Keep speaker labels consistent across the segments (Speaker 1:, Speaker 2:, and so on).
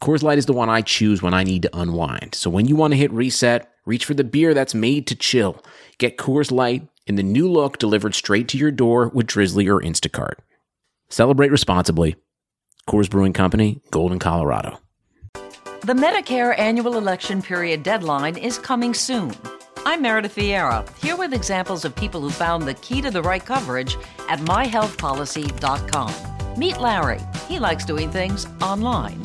Speaker 1: Coors Light is the one I choose when I need to unwind. So when you want to hit reset, reach for the beer that's made to chill. Get Coors Light in the new look delivered straight to your door with Drizzly or Instacart. Celebrate responsibly. Coors Brewing Company, Golden, Colorado.
Speaker 2: The Medicare annual election period deadline is coming soon. I'm Meredith Vieira, here with examples of people who found the key to the right coverage at myhealthpolicy.com. Meet Larry. He likes doing things online.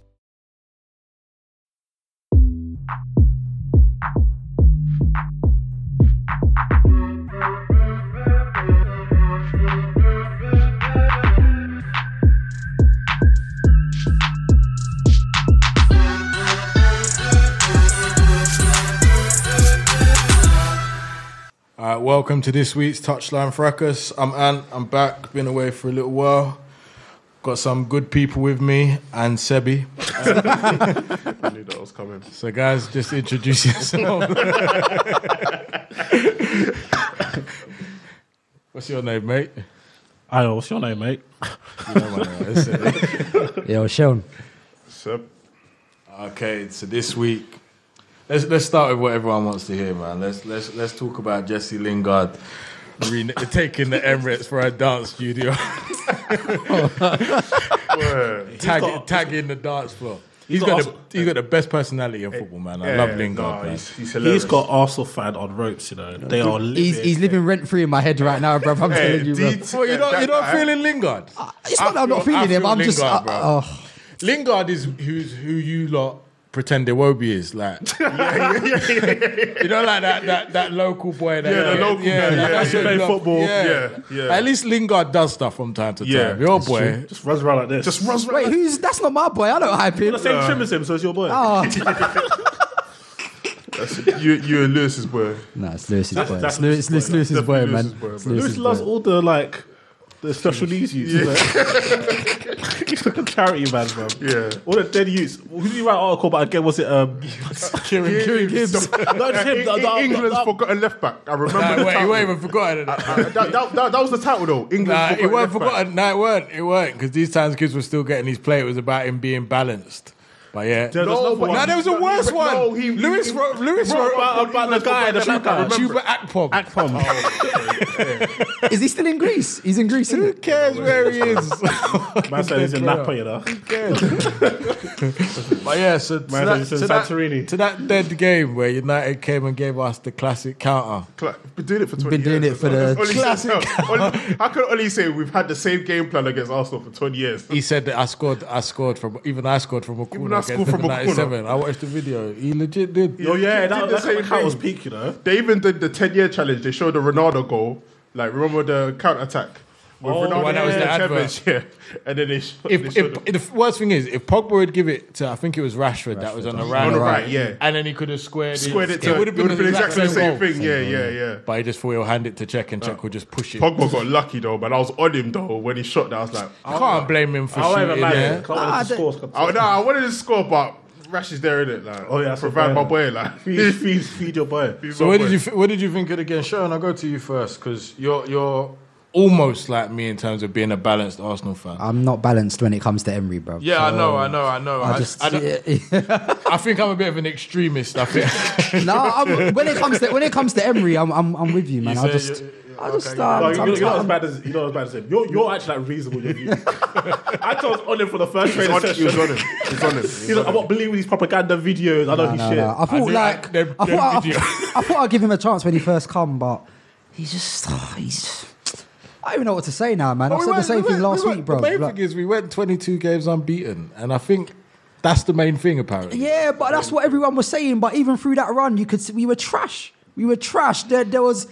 Speaker 3: All right, Uh, welcome to this week's Touchline Fracas. I'm Ant, I'm back, been away for a little while. Got some good people with me and Sebi.
Speaker 4: I knew that was coming.
Speaker 3: So, guys, just introduce yourself. What's your name, mate?
Speaker 5: I know, what's your name, mate?
Speaker 6: Yo, Sean.
Speaker 4: Seb,
Speaker 3: Okay, so this week, let's let's start with what everyone wants to hear, man. Let's let's let's talk about Jesse Lingard rene- taking the Emirates for a dance studio,
Speaker 4: word.
Speaker 3: Tag, tagging the dance floor. he's
Speaker 5: He's
Speaker 3: got
Speaker 5: got-
Speaker 3: the, he's got the best personality in football, man. I
Speaker 4: Yeah,
Speaker 3: love Lingard.
Speaker 4: nah,
Speaker 3: man.
Speaker 4: he's, he's hilarious.
Speaker 5: He's got Arsenal fan on ropes, you know. They are living.
Speaker 6: He's, he's living rent free in my head right now, bro. I'm telling you, bro.
Speaker 4: deeds.
Speaker 3: Well, you're not,
Speaker 4: Yeah,
Speaker 3: you're not
Speaker 4: that guy.
Speaker 3: feeling Lingard.
Speaker 6: It's not that I'm
Speaker 3: I
Speaker 6: not feeling him.
Speaker 3: feel
Speaker 6: I'm just.
Speaker 3: Lingard,
Speaker 6: uh,
Speaker 3: bro.
Speaker 6: oh.
Speaker 3: Lingard is who's who you lot pretend Iwobi is like. you know, like that that that local boy. That,
Speaker 4: Yeah, the local guy, yeah,
Speaker 3: that's
Speaker 4: yeah.
Speaker 3: what
Speaker 4: Play
Speaker 3: you lot-
Speaker 4: football, yeah, yeah.
Speaker 3: At least Lingard does stuff from time to time.
Speaker 4: Yeah,
Speaker 3: your
Speaker 4: it's
Speaker 3: boy.
Speaker 5: Just runs around like this.
Speaker 4: just runs
Speaker 6: Wait,
Speaker 4: around.
Speaker 6: who's? That's not my boy. I don't hype
Speaker 5: You're
Speaker 6: him.
Speaker 5: the same trim as him, so it's your boy.
Speaker 4: Ah.
Speaker 6: Oh.
Speaker 4: you, you and Lewis's boy.
Speaker 6: Nah, it's Lewis's
Speaker 5: That's-
Speaker 6: boy.
Speaker 5: that's
Speaker 6: It's Lewis- it's Lewis's, boy,
Speaker 4: Lewis's
Speaker 6: man.
Speaker 4: boy,
Speaker 6: It's
Speaker 4: man.
Speaker 5: Lewis
Speaker 6: Lewis's
Speaker 5: loves
Speaker 6: boy.
Speaker 5: all the like the special needs youths. isn't it? He's like a charity man, bro.
Speaker 4: Yeah.
Speaker 5: All the dead youths. Who did you write an article about again? Was it um Kieran Kieran Gibbs? Not just him.
Speaker 4: In-
Speaker 5: the-
Speaker 4: in-
Speaker 5: the-
Speaker 4: England's
Speaker 5: the-
Speaker 4: forgotten left back. I remember
Speaker 3: Nah,
Speaker 4: the
Speaker 3: wait,
Speaker 4: title.
Speaker 3: you ain't even forgotten it.
Speaker 4: Uh, that, that, that, that was the title though. England's
Speaker 3: Nah,
Speaker 4: forgotten
Speaker 3: it weren't
Speaker 4: left back.
Speaker 3: forgotten. No, it weren't. It weren't because these times kids were still getting his play. It was about him being balanced. But yeah,
Speaker 5: There was
Speaker 4: No,
Speaker 5: another
Speaker 4: but-
Speaker 5: one.
Speaker 3: No, there was a worse
Speaker 4: No,
Speaker 3: one.
Speaker 4: he-
Speaker 3: Lewis
Speaker 4: he-
Speaker 3: wrote. Lewis wrote
Speaker 5: about- about the guy, the
Speaker 3: Tuba-
Speaker 5: guy.
Speaker 3: Tuba Akpom. Oh,
Speaker 6: Is he still in Greece? He's in Greece.
Speaker 3: Who
Speaker 6: Isn't he?
Speaker 3: cares where he is?
Speaker 5: Man said he's in Napa, you know.
Speaker 3: But yeah, so to
Speaker 5: Man,
Speaker 3: that,
Speaker 5: it's in
Speaker 3: to, that,
Speaker 5: Santorini.
Speaker 3: to that dead game where United came and gave us the classic counter.
Speaker 4: Cla- Been doing it for 20
Speaker 6: Been doing
Speaker 4: years.
Speaker 6: it for the-
Speaker 4: Oli said-
Speaker 3: Classic.
Speaker 4: Oli- How can Oli say we've had the same game plan against Arsenal for 20 years?
Speaker 3: He said that I scored. I scored from even I scored from a corner.
Speaker 4: I
Speaker 3: against
Speaker 4: scored from a corner.
Speaker 3: 97. I watched the video. He legit did.
Speaker 5: Oh yeah,
Speaker 4: Did
Speaker 5: that,
Speaker 4: the
Speaker 5: that,
Speaker 4: same
Speaker 5: that count was
Speaker 4: thing.
Speaker 5: peak, you know.
Speaker 4: They even did the 10 year challenge. They showed the Ronaldo goal. Like, remember the counter attack? With
Speaker 5: Oh,
Speaker 4: Ronaldo
Speaker 5: when that was
Speaker 4: and
Speaker 3: the advert.
Speaker 4: Tevez, yeah. And then they, sh- they
Speaker 3: If,
Speaker 4: showed
Speaker 3: if,
Speaker 4: the-
Speaker 3: if the worst thing is, if Pogba would give it to, I think it was Rashford, that was on the right,
Speaker 4: On the right, yeah.
Speaker 3: and then he could have squared,
Speaker 4: squared it to
Speaker 3: It would have been,
Speaker 4: the exactly the same
Speaker 3: goal.
Speaker 4: thing. Yeah, yeah, yeah. Uh,
Speaker 3: But he just thought he'll hand it to Czech, and Czech would just push it.
Speaker 4: Pogba got lucky though, but I was on him though when he shot that. I was like,
Speaker 3: I can't blame him for shooting. yeah.
Speaker 6: Ah, they-
Speaker 4: oh no, I wanted to score, but Rash is there in it. Like,
Speaker 5: Oh, yeah, that's
Speaker 4: provide
Speaker 5: a
Speaker 4: my
Speaker 5: boy,
Speaker 4: boy. Like,
Speaker 5: Feed, feed, feed your boy.
Speaker 3: So what did you th- what did you think of the game, Sean? I'll go to you first because you're you're almost like me in terms of being a balanced Arsenal fan.
Speaker 7: I'm not balanced when it comes to Emery, bro.
Speaker 3: Yeah, I
Speaker 7: So-
Speaker 3: know, I know, I know.
Speaker 7: I
Speaker 3: I,
Speaker 7: just-
Speaker 3: I, don't- I think I'm a bit of an extremist. I think.
Speaker 7: no, I'm, when it comes to when it comes to Emery, I'm I'm, I'm with you, man. I
Speaker 3: say
Speaker 7: just
Speaker 3: you-
Speaker 7: I just
Speaker 3: okay.
Speaker 7: um,
Speaker 4: Like, you're,
Speaker 7: I'm-
Speaker 4: you're not as bad as you're not as bad as him. You're, you're actually like reasonable. You're, you. I told on him for the first training
Speaker 8: on-
Speaker 4: session.
Speaker 8: he was on him. He was on him. He was
Speaker 4: He's like,
Speaker 8: on
Speaker 4: I'm not believing these propaganda videos. I know
Speaker 7: No,
Speaker 4: he's
Speaker 7: no,
Speaker 4: shit.
Speaker 7: no. I thought like I, thought I, I thought I'd give him a chance when he first come, but he just oh, he's. I don't even know what to say now, man. I said the same thing last week, bro.
Speaker 3: The main
Speaker 7: Like-
Speaker 3: thing is we went 22 games unbeaten, and I think that's the main thing. Apparently,
Speaker 7: Yeah, but that's what everyone was saying. But even through that run, you could see we were trash. We were trash. There, there was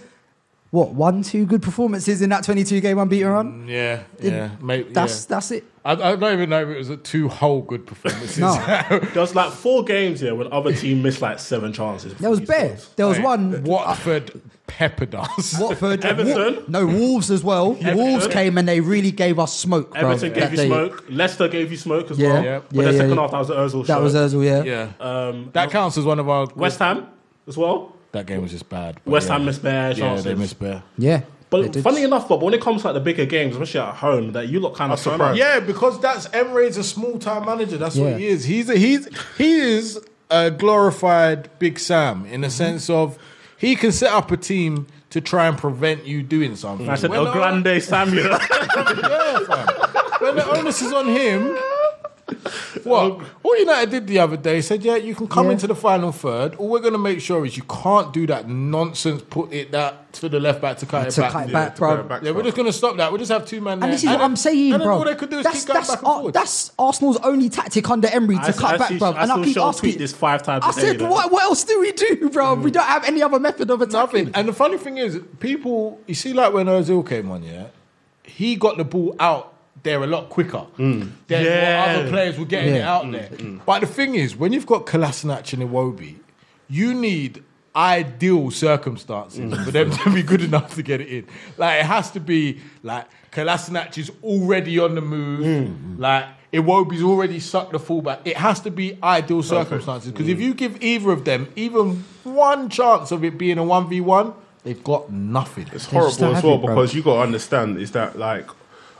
Speaker 7: what one, two good performances in that twenty-two game unbeaten run.
Speaker 3: yeah,
Speaker 7: It-
Speaker 3: yeah. Mate,
Speaker 7: that's that's it.
Speaker 3: I, I don't even know if it was a two whole good performances.
Speaker 4: There's like four games here when other team missed like seven chances.
Speaker 7: There was bare. There was
Speaker 4: Mate,
Speaker 7: one.
Speaker 3: Watford peppered us.
Speaker 7: Watford,
Speaker 4: Everton?
Speaker 7: Wa- no Wolves as well.
Speaker 4: Everton?
Speaker 7: Wolves came and they really gave us smoke. Bro,
Speaker 4: Everton
Speaker 7: that
Speaker 4: gave you
Speaker 7: day.
Speaker 4: smoke. Leicester gave you smoke as
Speaker 7: Yeah.
Speaker 4: well.
Speaker 7: Yeah.
Speaker 4: But the
Speaker 7: Yeah, yeah,
Speaker 4: second
Speaker 7: yeah.
Speaker 4: half, that was the Ozil
Speaker 7: That
Speaker 4: show.
Speaker 7: was Ozil, yeah.
Speaker 8: Uh,
Speaker 4: Um,
Speaker 3: that counts as one of our
Speaker 4: West Ham as well.
Speaker 3: That game was just bad. but
Speaker 4: West
Speaker 3: yeah.
Speaker 4: Ham missed bare
Speaker 3: Yeah,
Speaker 4: chances.
Speaker 3: they missed bare.
Speaker 7: Yeah.
Speaker 4: But funny enough, Bob, when it comes to like the bigger games, especially at home, that you look kind of surprised.
Speaker 3: Yeah, because that's Emery's a small time manager. That's
Speaker 4: Yeah.
Speaker 3: what he is. He's a, he's he is a glorified Big Sam in the sense of he can set up a team to try and prevent you doing something.
Speaker 4: I said
Speaker 3: When
Speaker 4: El
Speaker 3: the-
Speaker 4: Grande Samuel.
Speaker 3: Yeah, fam. when the onus is on him. What? What United did the other day said, yeah, you can come
Speaker 7: Yeah.
Speaker 3: into the final third. All we're going to make sure is you can't do that nonsense. Put it that to the left back to cut it
Speaker 7: To
Speaker 3: back.
Speaker 7: cut it
Speaker 3: Yeah,
Speaker 7: back,
Speaker 3: to
Speaker 7: bro.
Speaker 3: cut it back. Yeah, we're just going to stop that. We'll just have two men.
Speaker 7: And
Speaker 3: there.
Speaker 7: this is what I'm saying,
Speaker 3: and then
Speaker 7: bro.
Speaker 3: all they could do is
Speaker 7: that's,
Speaker 3: keep going
Speaker 7: that's,
Speaker 3: back and
Speaker 7: Ar-
Speaker 3: forth.
Speaker 7: that's Arsenal's only tactic under Emery to
Speaker 4: I,
Speaker 7: cut
Speaker 4: I
Speaker 7: back,
Speaker 4: see-
Speaker 7: bro.
Speaker 4: I
Speaker 7: and I
Speaker 4: still
Speaker 7: keep
Speaker 4: shall
Speaker 7: asking.
Speaker 4: tweet this five times.
Speaker 7: I
Speaker 4: a day,
Speaker 7: said,
Speaker 4: you know. Hmm.
Speaker 7: what, what else do we do, bro? We don't have any other method of attacking.
Speaker 3: And the funny thing is, people, you see, like when Ozil came on, yeah, he got the ball out there a lot quicker. Than
Speaker 4: Mm. Yeah.
Speaker 3: what other players were getting it
Speaker 4: Yeah. Mm.
Speaker 3: out there. But the thing is, when you've got Kolasinac and Iwobi, you need ideal circumstances
Speaker 4: Mm.
Speaker 3: for them to be good enough to get it in. Like it has to be like Kolasinac is already on the move,
Speaker 4: Mm.
Speaker 3: like Iwobi's already sucked the fullback. It has to be ideal circumstances because
Speaker 4: Mm.
Speaker 3: if you give either of them even one chance of it being a one v one, they've got nothing.
Speaker 8: It's horrible as well because you got to understand is that like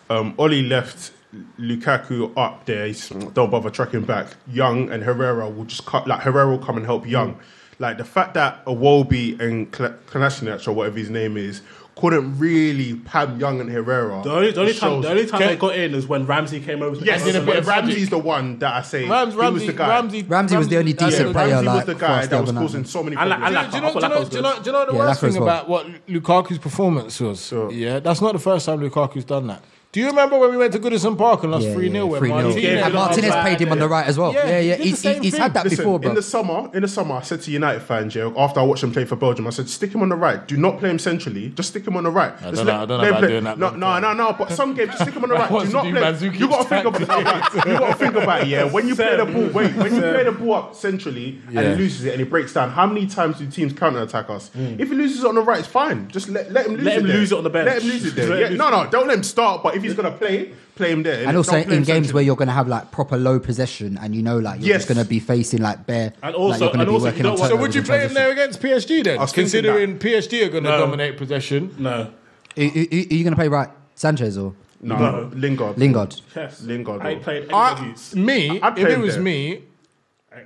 Speaker 8: um, Oli left Lukaku up there. He's, don't bother tracking back. Young and Herrera will just cut. Like Herrera will come and help Young. Like the fact that Awobi and Kla- Kolasinac or whatever his name is couldn't really pam Young and Herrera.
Speaker 4: The only, the only time,
Speaker 8: shows-
Speaker 4: the only time
Speaker 8: Ke-
Speaker 4: they got in is when Ramsey came over. To
Speaker 8: Yes,
Speaker 4: us.
Speaker 8: but Ramsey's the one that I say.
Speaker 4: Rams-
Speaker 8: he was
Speaker 4: Ramsey-
Speaker 8: the guy.
Speaker 4: Ramsey-
Speaker 7: Ramsey was the only decent
Speaker 8: yeah,
Speaker 7: player,
Speaker 8: Ramsey
Speaker 7: like,
Speaker 8: was the guy
Speaker 7: for us
Speaker 8: that
Speaker 7: the
Speaker 8: was
Speaker 7: other night.
Speaker 8: causing so many.
Speaker 4: I like- I
Speaker 8: problems.
Speaker 4: like-
Speaker 3: Do you know, do you know, do you know, do you know the
Speaker 7: Yeah,
Speaker 3: worst
Speaker 7: Lacazette
Speaker 3: thing
Speaker 7: as well.
Speaker 3: about what Lukaku's performance was? Yeah, that's not the first time Lukaku's done that. Do you remember when we went to Goodison Park and lost
Speaker 7: Yeah,
Speaker 3: three 0
Speaker 7: yeah,
Speaker 3: when
Speaker 7: 3-0.
Speaker 3: Martinez,
Speaker 7: Yeah, And Martinez paid him on the right as well. Yeah, yeah,
Speaker 8: did
Speaker 7: he's-
Speaker 8: the same
Speaker 7: he's had
Speaker 8: thing.
Speaker 7: that
Speaker 8: Listen,
Speaker 7: before, bro.
Speaker 8: In the summer, in the summer, I said to United fans, yeah, after I watched him play for Belgium, I said, stick him on the right. Do not play him centrally. Just stick him on the right. Just
Speaker 3: I don't
Speaker 8: let-
Speaker 3: know- I don't know
Speaker 8: let him
Speaker 3: about
Speaker 8: play-
Speaker 3: doing that
Speaker 8: No, no, no, no. But some games, just stick him on the
Speaker 3: I
Speaker 8: right.
Speaker 3: want
Speaker 8: Do
Speaker 3: to
Speaker 8: not
Speaker 3: do
Speaker 8: play.
Speaker 3: Mandzukic
Speaker 8: You got to think about
Speaker 3: tactics.
Speaker 8: it. You got to think about it. Yeah, when you play the
Speaker 4: Sam.
Speaker 8: ball, wait, when you
Speaker 4: Sam.
Speaker 8: play the ball up centrally and
Speaker 3: Yeah.
Speaker 8: he loses it and he breaks down, how many times do teams counter attack us? If he loses it on the right, it's fine. Just let let him lose
Speaker 4: Let
Speaker 8: it.
Speaker 4: him
Speaker 8: there.
Speaker 4: lose it on the bench.
Speaker 8: Let him lose it
Speaker 4: Let
Speaker 8: there.
Speaker 4: him
Speaker 8: Yeah,
Speaker 4: lose
Speaker 8: No,
Speaker 4: it.
Speaker 8: no, don't let him start. But if he's gonna play, play him there.
Speaker 7: and also
Speaker 8: Don't play
Speaker 7: in
Speaker 8: him
Speaker 7: games
Speaker 8: centrally.
Speaker 7: where you're going to have like proper low possession and you know like you're
Speaker 8: Yes.
Speaker 7: just going to be facing like bare
Speaker 4: And
Speaker 7: like, you're gonna be working on
Speaker 3: So would you
Speaker 7: turnovers
Speaker 3: play him
Speaker 7: and
Speaker 3: there against PSG then?
Speaker 8: I was thinking
Speaker 3: Considering PSG are going to
Speaker 4: No.
Speaker 3: dominate possession.
Speaker 4: No,
Speaker 7: transitions. Who- who- who- who you going to play right Sanchez or
Speaker 8: No,
Speaker 4: No.
Speaker 8: Lingard.
Speaker 7: Lingard
Speaker 4: Mm. yes.
Speaker 8: Lingard.
Speaker 4: I ain't played any of
Speaker 3: I,
Speaker 4: these.
Speaker 3: me,
Speaker 8: I'd play
Speaker 3: if it
Speaker 8: him
Speaker 3: was
Speaker 8: there.
Speaker 3: me,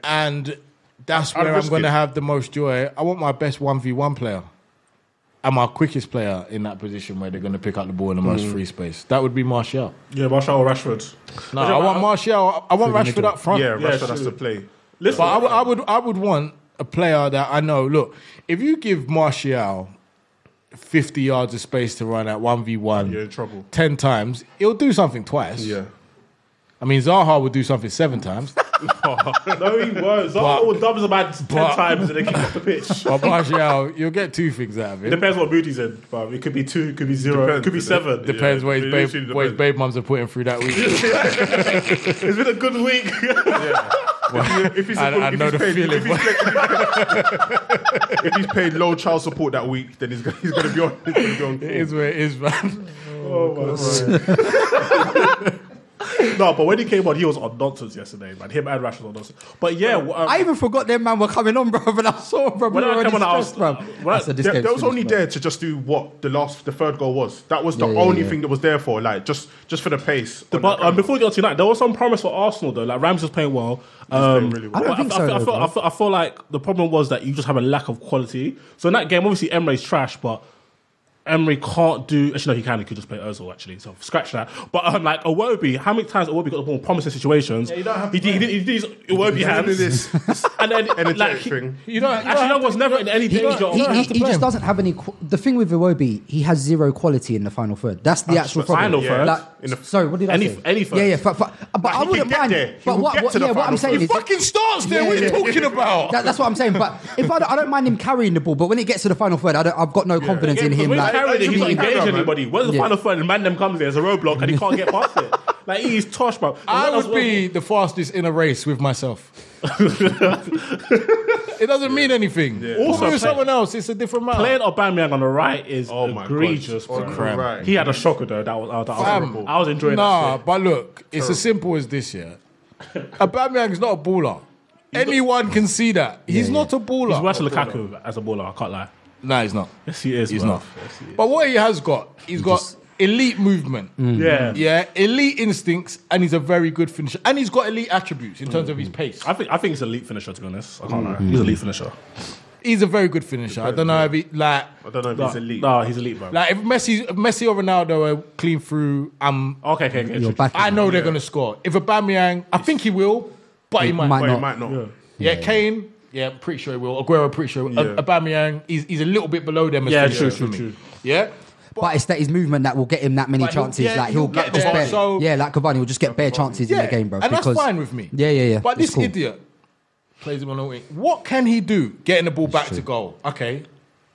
Speaker 3: and that's
Speaker 8: I'd
Speaker 3: where I'm
Speaker 8: risk
Speaker 3: going to
Speaker 8: it.
Speaker 3: have the most joy. I want my best one v one player. And my quickest player in that position where they're going to pick up the ball in the
Speaker 8: Mm.
Speaker 3: most free space. That would be Martial.
Speaker 4: Yeah, Marshall or Rashford.
Speaker 3: No, I want Martial. I want
Speaker 7: Through the
Speaker 3: Rashford
Speaker 7: middle.
Speaker 3: up front.
Speaker 8: Yeah,
Speaker 4: Yeah,
Speaker 8: Rashford has
Speaker 4: sure.
Speaker 8: to play.
Speaker 4: Listen,
Speaker 3: But I, w- I would, I would want a player that I know. Look, if you give Martial fifty yards of space to run at one v
Speaker 8: You're in
Speaker 3: one
Speaker 8: trouble.
Speaker 3: ten times, he'll do something twice.
Speaker 8: Yeah.
Speaker 3: I mean Zaha would do something seven times,
Speaker 4: no, he was. Zaha will dubs about ten
Speaker 3: but-
Speaker 4: times and then kick off the pitch.
Speaker 3: but Martial, you'll get two things out of
Speaker 4: It
Speaker 3: it.
Speaker 4: depends what mood he's in. But it could be two, it could be zero,
Speaker 8: Depends,
Speaker 4: it could be
Speaker 8: does it?
Speaker 4: seven.
Speaker 3: Depends what
Speaker 8: it
Speaker 3: his
Speaker 8: literally
Speaker 3: babe, what his
Speaker 8: depends.
Speaker 3: babe mums are putting through that week.
Speaker 4: It's been a good week.
Speaker 8: If he's,
Speaker 3: I- I
Speaker 8: if
Speaker 3: know
Speaker 8: he's
Speaker 3: the
Speaker 8: paid,
Speaker 3: feeling,
Speaker 8: If he's, paid, if he's paid low child support that week, then he's gonna, he's gonna be on. He's gonna be on
Speaker 3: it is where it is, man.
Speaker 4: oh my god. Oh, no, but when he came on, he was on nonsense yesterday, man. Him and Rash was on nonsense. But yeah, w- um,
Speaker 9: I even forgot them man were coming on, bro. When I saw them, bro, we
Speaker 4: when
Speaker 9: were
Speaker 4: I
Speaker 9: already
Speaker 4: came on, I was, uh,
Speaker 9: stressed, bro.
Speaker 4: when I-
Speaker 9: I said, this
Speaker 4: there,
Speaker 9: game's
Speaker 4: there was
Speaker 9: finished,
Speaker 4: only
Speaker 9: bro.
Speaker 4: there to just do what the last, the third goal was. That was the
Speaker 9: Yeah, yeah,
Speaker 4: only
Speaker 9: yeah.
Speaker 4: thing that was there for, like just just for the pace.
Speaker 3: The, but um, before we get on tonight, there was some promise for Arsenal though. Like Rams was playing well. Um,
Speaker 4: well. I don't
Speaker 3: but
Speaker 4: think so,
Speaker 3: feel-
Speaker 4: though,
Speaker 3: I, feel,
Speaker 4: bro.
Speaker 3: I, feel, I feel like the problem was that you just have a lack of quality. So in that game, obviously Emre's trash, but Emery can't do. Actually, no, he can. He could just play Özil actually. So scratch that. But um, like Awobi, how many times Awobi got the ball in promising situations?
Speaker 4: Yeah, you don't have
Speaker 3: he,
Speaker 4: to
Speaker 3: did, he, did, he did his Awobi He's
Speaker 4: hands.
Speaker 3: doing this. and then like,
Speaker 8: You don't.
Speaker 3: actually, that was never in any
Speaker 9: He,
Speaker 3: danger.
Speaker 9: he- he- he just doesn't have any. qu- the thing with Iwobi, he has zero quality in the final third. That's the
Speaker 4: That's
Speaker 9: actual
Speaker 4: the
Speaker 9: problem.
Speaker 4: final third.
Speaker 9: Like,
Speaker 4: In the-
Speaker 9: sorry, what did I
Speaker 4: any-
Speaker 9: say?
Speaker 4: any third.
Speaker 9: Yeah, yeah. But, but, but I
Speaker 4: he can
Speaker 9: wouldn't
Speaker 4: get
Speaker 9: mind.
Speaker 4: there. He
Speaker 9: But
Speaker 4: will
Speaker 9: what,
Speaker 4: get
Speaker 9: what-
Speaker 4: to the
Speaker 9: yeah, what I'm
Speaker 4: final
Speaker 9: saying
Speaker 4: third.
Speaker 9: is
Speaker 4: He fucking
Speaker 8: starts there. What are you talking about?
Speaker 9: That- that's what I'm saying. But if I, don't- I don't mind him carrying the ball, but when it gets to the final third, I don't, I've got no confidence in him.
Speaker 3: When
Speaker 9: like,
Speaker 3: he carried it, he's not
Speaker 9: being-
Speaker 3: engaging anybody. Where's the
Speaker 9: Yeah.
Speaker 3: final third? And man them comes there, there's a roadblock, and he can't get past it. Like he's tosh, bro.
Speaker 8: I would be the fastest in a race with myself. it doesn't mean anything.
Speaker 3: Also
Speaker 8: Also,
Speaker 3: play-
Speaker 8: with someone else, it's a different matter.
Speaker 3: Playing Aubameyang on the right is
Speaker 4: Oh
Speaker 8: my
Speaker 3: egregious.
Speaker 8: God.
Speaker 3: bro.
Speaker 8: On the right.
Speaker 3: He had a shocker though. That was, uh, that was
Speaker 8: Fam,
Speaker 3: horrible. I was enjoying
Speaker 8: Nah,
Speaker 3: that. Shit.
Speaker 8: but look, it's as simple as this, yeah. Aubameyang's not a baller. Anyone can see that. He's not a baller.
Speaker 3: He's worse than Lukaku as a baller. I can't lie.
Speaker 8: No, he's not.
Speaker 3: Yes, he is.
Speaker 8: He's
Speaker 3: bro.
Speaker 8: not. But what he has got, he's got elite movement.
Speaker 4: Hmm.
Speaker 3: Mm. Yeah.
Speaker 8: Yeah, elite instincts, and he's a very good finisher. And he's got elite attributes in terms of his pace.
Speaker 3: I think I think he's an elite finisher. To be honest, I can't lie.
Speaker 4: Mm.
Speaker 3: He's an elite finisher.
Speaker 8: He's a very good finisher. I don't know if he like
Speaker 3: I don't know if
Speaker 8: he's
Speaker 3: elite. Nah, he's elite, bro.
Speaker 8: like if Messi, if Messi or Ronaldo are clean through, I'm
Speaker 3: okay. okay, okay.
Speaker 8: I know they're gonna score. If Aubameyang, I think he will, but he might,
Speaker 3: But he might not.
Speaker 8: Yeah, Kane. Yeah, I'm pretty sure he will. Aguero, pretty sure. Yeah. Aubameyang, he's, he's a little bit below them. As
Speaker 9: Yeah,
Speaker 8: finishers
Speaker 9: true,
Speaker 8: for
Speaker 9: true,
Speaker 8: me. Yeah,
Speaker 9: But it's that his movement that will get him that many
Speaker 8: But he'll-
Speaker 9: chances.
Speaker 8: yeah,
Speaker 9: like he'll,
Speaker 8: he'll
Speaker 9: get
Speaker 8: get
Speaker 9: just
Speaker 8: there.
Speaker 9: bare,
Speaker 8: So-
Speaker 9: yeah, like Cavani will just get bare chances in
Speaker 8: Yeah,
Speaker 9: the game, bro.
Speaker 8: and that's
Speaker 9: because-
Speaker 8: fine with me.
Speaker 9: Yeah, yeah, yeah.
Speaker 8: But
Speaker 9: It's
Speaker 8: this
Speaker 9: cool.
Speaker 8: idiot plays him on the wing. What can he do? Getting the ball back to goal. Okay.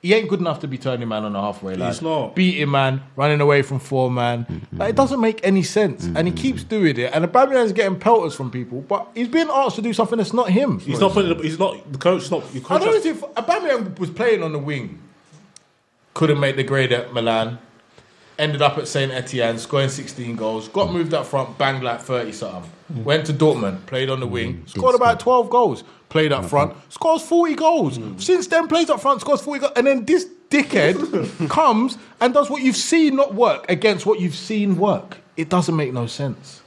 Speaker 8: He ain't good enough to be turning man on the halfway line.
Speaker 3: He's not.
Speaker 8: Beating man, running away from four man.
Speaker 9: Mm-hmm.
Speaker 8: Like, it doesn't make any sense. And he keeps doing it. And Aubameyang's getting pelters from people, but he's being asked to do something that's not him.
Speaker 3: He's not putting. the- He's not the coach. is Not your
Speaker 8: I
Speaker 3: coach.
Speaker 8: don't know if Aubameyang was playing on the wing. Couldn't make the grade at Milan. Ended up at St. Etienne, scoring 16 goals. Got moved up front, banged like 30 something. Went to Dortmund, played on the wing, scored about 12 goals. Played up front, scores 40 goals. Since then, plays up front, scores 40 goals. And then this dickhead comes and does what you've seen not work against what you've seen work. It doesn't make no sense.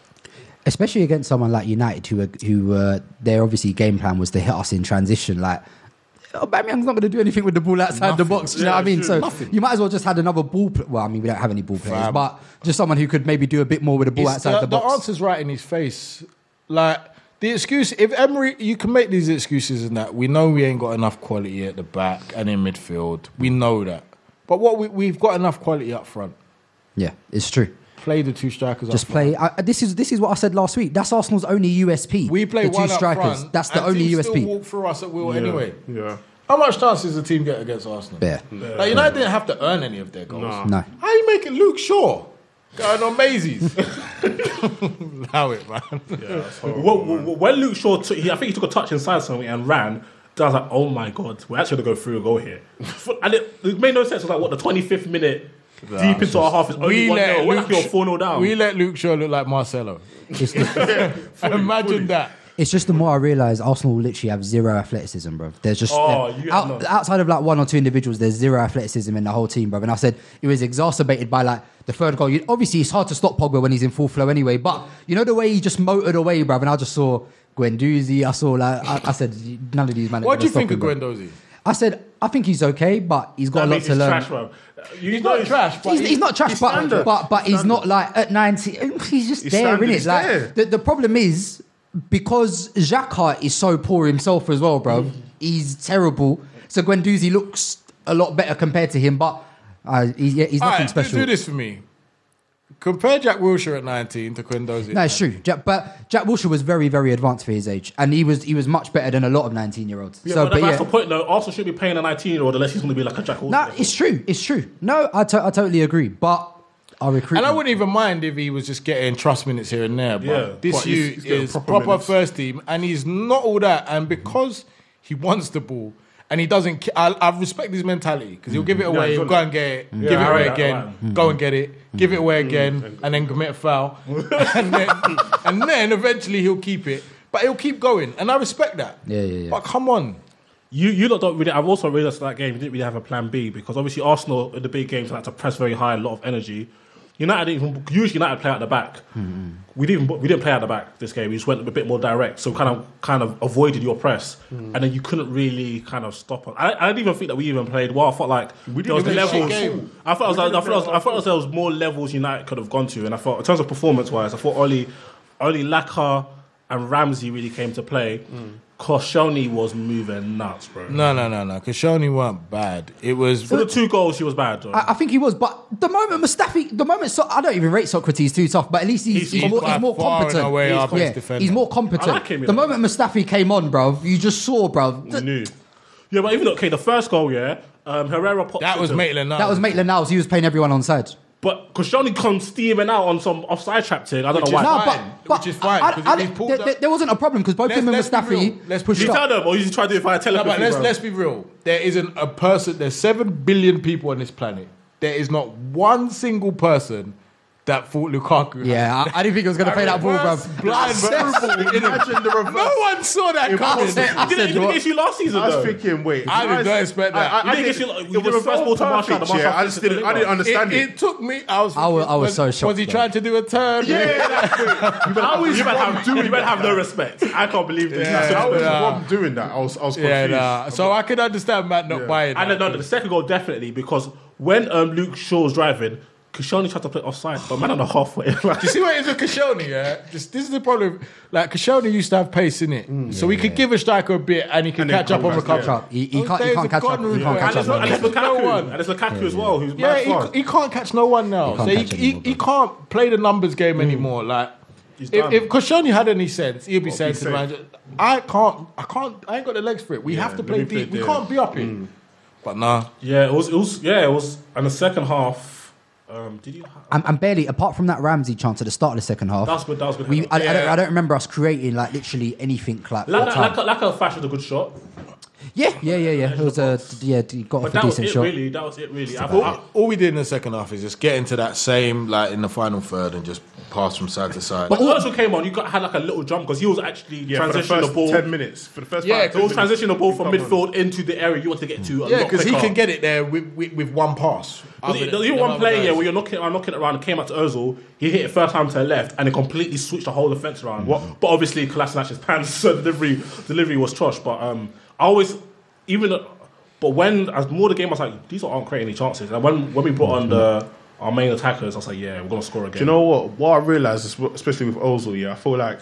Speaker 9: especially against someone like United, who are- who uh, their obviously game plan was to hit us in transition. Like oh, Aubameyang's not going to do anything with the ball outside the
Speaker 8: Nothing.
Speaker 9: box. Do you know what I
Speaker 8: Yeah,
Speaker 9: mean?
Speaker 8: true.
Speaker 9: So
Speaker 8: Nothing.
Speaker 9: you might as well just had another ball. Pl- well, I mean we don't have any ball players,
Speaker 8: Fam.
Speaker 9: but just someone who could maybe do a bit more with the ball
Speaker 8: It's-
Speaker 9: outside the, box.
Speaker 8: answer's right in his face. Like the excuse, if Emery, you can make these excuses and that. We know we ain't got enough quality at the back and in midfield. We know that, but what we, we've got enough quality up front.
Speaker 9: yeah, it's true.
Speaker 8: Play the two strikers.
Speaker 9: Just
Speaker 8: up
Speaker 9: play.
Speaker 8: front.
Speaker 9: I, I- this is this is what I said last week. That's Arsenal's only USP. We
Speaker 8: Play
Speaker 9: the two
Speaker 8: one up
Speaker 9: strikers.
Speaker 8: front,
Speaker 9: That's the
Speaker 8: and
Speaker 9: only
Speaker 8: teams Still
Speaker 9: USP.
Speaker 8: walk through us at will
Speaker 9: Yeah.
Speaker 8: anyway.
Speaker 3: Yeah.
Speaker 8: How much chances does the team get against Arsenal?
Speaker 9: Bare.
Speaker 8: Like United didn't have to earn any of their goals.
Speaker 9: No.
Speaker 8: How you making Luke Shaw going on Maisie's? Allow it, man.
Speaker 3: Well, well, when Luke Shaw took, he, I think he took a touch inside something and ran. I was like, oh my god, we're actually gonna go through a goal here, and it, it made no sense. It was like, what the twenty fifth minute, deep into our half is only one 0 We're like, you're four 0 down.
Speaker 8: We let Luke Shaw look like Marcelo. Imagine that.
Speaker 9: It's just the more I realise Arsenal literally have zero athleticism, bro. There's just
Speaker 8: Oh,
Speaker 9: there-
Speaker 8: you have
Speaker 9: out,
Speaker 8: none.
Speaker 9: outside of like one or two individuals, there's zero athleticism in the whole team, bro. And I said it was exacerbated by like the third goal. You, obviously, it's hard to stop Pogba when he's in full flow anyway. But you know the way he just motored away, bro. And I just saw Guendouzi. I saw like I, I said none of these men. are
Speaker 8: What do
Speaker 9: gonna
Speaker 8: you think
Speaker 9: stop
Speaker 8: of
Speaker 9: him, bro.
Speaker 8: Gwendozi?
Speaker 9: I said I think he's okay, but he's got
Speaker 8: That
Speaker 9: a lot
Speaker 8: means
Speaker 9: to
Speaker 8: he's
Speaker 9: learn.
Speaker 8: trash, bro. He's not trash, but
Speaker 9: he's,
Speaker 8: he-
Speaker 9: he's not trash,
Speaker 8: he's
Speaker 9: but,
Speaker 8: standard.
Speaker 9: but but he's not like at ninety. He's just
Speaker 8: He's
Speaker 9: there,
Speaker 8: standard,
Speaker 9: innit?
Speaker 8: he's
Speaker 9: Like
Speaker 8: there.
Speaker 9: The, the problem is because Xhaka is so poor himself as well, bro. He's terrible. So Guendouzi looks a lot better compared to him, but uh, he's, yeah, he's
Speaker 8: All
Speaker 9: nothing
Speaker 8: right,
Speaker 9: special.
Speaker 8: Do this for me. Compare Jack Wilshere at 19 to Quindozi.
Speaker 9: No, it's true. Jack, but Jack Wilshere was very, very advanced for his age, and he was he was much better than a lot of nineteen-year-olds.
Speaker 3: yeah,
Speaker 9: so,
Speaker 3: but,
Speaker 9: but
Speaker 3: that's
Speaker 9: yeah,
Speaker 3: the point though. Arsenal should be paying a nineteen year old unless he's gonna be like a jackal.
Speaker 9: no, it's true. It's true. No, I, to- I totally agree. But our
Speaker 8: And
Speaker 9: recruitment.
Speaker 8: I wouldn't even mind if he was just getting trust minutes here and there. But
Speaker 3: Yeah,
Speaker 8: this
Speaker 3: but he's-
Speaker 8: you
Speaker 3: he's getting
Speaker 8: is
Speaker 3: proper
Speaker 8: proper
Speaker 3: minutes.
Speaker 8: first team, and he's not all that. And because he wants the ball, and he doesn't. ca- I, I respect his mentality because he'll give it
Speaker 3: Mm. Yeah,
Speaker 8: away,
Speaker 3: he's
Speaker 8: go
Speaker 3: got it.
Speaker 8: and get it,
Speaker 3: Mm.
Speaker 8: give
Speaker 3: Yeah, Mm.
Speaker 8: it
Speaker 3: I
Speaker 8: away
Speaker 3: like that
Speaker 8: again,
Speaker 3: line.
Speaker 8: go and get it, give it away again, and then commit a foul, and then and then eventually he'll keep it, but he'll keep going, and I respect that.
Speaker 4: Yeah, yeah, yeah.
Speaker 8: But come on.
Speaker 3: You, you lot don't really. I've also realised that game you didn't really have a plan B because obviously Arsenal in the big games like to press very high, a lot of energy. United didn't even usually United play out the back.
Speaker 4: Mm-hmm.
Speaker 3: We didn't we didn't play out the back this game. We just went a bit more direct, so kind of kind of avoided your press,
Speaker 9: Mm.
Speaker 3: and then you couldn't really kind of stop us. I, I didn't even think that we even played well. I felt like
Speaker 9: We didn't
Speaker 3: there was
Speaker 9: even play shit
Speaker 3: levels.
Speaker 9: game.
Speaker 3: I felt I, was,
Speaker 9: We
Speaker 3: I,
Speaker 9: didn't
Speaker 3: felt I, was,
Speaker 9: play
Speaker 3: I felt there was more levels United could have gone to, and I thought in terms of performance wise, I thought Oli, Oli Laka and Ramsey really came to play. Koshoni was moving nuts, bro.
Speaker 8: No, no, no, no. Kashani weren't bad. It was
Speaker 3: For the two goals, she was bad. Though.
Speaker 4: I, I think he was, but the moment Mustafi, the moment so, I don't even rate Socrates too tough, but at least he's,
Speaker 8: He's-
Speaker 4: he's,
Speaker 8: he's
Speaker 4: more,
Speaker 8: by
Speaker 4: he's more
Speaker 8: far and
Speaker 4: competent.
Speaker 8: away our
Speaker 4: he's,
Speaker 8: best defender.
Speaker 4: he's more
Speaker 3: I
Speaker 4: competent.
Speaker 3: like him, you
Speaker 4: the
Speaker 3: know.
Speaker 4: moment Mustafi came on, bro, you just saw, bro.
Speaker 3: You knew. Yeah, but even okay, the first goal, yeah, um, Herrera popped. That
Speaker 8: was Maitland
Speaker 4: That was Maitland Niles. He was playing everyone on side.
Speaker 3: But Koshoni comes steaming out on some offside trap thing. I don't
Speaker 4: Which
Speaker 3: know
Speaker 4: is
Speaker 3: why.
Speaker 4: fine, No,
Speaker 3: which is fine.
Speaker 4: I- I- there, there- there wasn't a problem because both him and Mustafi pushed
Speaker 3: you
Speaker 4: up.
Speaker 3: tell them, or you just try to do it via
Speaker 8: No,
Speaker 3: telepathy.
Speaker 8: but let's
Speaker 3: bro.
Speaker 8: let's be real. There isn't a person. There's seven billion people on this planet. There is not one single person that thought Lukaku.
Speaker 4: Yeah, I, I didn't think he was going to play that ball, bro.
Speaker 8: reverse Blind verbal.
Speaker 9: Imagine the reverse.
Speaker 8: No one saw that
Speaker 9: Impossible.
Speaker 8: coming.
Speaker 9: You didn't- I you said, didn't what? get you last season, I was
Speaker 3: though.
Speaker 9: thinking, wait.
Speaker 8: I did not expect that.
Speaker 9: I, I,
Speaker 3: You didn't
Speaker 9: didn't
Speaker 3: get you- you
Speaker 9: it
Speaker 3: did
Speaker 9: was
Speaker 3: reverse
Speaker 9: so
Speaker 3: ball to Marshall,
Speaker 9: perfect,
Speaker 3: the
Speaker 9: yeah,
Speaker 3: Marshall
Speaker 9: I just
Speaker 3: didn't
Speaker 9: didn't. I didn't
Speaker 3: deliver.
Speaker 9: understand
Speaker 8: it,
Speaker 9: it.
Speaker 8: it took me. I was.
Speaker 4: I wa- I was so
Speaker 8: Was
Speaker 4: shocked,
Speaker 8: he
Speaker 4: bro.
Speaker 8: trying to do a turn?
Speaker 9: Yeah, that's weird. I
Speaker 3: You
Speaker 9: was
Speaker 3: better
Speaker 9: wrong
Speaker 3: have,
Speaker 9: doing
Speaker 3: you better
Speaker 9: that.
Speaker 3: have no respect. I can't believe this.
Speaker 9: Yeah, I
Speaker 3: That's
Speaker 9: was
Speaker 3: so bad.
Speaker 9: wrong doing that. I was, I was confused.
Speaker 8: Yeah, nah. So I could understand Matt not buying.
Speaker 3: And
Speaker 8: that.
Speaker 3: then, no, the second goal definitely because when um, Luke Shaw was driving, Kashani tried to play offside, but man on the halfway. Like,
Speaker 8: You see what it is with Kashoni, yeah? This, this is the problem. Like, Kashoni used to have pace in it. so we could give a striker a bit and he could
Speaker 9: And then
Speaker 8: catch up on
Speaker 9: come back,
Speaker 8: recovery.
Speaker 4: Catch up. Mm. He, he
Speaker 8: Those
Speaker 4: can't, he
Speaker 8: days
Speaker 4: can't
Speaker 8: are
Speaker 4: catch up.
Speaker 8: gone,
Speaker 4: He
Speaker 8: really.
Speaker 4: can't
Speaker 8: Yeah,
Speaker 4: catch up.
Speaker 3: and, it's not,
Speaker 4: man.
Speaker 3: and it's Lukaku,
Speaker 8: one.
Speaker 3: and it's Lukaku as well, who's
Speaker 8: Yeah,
Speaker 3: mad fast.
Speaker 8: he, he can't catch no one now.
Speaker 4: He
Speaker 8: so
Speaker 4: can't
Speaker 8: he,
Speaker 4: catch Mm.
Speaker 8: he,
Speaker 4: anymore,
Speaker 8: he can't play the numbers game anymore. Like, if,
Speaker 3: done.
Speaker 8: if Kashoni had any sense, he'd be
Speaker 9: Well,
Speaker 8: saying
Speaker 9: he's
Speaker 8: to the
Speaker 9: saying-
Speaker 8: manager, I can't, I can't, I ain't got the legs for it. We
Speaker 9: Yeah,
Speaker 8: have to
Speaker 9: let
Speaker 8: play
Speaker 9: me play
Speaker 8: deep. We
Speaker 9: there."
Speaker 8: can't be up it.
Speaker 4: Mm.
Speaker 8: But nah.
Speaker 3: Yeah, it was, it was. Yeah, it was. And the second half, um, did you?
Speaker 4: I'm, I'm barely, apart from that Ramsey chance at the start of the second half,
Speaker 3: That was good. That was good.
Speaker 4: we, I, I, don't,
Speaker 8: Yeah.
Speaker 4: I don't remember us creating like literally anything like
Speaker 3: Laka,
Speaker 4: that. time.
Speaker 3: Laka, Laka fashioned a good shot,
Speaker 4: Yeah, yeah, yeah, yeah. It was a yeah. He got
Speaker 3: but
Speaker 4: off a
Speaker 3: that was
Speaker 4: decent
Speaker 3: it.
Speaker 4: shot.
Speaker 3: Really, that was it. Really, I,
Speaker 8: All,
Speaker 3: I,
Speaker 8: all we did in the second half is just get into that same, like, in the final third and just pass from side to side.
Speaker 3: but Virgil came on. You got, had like a little jump because he was actually
Speaker 9: yeah, for the
Speaker 3: transitioning the,
Speaker 9: first
Speaker 3: ball.
Speaker 9: ten minutes. For the first
Speaker 8: Yeah,
Speaker 9: five,
Speaker 3: He
Speaker 9: ten
Speaker 3: was
Speaker 9: minutes,
Speaker 3: transitioning the ball
Speaker 9: you
Speaker 3: from
Speaker 9: come on.
Speaker 3: midfield into the area you want to get to. a
Speaker 8: Yeah,
Speaker 3: lot
Speaker 8: because he
Speaker 3: quicker.
Speaker 8: can get it there with, with, with one pass.
Speaker 3: Was
Speaker 8: Other
Speaker 3: it-
Speaker 8: than-
Speaker 3: There was even
Speaker 8: than
Speaker 3: one
Speaker 8: other
Speaker 3: player yeah,
Speaker 8: guys.
Speaker 3: where you're knocking, uh, knocking it around, came out to Ozil, he hit it first time to the left, and it completely switched the whole defence around. But obviously, Kolasinac's pants, so the delivery, delivery was trash. But um, I always, even, but when, as more the game, I was like, these aren't creating any chances. And when, when we brought on the, our main attackers, I was like, yeah, we're going to score again.
Speaker 9: Do you know what? What I realized, is, especially with Ozil, yeah, I feel like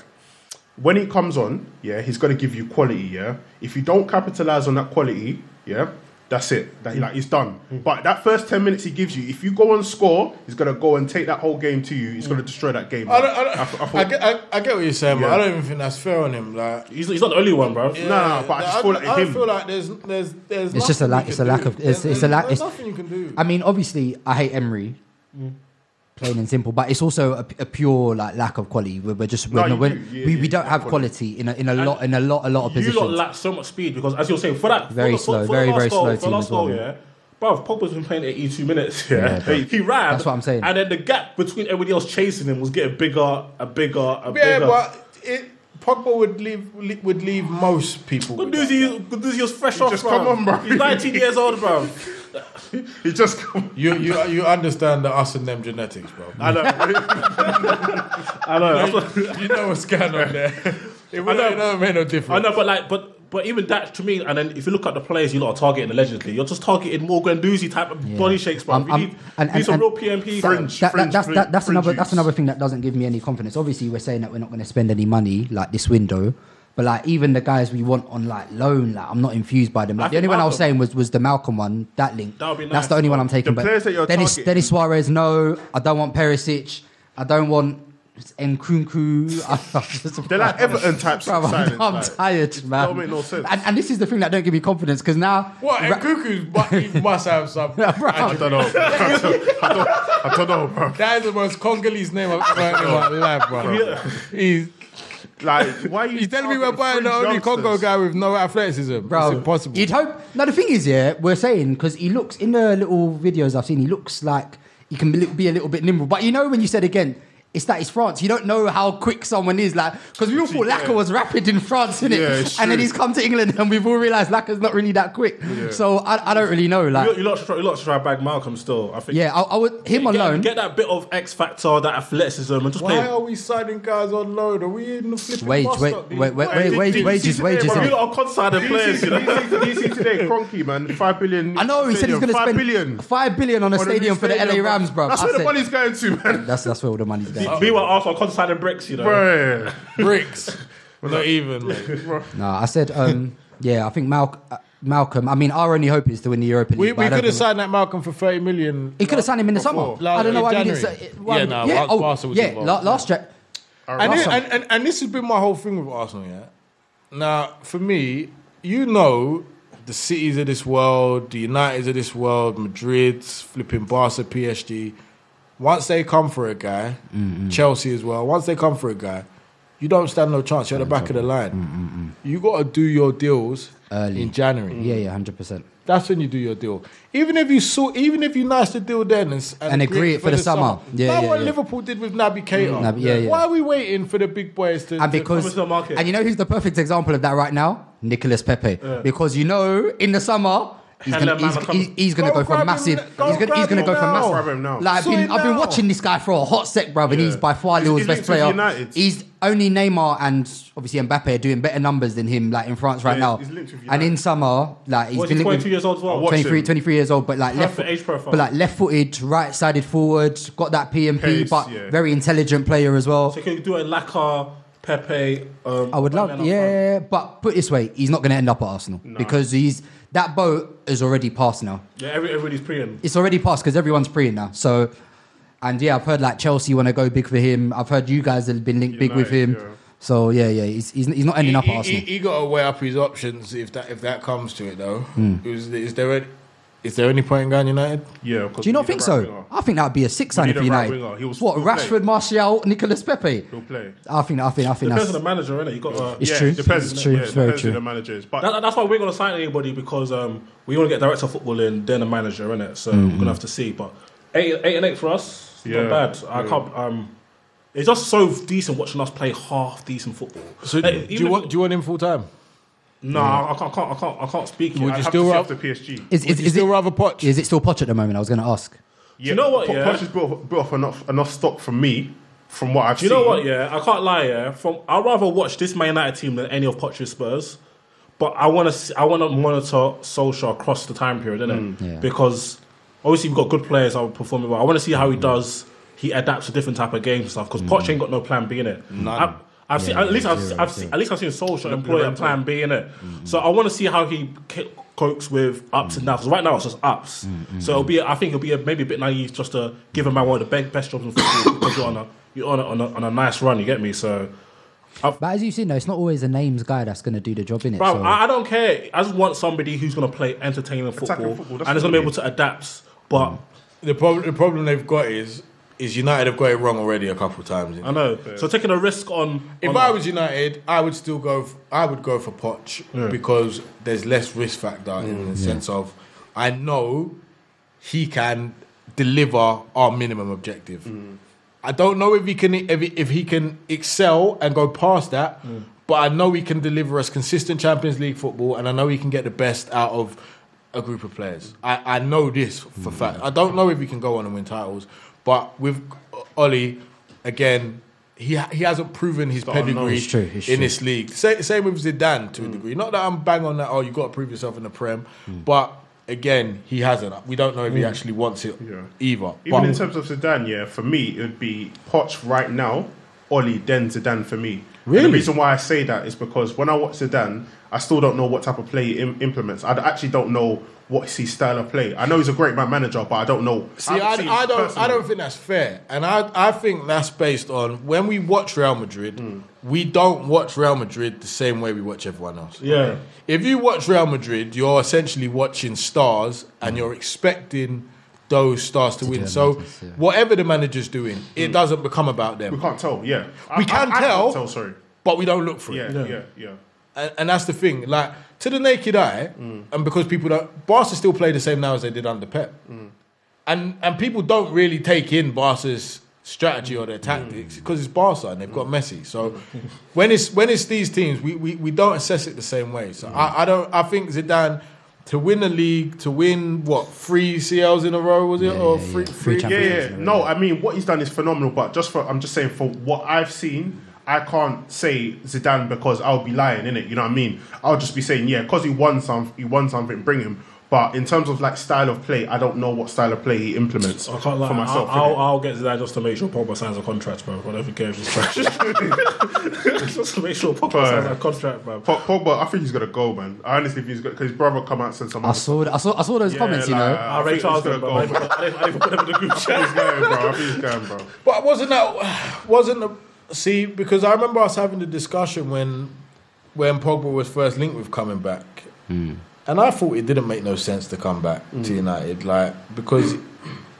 Speaker 9: when he comes on, yeah, he's going to give you quality, yeah. If you don't capitalize on that quality, yeah, that's it. That like he's done.
Speaker 8: Mm.
Speaker 9: But that first ten minutes he gives you, if you go and score, he's going to go and take that whole game to you. He's going to destroy that game.
Speaker 8: Mm. I, don't, I, don't, I,
Speaker 9: th- I thought-
Speaker 8: get, I, I get what you're saying, but
Speaker 9: Yeah.
Speaker 8: I don't even think that's fair on him. Like,
Speaker 3: he's, he's not the only one, bro.
Speaker 9: no, no, but I just feel like
Speaker 8: I
Speaker 9: him.
Speaker 8: feel like there's, there's, there's.
Speaker 4: It's just a
Speaker 8: nothing
Speaker 4: lack.
Speaker 8: you
Speaker 4: It's a
Speaker 8: can
Speaker 4: lack
Speaker 8: do.
Speaker 4: of. It's,
Speaker 8: There's-
Speaker 4: it's a lack.
Speaker 8: There's
Speaker 4: It's,
Speaker 8: nothing you can do.
Speaker 4: I mean, obviously, I hate Emery. Plain and simple, but it's also a, a pure like lack of quality. We're, we're just we're,
Speaker 9: No, you
Speaker 4: we're,
Speaker 9: do. Yeah,
Speaker 4: we,
Speaker 9: yeah,
Speaker 4: we
Speaker 9: you
Speaker 4: don't
Speaker 9: do
Speaker 4: have
Speaker 9: have
Speaker 4: quality in a, in a lot in a lot a lot of
Speaker 3: You lot
Speaker 4: positions.
Speaker 3: lack so much speed because, as you're saying, for that for
Speaker 4: Very
Speaker 3: the- for-
Speaker 4: slow,
Speaker 3: for the
Speaker 4: very,
Speaker 3: last
Speaker 4: very
Speaker 3: goal,
Speaker 4: slow
Speaker 3: for
Speaker 4: team
Speaker 3: the last
Speaker 4: as well,
Speaker 3: goal,
Speaker 4: yeah.
Speaker 3: yeah. Bro, Pogba's been playing 82 minutes.
Speaker 4: Yeah,
Speaker 3: Yeah,
Speaker 4: bro.
Speaker 3: he ran.
Speaker 4: That's what I'm saying.
Speaker 3: And then the gap between everybody else chasing him was getting bigger, a bigger, a
Speaker 8: yeah,
Speaker 3: bigger.
Speaker 8: but it, Pogba would leave, le- would leave most people.
Speaker 3: Good
Speaker 8: with
Speaker 3: news,
Speaker 8: that.
Speaker 3: he, good news, he was fresh off.
Speaker 9: just
Speaker 3: bro.
Speaker 9: come on, bro.
Speaker 3: He's 19 years old, bro.
Speaker 9: he just.
Speaker 8: You, you, you understand the us and them genetics, bro.
Speaker 9: I know.
Speaker 3: I know. that's what-
Speaker 8: you know what's going on there. It
Speaker 3: I know.
Speaker 8: wouldn't- it don't make no
Speaker 3: I
Speaker 8: difference.
Speaker 3: know, but like, but but even that to me, and then if you look at the players you lot are targeting allegedly, you're just targeting more Guendouzi type of body shakes, bro.
Speaker 4: Um,
Speaker 3: we
Speaker 4: um,
Speaker 3: need,
Speaker 4: and-
Speaker 3: we need
Speaker 4: and-
Speaker 3: some
Speaker 4: and
Speaker 3: real PMP.
Speaker 4: that-
Speaker 3: bro.
Speaker 9: Fringe,
Speaker 4: that-
Speaker 9: fringe,
Speaker 4: that's, that, that's
Speaker 9: fringe
Speaker 4: another that's
Speaker 9: use.
Speaker 4: another thing that doesn't give me any confidence. Obviously, we're saying that we're not going to spend any money like this window, but like even the guys we want on like loan, like I'm not infused by them. Like,
Speaker 3: I
Speaker 4: the
Speaker 3: think
Speaker 4: only one I was
Speaker 3: Malcolm-
Speaker 4: saying was was the Malcolm one, that link.
Speaker 3: That would be nice,
Speaker 4: that's the only one I'm taking.
Speaker 9: The
Speaker 4: but
Speaker 9: players that you're
Speaker 4: Dennis,
Speaker 9: targeting-
Speaker 4: Dennis Suarez, no. I don't want Perisic. I don't want Nkunku. I'm just-
Speaker 9: They're like Everton types
Speaker 4: Bruv, I'm-
Speaker 9: signings,
Speaker 4: I'm,
Speaker 9: like.
Speaker 4: tired, man.
Speaker 9: Don't make no sense.
Speaker 4: And, and this is the thing that don't give me confidence because now
Speaker 8: What? And
Speaker 4: Ra-
Speaker 8: Cuckoo's, but he must have some.
Speaker 9: I don't know. I don't, I don't, I don't know, bro.
Speaker 8: That is the most Congolese name I've ever heard in my life, bro. He's
Speaker 9: Like, why are you?
Speaker 8: You telling me we're
Speaker 9: targeting
Speaker 8: buying the
Speaker 9: three
Speaker 8: only
Speaker 9: youngsters?
Speaker 8: Congo guy with no athleticism?
Speaker 4: Bro,
Speaker 8: it's impossible.
Speaker 4: You'd hope. No, the thing is, yeah, we're saying because he looks in the little videos I've seen, he looks like he can be be a little bit nimble. But you know, when you said again, it's that it's France. You don't know how quick someone is, like because we all thought Lacka was rapid in France, innit?
Speaker 9: Yeah, it's
Speaker 4: and then
Speaker 9: true.
Speaker 4: he's come to England, and we've all realised Lacka's not really that quick.
Speaker 9: Yeah.
Speaker 4: So uh, I, I don't really know, like.
Speaker 3: you, you lot should try, you lot should try bag Malcolm still. I think.
Speaker 4: Yeah, I, I would him
Speaker 3: Get-
Speaker 4: alone.
Speaker 3: Get that bit of X factor, that athleticism, and just
Speaker 8: Why
Speaker 3: play.
Speaker 8: are we signing guys on loan? Are we in the flipping
Speaker 4: Wage,
Speaker 8: bus
Speaker 4: wait,
Speaker 8: stop?
Speaker 4: wait, wait,
Speaker 8: Why
Speaker 4: wait,
Speaker 8: did
Speaker 4: wait,
Speaker 8: you
Speaker 4: wages,
Speaker 8: see today,
Speaker 4: wages,
Speaker 8: bro?
Speaker 4: innit?
Speaker 3: You lot are consider players, you know.
Speaker 9: Do you see today, Cronky, man? Five billion.
Speaker 4: I know he said he's going to
Speaker 9: Five
Speaker 4: spend
Speaker 9: billion
Speaker 4: five billion on a
Speaker 9: on new
Speaker 4: stadion for the LA
Speaker 9: stadium,
Speaker 4: Rams, bro.
Speaker 9: That's
Speaker 4: I
Speaker 9: where the
Speaker 4: said-
Speaker 9: money's going to, man.
Speaker 4: That's that's where all the money's going.
Speaker 3: Meanwhile, Arsenal are considering bricks, you know.
Speaker 9: Bro.
Speaker 8: Bricks. We're not even. mate.
Speaker 4: No, I said, um, yeah, I think Mal- uh, Malcolm. I mean, our only hope is to win the Europa League.
Speaker 8: We,
Speaker 4: but I
Speaker 8: we
Speaker 4: don't
Speaker 8: could have
Speaker 4: think-
Speaker 8: signed that Malcolm for 30 million.
Speaker 4: He could have signed him in the
Speaker 8: Before.
Speaker 4: summer. I don't know
Speaker 8: In
Speaker 4: why he didn't.
Speaker 8: January.
Speaker 4: Say, why-
Speaker 8: Yeah, no, Ar-
Speaker 7: oh,
Speaker 8: Barca was
Speaker 4: yeah,
Speaker 8: involved.
Speaker 4: la- last check.
Speaker 8: And,
Speaker 4: Last
Speaker 8: it-
Speaker 4: summer.
Speaker 8: and, and, and this has been my whole thing with Arsenal, yeah? Now, for me, you know the cities of this world, the Uniteds of this world, Madrid's, flipping Barca, PSG. Once they come for a guy, Chelsea as well, once they come for a guy, you don't stand no chance. You're at the back of the line. You got to do your deals
Speaker 4: Early.
Speaker 8: in January.
Speaker 4: yeah, yeah, hundred percent.
Speaker 8: That's when you do your deal. Even if you saw, even if you nice the deal then and, s-
Speaker 4: And agree it for the summer. Yeah,
Speaker 8: That's
Speaker 4: yeah,
Speaker 8: what
Speaker 4: yeah.
Speaker 8: Liverpool did with Naby Keita.
Speaker 4: Naby- Uh, yeah, yeah.
Speaker 8: Why are we waiting for the big boys to?
Speaker 4: And
Speaker 8: to-
Speaker 4: because,
Speaker 3: Thomas Del Marque.
Speaker 4: and you know who's the perfect example of that right now? Nicolas Pepe. Because you know, in the summer. He's
Speaker 3: Hello,
Speaker 4: gonna, he's,
Speaker 3: mama, come-
Speaker 4: he's, he's gonna
Speaker 8: Go
Speaker 4: go for
Speaker 8: grab him
Speaker 4: massive.
Speaker 8: now.
Speaker 4: He's
Speaker 8: Go
Speaker 4: gonna, he's
Speaker 8: grab
Speaker 4: gonna
Speaker 8: him
Speaker 4: go for
Speaker 8: now.
Speaker 4: massive.
Speaker 9: Grab him now.
Speaker 4: Like I've
Speaker 8: Sue
Speaker 4: been,
Speaker 8: him
Speaker 4: I've been
Speaker 8: now.
Speaker 4: watching this guy for a hot sec, bruv, and he's by far
Speaker 9: He's-
Speaker 4: Lille's
Speaker 9: he's
Speaker 4: best
Speaker 9: linked with
Speaker 4: player.
Speaker 9: United.
Speaker 4: He's only Neymar and obviously Mbappe are doing better numbers than him, like in France right
Speaker 9: Yeah,
Speaker 4: now.
Speaker 9: he's linked with
Speaker 4: and
Speaker 9: United.
Speaker 4: in summer, like he's
Speaker 3: What's
Speaker 4: been
Speaker 3: he,
Speaker 4: linked
Speaker 3: 22
Speaker 4: with-
Speaker 3: years old as well?
Speaker 9: Watch him.
Speaker 4: 23, 23 years old, but like left,
Speaker 3: Perfect age profile.
Speaker 4: but like left-footed, right-sided forward, got that PMP,
Speaker 9: Pace,
Speaker 4: but
Speaker 9: yeah.
Speaker 4: very intelligent player as well.
Speaker 3: So you could do a Lacquer, Pepe. Um,
Speaker 4: I would
Speaker 3: Batman
Speaker 4: love,
Speaker 3: up front.
Speaker 4: yeah, but put it this way, he's not going to end up at Arsenal because he's that boat is already passed now.
Speaker 3: Yeah, every, everybody's preying.
Speaker 4: It's already passed because everyone's pre now. So, and yeah, I've heard like Chelsea want to go big for him. I've heard you guys have been linked big with him.
Speaker 9: United, yeah.
Speaker 4: So yeah, yeah, he's, he's, he's not ending up at
Speaker 8: he,
Speaker 4: Arsenal.
Speaker 8: he, got to weigh up his options if that if that comes to it though.
Speaker 4: Hmm.
Speaker 8: Is, is there any, is there any point in going United?
Speaker 9: Yeah.
Speaker 4: Do you not think so? I think that would be a six signing
Speaker 9: need
Speaker 4: for
Speaker 9: a right
Speaker 4: United.
Speaker 9: winger. He was-
Speaker 4: what
Speaker 9: he'll play.
Speaker 4: Rashford, Martial, Nicolas Pepe.
Speaker 9: He'll play.
Speaker 4: I think, I think, I think
Speaker 3: Depends on
Speaker 4: that's
Speaker 3: the manager, innit? You got. Uh,
Speaker 4: It's
Speaker 3: yeah.
Speaker 4: true.
Speaker 9: It depends.
Speaker 4: It's true.
Speaker 9: Yeah,
Speaker 4: It's
Speaker 9: it
Speaker 4: very
Speaker 9: depends
Speaker 4: true.
Speaker 9: who the manager is. But
Speaker 3: That, that's why we're going to sign anybody because um, we want to get director of football in, then a manager, innit? So we're
Speaker 4: Mm-hmm.
Speaker 3: going to have to see. But eight, eight and eight for us, it's
Speaker 9: Yeah.
Speaker 3: not bad. I can't. Um, it's just so decent watching us play half decent football.
Speaker 8: So
Speaker 3: Like,
Speaker 8: do
Speaker 3: even
Speaker 8: you
Speaker 3: if-
Speaker 8: want do you want him full time?
Speaker 3: No, I can't, I can't, I can't, I can't speak.
Speaker 8: Would
Speaker 3: I'd
Speaker 8: you
Speaker 3: have
Speaker 8: still
Speaker 3: to see
Speaker 8: rather-
Speaker 3: if
Speaker 9: the PSG.
Speaker 4: is,
Speaker 8: Would
Speaker 4: is,
Speaker 8: you
Speaker 4: is,
Speaker 8: still
Speaker 4: it,
Speaker 8: rather Poch?
Speaker 4: is it still Poch at the moment? I was going to ask.
Speaker 9: Yeah,
Speaker 3: you know what,
Speaker 9: Po-
Speaker 3: yeah?
Speaker 9: Poch has built, built off enough enough stock from me, from what I've
Speaker 3: Do you
Speaker 9: seen.
Speaker 3: know what? Yeah, I can't lie. Yeah, from I'd rather watch this Man United team than any of Potter's Spurs, but I want to I want to monitor Solskjaer across the time period, innit?
Speaker 4: Yeah.
Speaker 3: Because obviously we've got good players that are performing well. I want to see how he does. He adapts to different type of games and stuff because Potter ain't got no plan B in it. I've, I've seen at least I've, I've seen, at least I've seen Solskjaer employ a plan B in it. So I want to see how he c- copes with ups and downs. Right now it's just ups.
Speaker 8: Mm,
Speaker 3: So it'll be I think it'll be a, maybe a bit naive just to give him my one of the be- best jobs in football because you're on a you're on a, on a, on a nice run. You get me? So
Speaker 4: But as you've seen, though, it's not always the names guy that's going to do the job in it.
Speaker 3: Bro,
Speaker 4: so.
Speaker 3: I, I don't care. I just want somebody who's going to play entertaining football,
Speaker 9: football, that's
Speaker 3: and is
Speaker 9: what I
Speaker 3: going to be able
Speaker 9: mean.
Speaker 3: to adapt. But
Speaker 8: The problem the problem they've got is is United have got it wrong already a couple of times.
Speaker 3: I know. So taking a risk on.
Speaker 8: If
Speaker 3: on
Speaker 8: I was United, I would still go. f I would go for Poch because there's less risk factor in the sense of I know he can deliver our minimum objective. I don't know if he can if he, if he can excel and go past that, but I know he can deliver us consistent Champions League football, and I know he can get the best out of a group of players. I, I know this for fact. I don't know if he can go on and win titles, but with Ollie, again, he ha- he hasn't proven his pedigree
Speaker 4: It's true, it's
Speaker 8: in
Speaker 4: true.
Speaker 8: this league. Sa- same with Zidane to a degree. Not that I'm bang on that. Oh, you got to prove yourself in the Prem, but. Again, he hasn't. We don't know if he actually wants it
Speaker 9: Yeah.
Speaker 8: either.
Speaker 9: Even
Speaker 8: But-
Speaker 9: in terms of Zidane, yeah, for me it would be Poch right now, Oli then Zidane for me. And
Speaker 8: Really?
Speaker 9: the reason why I say that is because when I watch Zidane, I still don't know what type of play he im- implements. I d- actually don't know what's his style of play. I know he's a great man manager, but I don't know.
Speaker 8: See, I,
Speaker 9: haven't seen
Speaker 8: I
Speaker 9: him
Speaker 8: don't, I
Speaker 9: personally.
Speaker 8: don't think that's fair, and I, I think that's based on when we watch Real Madrid,
Speaker 9: Hmm.
Speaker 8: we don't watch Real Madrid the same way we watch everyone else.
Speaker 3: yeah,
Speaker 8: If you watch Real Madrid, you're essentially watching stars,
Speaker 9: Hmm.
Speaker 8: and you're expecting those stars to, win. So whatever the manager's doing, it doesn't become about them.
Speaker 9: Hmm. We can't tell. Yeah,
Speaker 8: We can
Speaker 9: I, I
Speaker 8: tell.
Speaker 9: Can't tell. Sorry,
Speaker 8: but we don't look for
Speaker 9: Yeah,
Speaker 8: it.
Speaker 9: yeah, yeah. yeah.
Speaker 8: And, and that's the thing. Like to the naked eye, and because people don't, Barca still play the same now as they did under Pep, and and people don't really take in Barca's strategy or their tactics because it's Barca and they've got Messi. So when it's when it's these teams, we we, we don't assess it the same way. So I, I don't. I think Zidane. To win the league, to win what three CLs in a row was it, or three, three,
Speaker 9: yeah, yeah. No, I mean what he's done is phenomenal. But just for, I'm just saying for what I've seen, I can't say Zidane because I'll be lying in it. You know what I mean? I'll just be saying yeah because he won some, he won something. Bring him. But in terms of like style of play, I don't know what style of play he implements
Speaker 3: I can't lie.
Speaker 9: for myself.
Speaker 3: I'll, I'll,
Speaker 9: innit?
Speaker 3: I'll get to that just to make sure Pogba signs a contract, bro. I don't even care if he's trash. just to make sure Pogba signs a contract, bro.
Speaker 9: Po- Pogba, I think he's gonna go, man. I honestly think he's gonna because his brother come out and said some.
Speaker 4: I saw, I saw, I saw those
Speaker 9: Yeah,
Speaker 4: comments. You know,
Speaker 9: like, I think he's gonna go, man. He's going, bro. I think he's going, bro.
Speaker 8: But wasn't that wasn't the see because I remember us having the discussion when when Pogba was first linked with coming back,
Speaker 4: Hmm.
Speaker 8: and I thought it didn't make no sense to come back to United, like because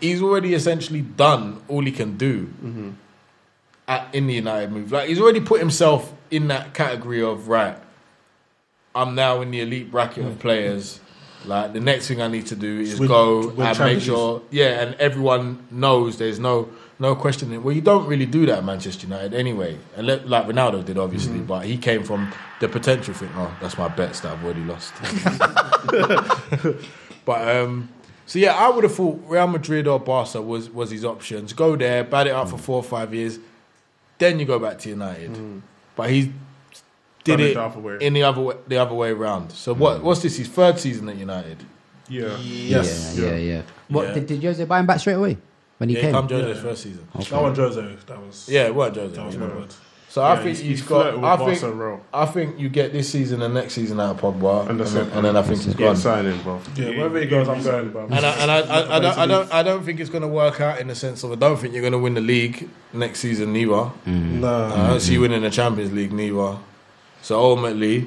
Speaker 8: he's already essentially done all he can do
Speaker 4: Mm-hmm.
Speaker 8: at, in the United move. Like he's already put himself in that category of right. I'm now in the elite bracket
Speaker 4: Hmm.
Speaker 8: of players. Like the next thing I need to do is
Speaker 3: Win-
Speaker 8: go
Speaker 3: win
Speaker 8: and make
Speaker 3: Champions.
Speaker 8: sure, yeah, and everyone knows there's no no questioning. Well, you don't really do that at Manchester United anyway, and let, like Ronaldo did obviously,
Speaker 3: Mm.
Speaker 8: but he came from the potential thing. Oh, that's my bets that I've already lost. but um, so yeah, I would have thought Real Madrid or Barca was was his options. Go there, bat it up for four or five years, then you go back to United. But he did
Speaker 9: Done it
Speaker 8: it,
Speaker 9: the other way. Hmm.
Speaker 8: in the other way, the other way around. So what? What's this? His third season at United.
Speaker 9: Yeah.
Speaker 3: Yes.
Speaker 4: yeah, yeah, yeah. What did, did Jose buy him back straight away when he
Speaker 8: Yeah,
Speaker 4: came?
Speaker 8: Tom Jones his first season.
Speaker 3: That one, Jose. That was.
Speaker 8: Yeah, it was Jose.
Speaker 3: That was
Speaker 8: yeah.
Speaker 3: my word.
Speaker 8: So I
Speaker 3: Yeah,
Speaker 8: think
Speaker 3: he's-
Speaker 8: he's
Speaker 3: he's
Speaker 8: got.
Speaker 3: flirting with
Speaker 8: I
Speaker 3: Barca,
Speaker 8: think.
Speaker 3: bro.
Speaker 8: I think you get this season and next season out of Pogba, and,
Speaker 9: that's
Speaker 8: then,
Speaker 9: it.
Speaker 8: and then I think he's
Speaker 9: Yeah,
Speaker 8: gone.
Speaker 9: sign him, bro.
Speaker 3: Yeah, wherever he goes, I'm going, bro.
Speaker 8: And I, and I, I, I, don't, I don't I don't think it's going to work out in the sense of I don't think you're going to win the league next season neither.
Speaker 4: Hmm.
Speaker 8: I
Speaker 3: Nah.
Speaker 8: don't see you winning the Champions League neither. So ultimately,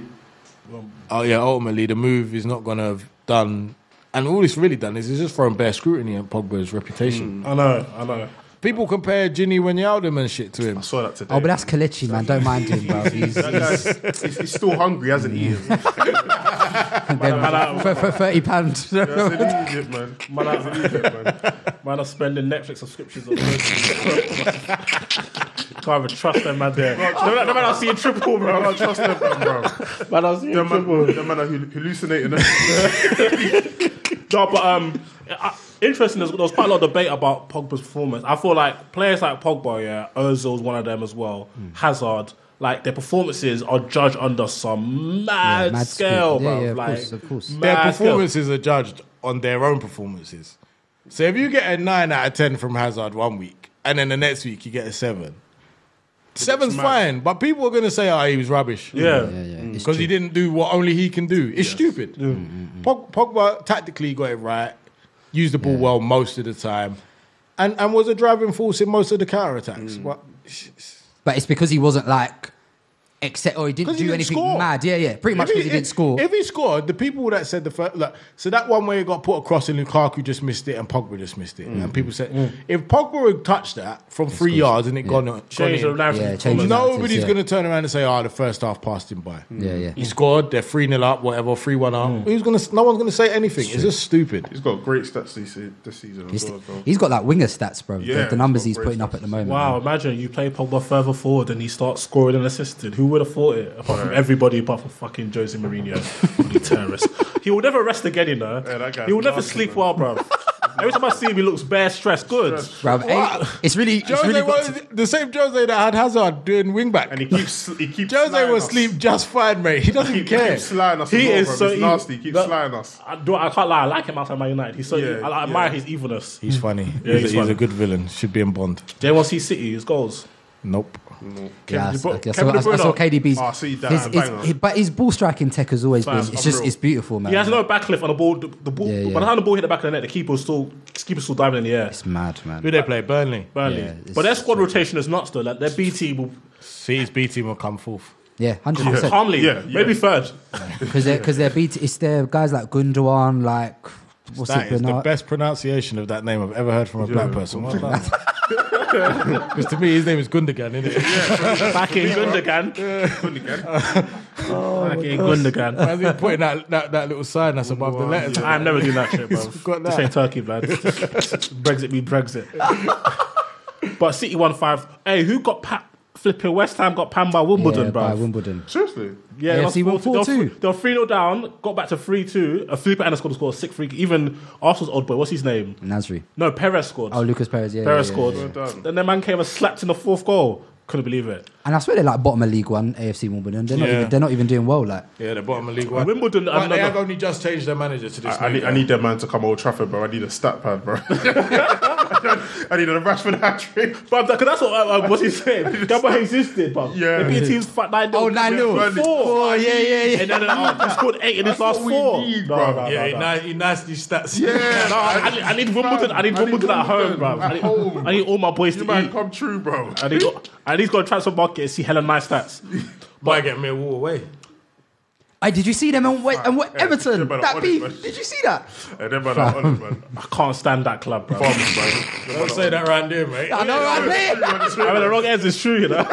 Speaker 8: oh yeah, ultimately the move is not going to have done. And all it's really done is it's just throwing bare scrutiny at Pogba's reputation.
Speaker 3: I know. I know.
Speaker 8: People compare Ginny Wijnaldum and shit to him.
Speaker 9: I saw that today.
Speaker 4: Oh, but that's Kalechi, man. Don't mind him, bro. He's,
Speaker 9: That guy's- he's, he's still hungry, hasn't he? He's
Speaker 4: for, for thirty pounds.
Speaker 9: in Egypt, man.
Speaker 3: Man,
Speaker 9: He's in Egypt, man.
Speaker 3: Man are spending Netflix subscriptions on Can't even trust them, man. There, no, no, no man, I see a
Speaker 9: I
Speaker 3: triple, bro.
Speaker 9: don't trust them, bro.
Speaker 3: Man, I see
Speaker 9: The
Speaker 3: a
Speaker 9: man,
Speaker 3: triple.
Speaker 9: the man are hallu- hallucinating.
Speaker 3: No, but um, I, interesting. There's, there was quite a lot of debate about Pogba's performance. I feel like players like Pogba, yeah, Ozil's one of them as well.
Speaker 4: Hmm.
Speaker 3: Hazard, like their performances are judged under some mad,
Speaker 4: mad
Speaker 3: scale,
Speaker 4: scale. Yeah,
Speaker 3: bro.
Speaker 4: yeah, of
Speaker 3: like,
Speaker 4: course, of course.
Speaker 8: their
Speaker 3: mad scale.
Speaker 8: performances are judged on their own performances. So if you get a nine out of ten from Hazard one week, and then the next week you get a seven, seven's fine, but people are going to say, "Oh, he was rubbish."
Speaker 3: Yeah. Mm,
Speaker 8: because he didn't do what only he can do. It's stupid. Pog- Pogba tactically got it right, used the ball well most of the time, and and was a driving force in most of the counter attacks.
Speaker 4: But it's because he wasn't like, except or he didn't
Speaker 8: 'Cause he
Speaker 4: do
Speaker 8: didn't
Speaker 4: anything
Speaker 8: score.
Speaker 4: mad. Yeah, yeah. Pretty much because he, didn't score.
Speaker 8: If he scored, the people that said the first, look, so that one where he got put across and Lukaku just missed it and Pogba just missed it, and people said if Pogba had touched that from three yards and it gone, gone
Speaker 3: Change the
Speaker 8: in,
Speaker 3: narrative.
Speaker 4: Yeah,
Speaker 3: of the
Speaker 4: change the
Speaker 3: performance.
Speaker 8: nobody's
Speaker 4: yeah.
Speaker 8: going to turn around and say, "Oh, the first half passed him by."
Speaker 4: yeah, Mm. yeah.
Speaker 8: He scored. They're three 0 up, whatever, three one up. Who's gonna? No one's gonna say anything. It's just stupid.
Speaker 9: He's got great stats this, se- this season as
Speaker 4: He's,
Speaker 9: well, bro.
Speaker 4: he's got like winger stats, bro. The-
Speaker 9: Yeah,
Speaker 4: the, numbers
Speaker 9: he's
Speaker 4: he's
Speaker 9: got
Speaker 4: putting
Speaker 9: great
Speaker 4: up at the moment.
Speaker 3: Wow, imagine you play Pogba further forward and he starts scoring and assisting. Who would have thought it? Apart from everybody, apart from fucking Jose Mourinho, fucking terrorist. He will never rest again, you know.
Speaker 9: that guy's
Speaker 3: he will never
Speaker 9: nasty,
Speaker 3: sleep
Speaker 9: man.
Speaker 3: well, bro. Every time I see him, he looks bare stressed. Good.
Speaker 4: bro. Bro, eh, it's really, it's
Speaker 8: Jose
Speaker 4: really got
Speaker 8: was
Speaker 4: to,
Speaker 8: the same Jose that had Hazard doing wing back.
Speaker 9: And he keeps he keeps
Speaker 8: Jose
Speaker 9: slying
Speaker 8: will
Speaker 9: us.
Speaker 8: sleep just fine, mate. He doesn't
Speaker 9: He
Speaker 8: care.
Speaker 9: keeps slying us.
Speaker 3: He
Speaker 9: as well,
Speaker 3: is
Speaker 9: bro.
Speaker 3: so
Speaker 9: He's
Speaker 3: evil.
Speaker 9: nasty. He keeps
Speaker 3: That-
Speaker 9: slying us.
Speaker 3: I, do, I can't lie. I like him outside Man United. He's so.
Speaker 9: Yeah,
Speaker 3: I, I admire
Speaker 9: yeah.
Speaker 3: his evilness.
Speaker 8: He's funny.
Speaker 3: Yeah, he's funny.
Speaker 8: good villain. Should be in Bond.
Speaker 3: They want to
Speaker 7: E
Speaker 3: see City. His goals.
Speaker 8: Nope.
Speaker 4: yeah, I
Speaker 3: Kevin De
Speaker 4: saw-
Speaker 3: Bru-
Speaker 4: I saw-
Speaker 3: Kevin
Speaker 4: I
Speaker 3: De
Speaker 4: saw- I saw
Speaker 3: Bruyne.
Speaker 4: KDB's.
Speaker 9: Oh, I see that.
Speaker 4: his- his-
Speaker 9: Bang on.
Speaker 4: his- but his ball striking tech has always been.
Speaker 3: Fam,
Speaker 4: It's
Speaker 3: I'm
Speaker 4: just,
Speaker 3: real.
Speaker 4: it's beautiful, man.
Speaker 3: He has no backlift on the ball. The, the ball.
Speaker 4: Yeah,
Speaker 3: By the
Speaker 4: yeah.
Speaker 3: time the ball hit the back of the net, the keeper was still keeper's still diving in the air.
Speaker 4: It's mad, man.
Speaker 8: Who they play? Burnley.
Speaker 3: Burnley.
Speaker 4: Yeah, it's-
Speaker 3: but their squad rotation is nuts though. Like their B team will
Speaker 8: See, his B team will come fourth.
Speaker 4: Yeah, hundred percent.
Speaker 3: calmly,
Speaker 9: Yeah,
Speaker 3: maybe
Speaker 9: yeah.
Speaker 3: third.
Speaker 4: Because they're because they're beat. It's their guys like Gundogan, like what's
Speaker 8: That
Speaker 4: it,
Speaker 8: is the
Speaker 4: Bernard?
Speaker 8: best pronunciation of that name I've ever heard from a black person. Well done. Because to me, his name is Gundogan, isn't it?
Speaker 7: Back in Gundogan. Back in Gundogan.
Speaker 8: I think putting that, that, that little sign that's above the letters.
Speaker 7: I'm never doing that shit, bro.
Speaker 8: He's got
Speaker 7: This
Speaker 8: that.
Speaker 7: ain't Turkey, blood. Brexit be Brexit. but City won five. Hey, who got pa- flipping West Ham got panned by Wimbledon,
Speaker 9: Yeah,
Speaker 7: bro?
Speaker 9: by Wimbledon.
Speaker 7: Seriously? Yeah,
Speaker 9: AFC
Speaker 7: they
Speaker 9: won
Speaker 7: lost 4-2.
Speaker 9: 4-2.
Speaker 7: They were 3 0 down, got back to 3 2. A Felipe Anderson scored a scored a sick free kick. Even Arsenal's old boy, what's his name?
Speaker 9: Nasri.
Speaker 7: No, Perez scored.
Speaker 9: Oh, Lucas Perez. Yeah,
Speaker 7: Perez
Speaker 9: yeah, yeah,
Speaker 7: scored.
Speaker 9: yeah.
Speaker 7: And then man came and slapped in the fourth goal. Couldn't believe it.
Speaker 9: And I swear they're like bottom of League One, AFC Wimbledon. They're not,
Speaker 7: Yeah.
Speaker 9: even, they're not even doing well. Like
Speaker 8: Yeah, the bottom of League One.
Speaker 7: Wimbledon,
Speaker 8: But
Speaker 7: I mean,
Speaker 8: they
Speaker 7: no,
Speaker 8: have
Speaker 7: no.
Speaker 8: only just changed their manager to this.
Speaker 3: I, I need, I need their man to come Old Trafford, bro. I need a stat pad, bro. I need a Rashford hat trick.
Speaker 7: But because that's what uh, uh, what's his name? That boy existed, bro.
Speaker 3: Yeah.
Speaker 7: They beat teams fight nine 0
Speaker 9: Oh, 9-0.
Speaker 7: four.
Speaker 9: Four, yeah, yeah, yeah.
Speaker 7: And then uh, he scored eight in his last four. No, no, no,
Speaker 8: yeah,
Speaker 7: no.
Speaker 8: he, na- he nasty stats.
Speaker 3: Yeah,
Speaker 7: No, I, I, need Wimbledon. I need Wimbledon at home, bro. I,
Speaker 3: At
Speaker 7: need,
Speaker 3: home.
Speaker 7: I need all my boys
Speaker 3: You
Speaker 7: to
Speaker 3: man
Speaker 7: eat.
Speaker 3: come true, bro.
Speaker 7: I need, I need to go to transfer market and see Helen my stats.
Speaker 8: Might get Millwall away.
Speaker 9: Hey, did you see them and wait and what
Speaker 3: Yeah,
Speaker 9: Everton?
Speaker 3: they're better
Speaker 9: That
Speaker 3: on it,
Speaker 9: beef.
Speaker 3: man.
Speaker 9: Did you see that?
Speaker 3: And then man, I'm honest, man.
Speaker 7: I can't stand that club, bro. I
Speaker 8: Don't say that right there, mate.
Speaker 9: I know right there.
Speaker 7: mean, the wrong ends is true, you know.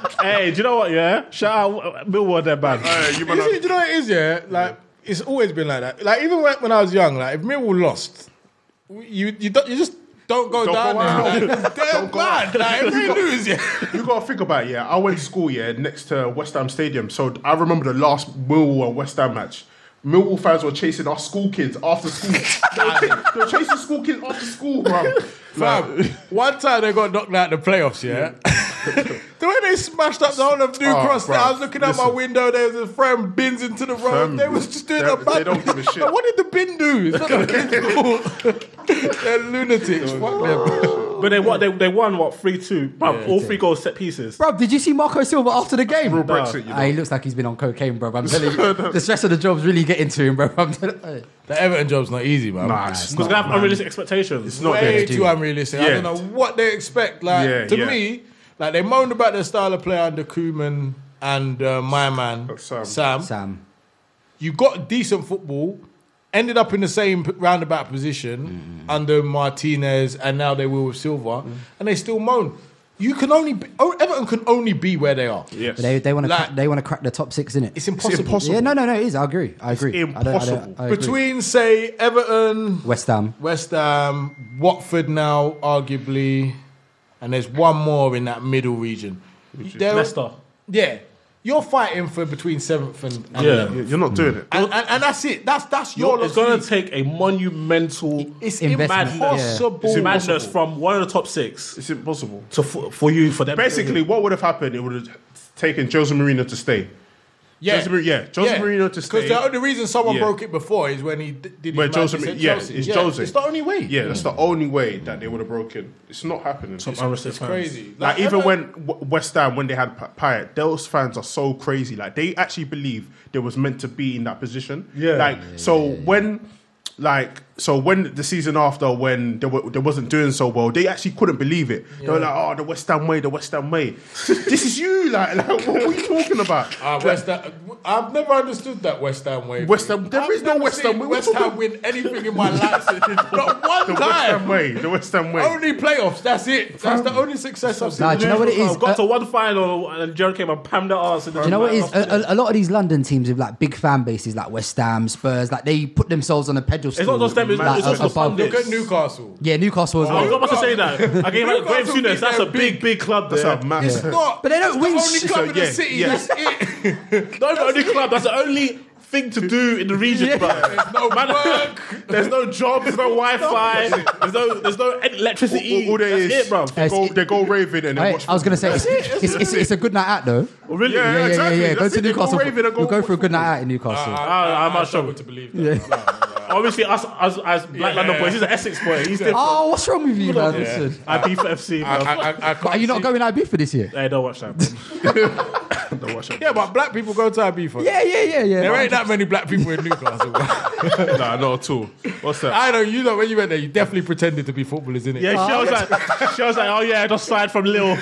Speaker 7: hey, do you know what? Yeah, shout out uh, Millwall, there, man.
Speaker 3: Hey, you man,
Speaker 8: You see, do you know what it is? Yeah, like it's always been like that. Like even when, when I was young, like if Millwall lost, you you don't, you just don't go
Speaker 3: Don't
Speaker 8: down
Speaker 3: go out.
Speaker 8: there. Like, they're
Speaker 3: Don't go
Speaker 8: bad.
Speaker 3: out.
Speaker 8: Like if they lose, yeah.
Speaker 3: you gotta think about it, yeah. I went to school, yeah, next to West Ham Stadium. So I remember the last Millwall and West Ham match. Millwall fans were chasing our school kids after school. they, were ch- they were chasing school kids after school, bro.
Speaker 8: Fam, one time they got knocked out in the playoffs, yeah. the way they smashed up the whole of New
Speaker 3: Oh,
Speaker 8: Cross,
Speaker 3: bruv,
Speaker 8: I was looking out my
Speaker 3: listen.
Speaker 8: window. There was a friend bins into the road.
Speaker 3: Fam,
Speaker 8: they was just doing
Speaker 3: they-
Speaker 8: a bad.
Speaker 3: they don't give a shit.
Speaker 8: Like, what did the bin do? It's not the They're lunatics. Fuck them.
Speaker 7: But they what they, they won what three two, bro. all three goals set pieces.
Speaker 9: Bro, did you see Marco Silva after the game?
Speaker 3: Real Brexit, you
Speaker 9: Ah, he
Speaker 3: know.
Speaker 9: looks like he's been on cocaine, bro. I'm telling you, the stress of the job's really getting to him, bro. I'm telling you.
Speaker 8: The Everton job's not easy, man.
Speaker 3: Nah, it's
Speaker 7: Because they have unrealistic expectations. It's
Speaker 3: not
Speaker 8: way
Speaker 3: there.
Speaker 8: too unrealistic. I
Speaker 3: Yeah.
Speaker 8: don't know what they expect. Like
Speaker 3: Yeah,
Speaker 8: to
Speaker 3: yeah.
Speaker 8: me, like they moaned about their style of play under Koeman and uh, my man
Speaker 3: Sam.
Speaker 8: Sam.
Speaker 9: Sam.
Speaker 8: You got decent football, ended up in the same p- roundabout position
Speaker 9: Mm-hmm.
Speaker 8: under Martinez, and now they will with Silva,
Speaker 9: Mm.
Speaker 8: and they still moan. You can only be, oh, Everton can only be where they are.
Speaker 3: Yes.
Speaker 9: But they they want to
Speaker 8: Like-
Speaker 9: crack, they want to crack the top six, innit?
Speaker 8: It's impossible.
Speaker 3: impossible.
Speaker 9: Yeah, no, no, no. It is. I agree. I agree. I don't, I
Speaker 3: impossible.
Speaker 9: don't, I agree.
Speaker 8: Between say Everton,
Speaker 9: West Ham,
Speaker 8: West Ham, Watford now, arguably, and there's one more in that middle region. They're-
Speaker 7: Leicester.
Speaker 8: Yeah, you're fighting for between seventh and, and
Speaker 7: Yeah.
Speaker 8: eleventh.
Speaker 3: You- You're not doing it.
Speaker 8: and, and, and that's it. That's that's your.
Speaker 7: You're, it's
Speaker 8: loss
Speaker 7: going
Speaker 8: league.
Speaker 7: to take a monumental
Speaker 8: It's
Speaker 9: Investment,
Speaker 8: impossible.
Speaker 7: It's madness from one of the top six
Speaker 3: It's impossible.
Speaker 7: to for, for you for them.
Speaker 3: Basically, what would have happened? It would have taken Jose Mourinho to stay.
Speaker 8: Yeah,
Speaker 3: Jose Mourinho- yeah, Jose Mourinho to stay.
Speaker 8: Because the only reason someone
Speaker 3: Yeah.
Speaker 8: broke it before is when he d- did.
Speaker 3: Where
Speaker 8: his magic
Speaker 3: Jose, Mourinho-
Speaker 8: at
Speaker 3: yeah,
Speaker 8: Chelsea.
Speaker 3: it's Jose.
Speaker 8: It's the only way.
Speaker 3: Yeah, that's the only way that they would have broken. It's not happening. It's-
Speaker 7: unrealistic fans.
Speaker 8: crazy.
Speaker 3: Like, even
Speaker 8: Everton-
Speaker 3: when w- West Ham, when they had P- Payet, those fans are so crazy. Like they actually believe they was meant to be in that position.
Speaker 7: Yeah.
Speaker 3: Like so when, like so when the season after when they, were, they wasn't doing so well, they actually couldn't believe it. They were like, "Oh, the West Ham way, the West Ham way. this is you. Like, like what are you talking about?
Speaker 8: Ah, West Ham, I've never understood that West Ham way.
Speaker 3: West Ham- there
Speaker 8: I've
Speaker 3: is no
Speaker 8: never
Speaker 3: West Ham
Speaker 8: seen
Speaker 3: way. We're
Speaker 8: West Ham
Speaker 3: talking-
Speaker 8: win anything in my life. Not one
Speaker 3: the West Ham
Speaker 8: time.
Speaker 3: way. The West Ham way.
Speaker 8: Only playoffs. That's it. That's the only success I've seen.
Speaker 9: Nah, do you know what it is?
Speaker 7: I've got
Speaker 9: Uh,
Speaker 7: to one final and Jared came and pammed their ass. in the
Speaker 9: Do you know what it is? Uh,
Speaker 7: after
Speaker 9: A,
Speaker 7: this.
Speaker 9: a, a lot of these London teams with like big fan bases, like West Ham, Spurs, like they put themselves on a pedestal.
Speaker 7: It's not just them, it's-
Speaker 9: like, uh,
Speaker 7: it's just the
Speaker 9: above-
Speaker 7: pundits.
Speaker 8: Look at Newcastle.
Speaker 9: Yeah, Newcastle as
Speaker 7: I was
Speaker 9: well.
Speaker 7: about to say that. I gave out Graham
Speaker 8: Newcastle beat
Speaker 7: Souness. That's a
Speaker 8: their
Speaker 7: big, big club.
Speaker 3: That's
Speaker 7: there.
Speaker 3: a massive.
Speaker 9: Yeah.
Speaker 8: Not,
Speaker 9: But they don't
Speaker 8: it's
Speaker 9: win
Speaker 8: The only
Speaker 9: shit.
Speaker 8: club in the
Speaker 3: Yeah,
Speaker 8: city.
Speaker 3: yeah.
Speaker 8: That's it.
Speaker 7: Not even only club. That's the only thing to do in the region, bro.
Speaker 8: There's no
Speaker 7: Man,
Speaker 8: work.
Speaker 7: there's no jobs. There's no Wi-Fi. There's no, there's no electricity.
Speaker 3: All, all there
Speaker 7: That's
Speaker 3: is,
Speaker 7: it, bro.
Speaker 3: They go, they go raving and they
Speaker 9: Hey,
Speaker 3: watch.
Speaker 9: I was gonna say
Speaker 3: football.
Speaker 9: it's, it's, it's, it's a good night out though.
Speaker 7: Really?
Speaker 3: Yeah,
Speaker 9: Yeah, yeah, yeah,
Speaker 3: exactly.
Speaker 9: yeah. Go
Speaker 3: That's
Speaker 9: to
Speaker 3: it. They go
Speaker 9: Newcastle.
Speaker 3: raving and go
Speaker 9: We'll go
Speaker 3: watch
Speaker 9: for a good night out in Newcastle.
Speaker 7: I, I'm
Speaker 8: I
Speaker 7: not
Speaker 8: struggle
Speaker 7: sure.
Speaker 8: to believe that.
Speaker 7: Obviously, us, us, us black London boys. He's an Essex boy. He's different.
Speaker 9: oh, what's wrong with you, man? Listen.
Speaker 7: I beat for FC, bro.
Speaker 8: I, I, I can't
Speaker 9: Are you
Speaker 8: see-
Speaker 9: not going IB for this year?
Speaker 7: Hey, don't watch that. bro. don't watch that.
Speaker 8: Yeah, but black people go to Ibiza.
Speaker 9: Yeah, yeah, yeah, yeah.
Speaker 8: There ain't that many black people in Newcastle.
Speaker 3: nah, not at all. What's that?
Speaker 8: I know you know when you went there, you definitely pretended to be footballers, innit?
Speaker 7: Yeah, oh, she was like, she was like, oh yeah, I just signed from Lille.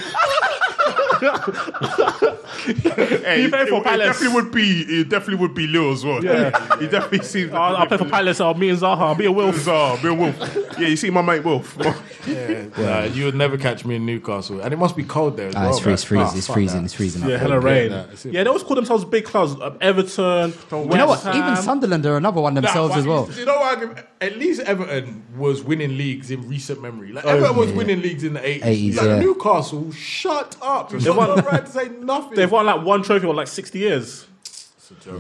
Speaker 3: he
Speaker 7: play for
Speaker 3: it,
Speaker 7: Palace.
Speaker 3: definitely would be. It definitely would be Lil as well.
Speaker 7: Yeah.
Speaker 3: he definitely seems.
Speaker 7: I'll, I'll play for Palace. I'll be in Zaha. I'll be a Wilf.
Speaker 3: Zaha, be a Wilf. uh, Yeah, you see my mate Wilf.
Speaker 8: Nah, you would never catch me in Newcastle, and it must be cold there as
Speaker 1: Ah,
Speaker 8: well.
Speaker 1: it's free- it's
Speaker 8: man.
Speaker 1: freezing,
Speaker 8: Ah,
Speaker 1: it's
Speaker 8: fuck
Speaker 1: freezing,
Speaker 8: that.
Speaker 1: it's freezing
Speaker 7: Yeah, hella rain. Yeah, they always call themselves big clubs. Um, Everton.
Speaker 1: You know what? Even Sunderland are another one themselves
Speaker 8: Nah,
Speaker 1: as
Speaker 8: but
Speaker 1: well.
Speaker 8: You know what? I mean? At least Everton was winning leagues in recent memory. Like
Speaker 1: Oh,
Speaker 8: Everton was
Speaker 1: yeah.
Speaker 8: winning leagues in the 80s.
Speaker 1: 80s,
Speaker 8: like
Speaker 1: yeah.
Speaker 8: Newcastle, shut up. You've
Speaker 7: They won-
Speaker 8: got no right to say nothing.
Speaker 7: They've won like one trophy in like 60 years.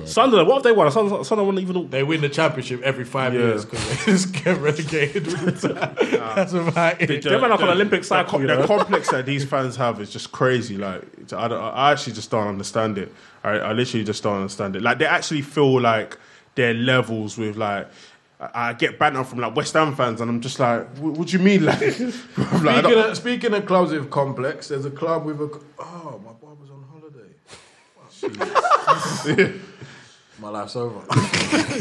Speaker 7: Sunderland, what have they won? Sunderland, Sunderland won even.
Speaker 8: They win the championship every five
Speaker 7: Yeah.
Speaker 8: years because they just get relegated. That's about it.
Speaker 7: Them are like an Olympic cycle,
Speaker 3: The,
Speaker 7: you know.
Speaker 3: complex that these fans have is just crazy. Like, it's- I, don't- I actually just don't understand it. I, I literally just don't understand it. Like, they actually feel like their levels with like. I I get banter from like West Ham fans, and I'm just like, "What, what do you mean?" Like, I'm like, I
Speaker 8: Speaking
Speaker 3: don't-
Speaker 8: of, speaking of clubs with complex, there's a club with a. Oh, my barber's on holiday. Jeez. my life's over.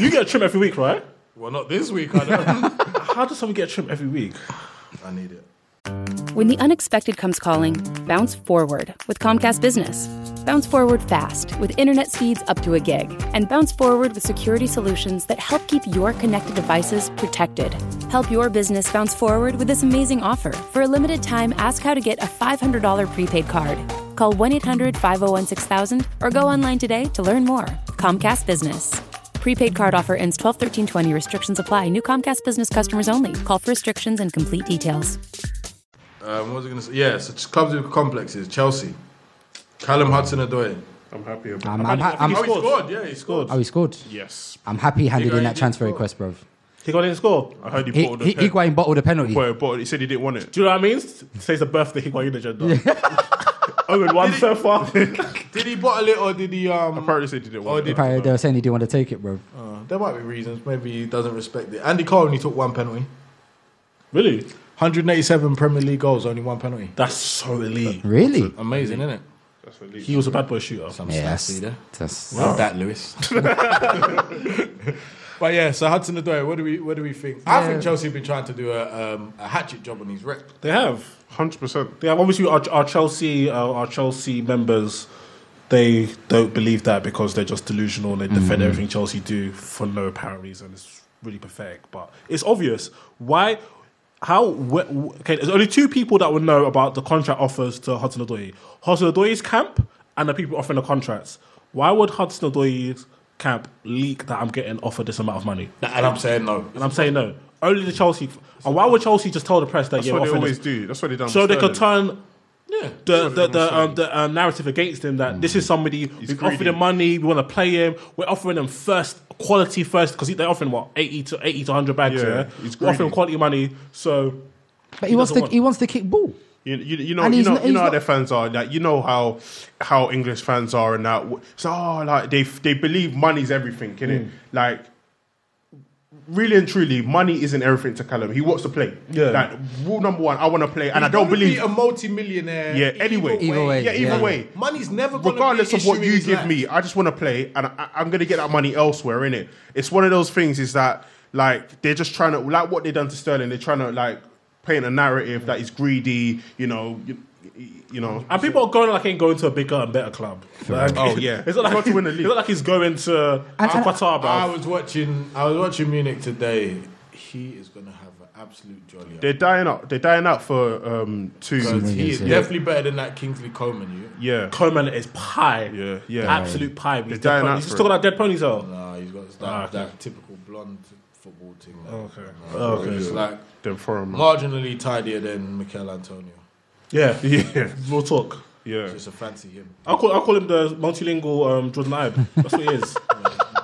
Speaker 7: You get a trim every week, right?
Speaker 8: well, not this week. I, don't.
Speaker 7: How does someone get a trim every week?
Speaker 8: I need it.
Speaker 10: When the unexpected comes calling, bounce forward with Comcast Business. Bounce forward fast with internet speeds up to a gig, and bounce forward with security solutions that help keep your connected devices protected. Help your business bounce forward with this amazing offer. For a limited time, ask how to get a $500 prepaid card. Call 1 800 501 6000 or go online today to learn more. Comcast Business. Prepaid card offer ends 12 13 20. Restrictions apply. New Comcast Business customers only. Call for restrictions and complete details.
Speaker 8: Um, what was I going to say? Yeah, so ch- clubs with complexes. Chelsea. Callum Hudson Odoi.
Speaker 3: I'm happy about
Speaker 1: I'm- I'm- I'm-
Speaker 8: oh, he scored. Yeah, he scored.
Speaker 1: Oh, he scored.
Speaker 3: Yes.
Speaker 1: I'm happy he handed
Speaker 3: Higuain
Speaker 1: in that
Speaker 3: did
Speaker 1: transfer request, bro.
Speaker 7: He got in and score.
Speaker 3: I heard he,
Speaker 1: He,
Speaker 3: bottled
Speaker 1: he,
Speaker 3: the pen.
Speaker 1: Higuain bottled a penalty.
Speaker 3: Well, bottled- he said he didn't want it.
Speaker 7: Do you know what I mean? Today's the birthday Higuain agenda.
Speaker 3: Oh,
Speaker 7: Owen one so far.
Speaker 8: Did he bottle it or did he? Um,
Speaker 3: Apparently, said he didn't
Speaker 8: or
Speaker 3: want it.
Speaker 8: did,
Speaker 1: Apparently, they were saying he didn't want to take it, bro.
Speaker 8: uh, there might be reasons. Maybe he doesn't respect it. Andy Cole only took one penalty.
Speaker 7: Really?
Speaker 8: 187 Premier League goals, only one penalty.
Speaker 7: That's so elite.
Speaker 1: Really?
Speaker 8: Amazing, isn't it?
Speaker 3: That's what he-
Speaker 7: He was a bad boy shooter.
Speaker 8: Some
Speaker 1: Yeah,
Speaker 8: stats
Speaker 1: that's,
Speaker 8: see there.
Speaker 1: that's-
Speaker 8: Love that, Lewis. but yeah, so Hudson Odoi, what do we what do we think? I think Chelsea have been trying to do a, um, a hatchet job on his rep.
Speaker 7: They have.
Speaker 3: Hundred percent.
Speaker 7: Yeah, obviously our, our Chelsea, uh, our Chelsea members, they don't believe that because they're just delusional and they
Speaker 8: Mm-hmm.
Speaker 7: defend everything Chelsea do for no apparent reason. It's really pathetic, but it's obvious why. How wh- wh- okay? There's only two people that would know about the contract offers to Hudson Odoi: Hudson Odoi's camp and the people offering the contracts. Why would Hudson Odoi's camp leak that I'm getting offered this amount of money?
Speaker 8: And I'm saying no.
Speaker 7: And I'm saying no. Only the Chelsea. And why would Chelsea just tell the press that
Speaker 3: That's
Speaker 7: you're
Speaker 3: what they
Speaker 7: offering this-
Speaker 3: always do. That's what they done.
Speaker 7: so
Speaker 3: with
Speaker 7: they could
Speaker 3: Sterling.
Speaker 7: turn
Speaker 8: Yeah.
Speaker 7: the the, the, um, the um, narrative against him that this is somebody we've offered
Speaker 3: Hmm. greedy.
Speaker 7: him money, we want to play him, we're offering him first quality first because they're offering what eighty to eighty to hundred bags.
Speaker 3: Yeah,
Speaker 7: Yeah,
Speaker 3: he's
Speaker 7: we're offering
Speaker 3: greedy.
Speaker 7: quality money. So
Speaker 1: But he wants
Speaker 7: doesn't
Speaker 1: to
Speaker 7: want-
Speaker 1: he wants to kick ball.
Speaker 3: You, you, you know,
Speaker 1: And
Speaker 3: you
Speaker 1: he's
Speaker 3: know,
Speaker 1: not-
Speaker 3: you
Speaker 1: he's
Speaker 3: know how
Speaker 1: not-
Speaker 3: their fans are. Like, you know how how English fans are, and that. So, oh, like they they believe money's everything, innit?
Speaker 7: Hmm.
Speaker 3: it? Like, really and truly, money isn't everything to Callum. He wants to play.
Speaker 7: Yeah.
Speaker 3: Like rule number one, I want to play, and I don't
Speaker 8: Gonna
Speaker 3: believe.
Speaker 8: be a multi-millionaire.
Speaker 3: yeah. Anyway.
Speaker 1: Either way,
Speaker 3: Yeah. Either
Speaker 1: yeah.
Speaker 3: way.
Speaker 8: Money's never gonna
Speaker 3: Regardless
Speaker 8: be an
Speaker 3: of what
Speaker 8: issue in
Speaker 3: you
Speaker 8: his
Speaker 3: give
Speaker 8: life.
Speaker 3: me, I just want to play, and I, I'm going to get that money elsewhere. In it, it's one of those things. Is that like they're just trying to like what they done to Sterling? They're trying to like paint a narrative that is greedy. You know, you, you know.
Speaker 7: and people are going like ain't going to a bigger and better club. Like,
Speaker 3: Oh, yeah.
Speaker 7: it's not like
Speaker 3: Got to win the league.
Speaker 7: It's not like he's going to
Speaker 1: And- and-
Speaker 7: Qatar,
Speaker 8: I
Speaker 7: bro.
Speaker 8: was watching I was watching Munich today. He is gonna have an absolute jolly. up.
Speaker 3: They're dying out. They're dying out for um two.
Speaker 8: Because he is
Speaker 1: Yeah.
Speaker 8: definitely better than that Kingsley Coleman, you.
Speaker 3: Yeah,
Speaker 7: Coleman is pie.
Speaker 3: Yeah, yeah.
Speaker 7: Absolute pie. He's,
Speaker 3: They're
Speaker 7: dead
Speaker 3: dying
Speaker 7: pony.
Speaker 3: out
Speaker 7: he's
Speaker 3: for
Speaker 7: still
Speaker 3: it. Ah,
Speaker 7: got that dead ponytail.
Speaker 8: Nah, he's got that, that typical blonde football thing. okay.
Speaker 7: Okay.
Speaker 8: It's like
Speaker 3: them for him.
Speaker 8: marginally tidier than Mikel Antonio.
Speaker 7: Yeah,
Speaker 3: Yeah,
Speaker 7: We'll talk.
Speaker 3: yeah.
Speaker 8: Just a fancy him.
Speaker 7: I'll call, I'll call him the multilingual um, Jordan Ibe. That's what he is.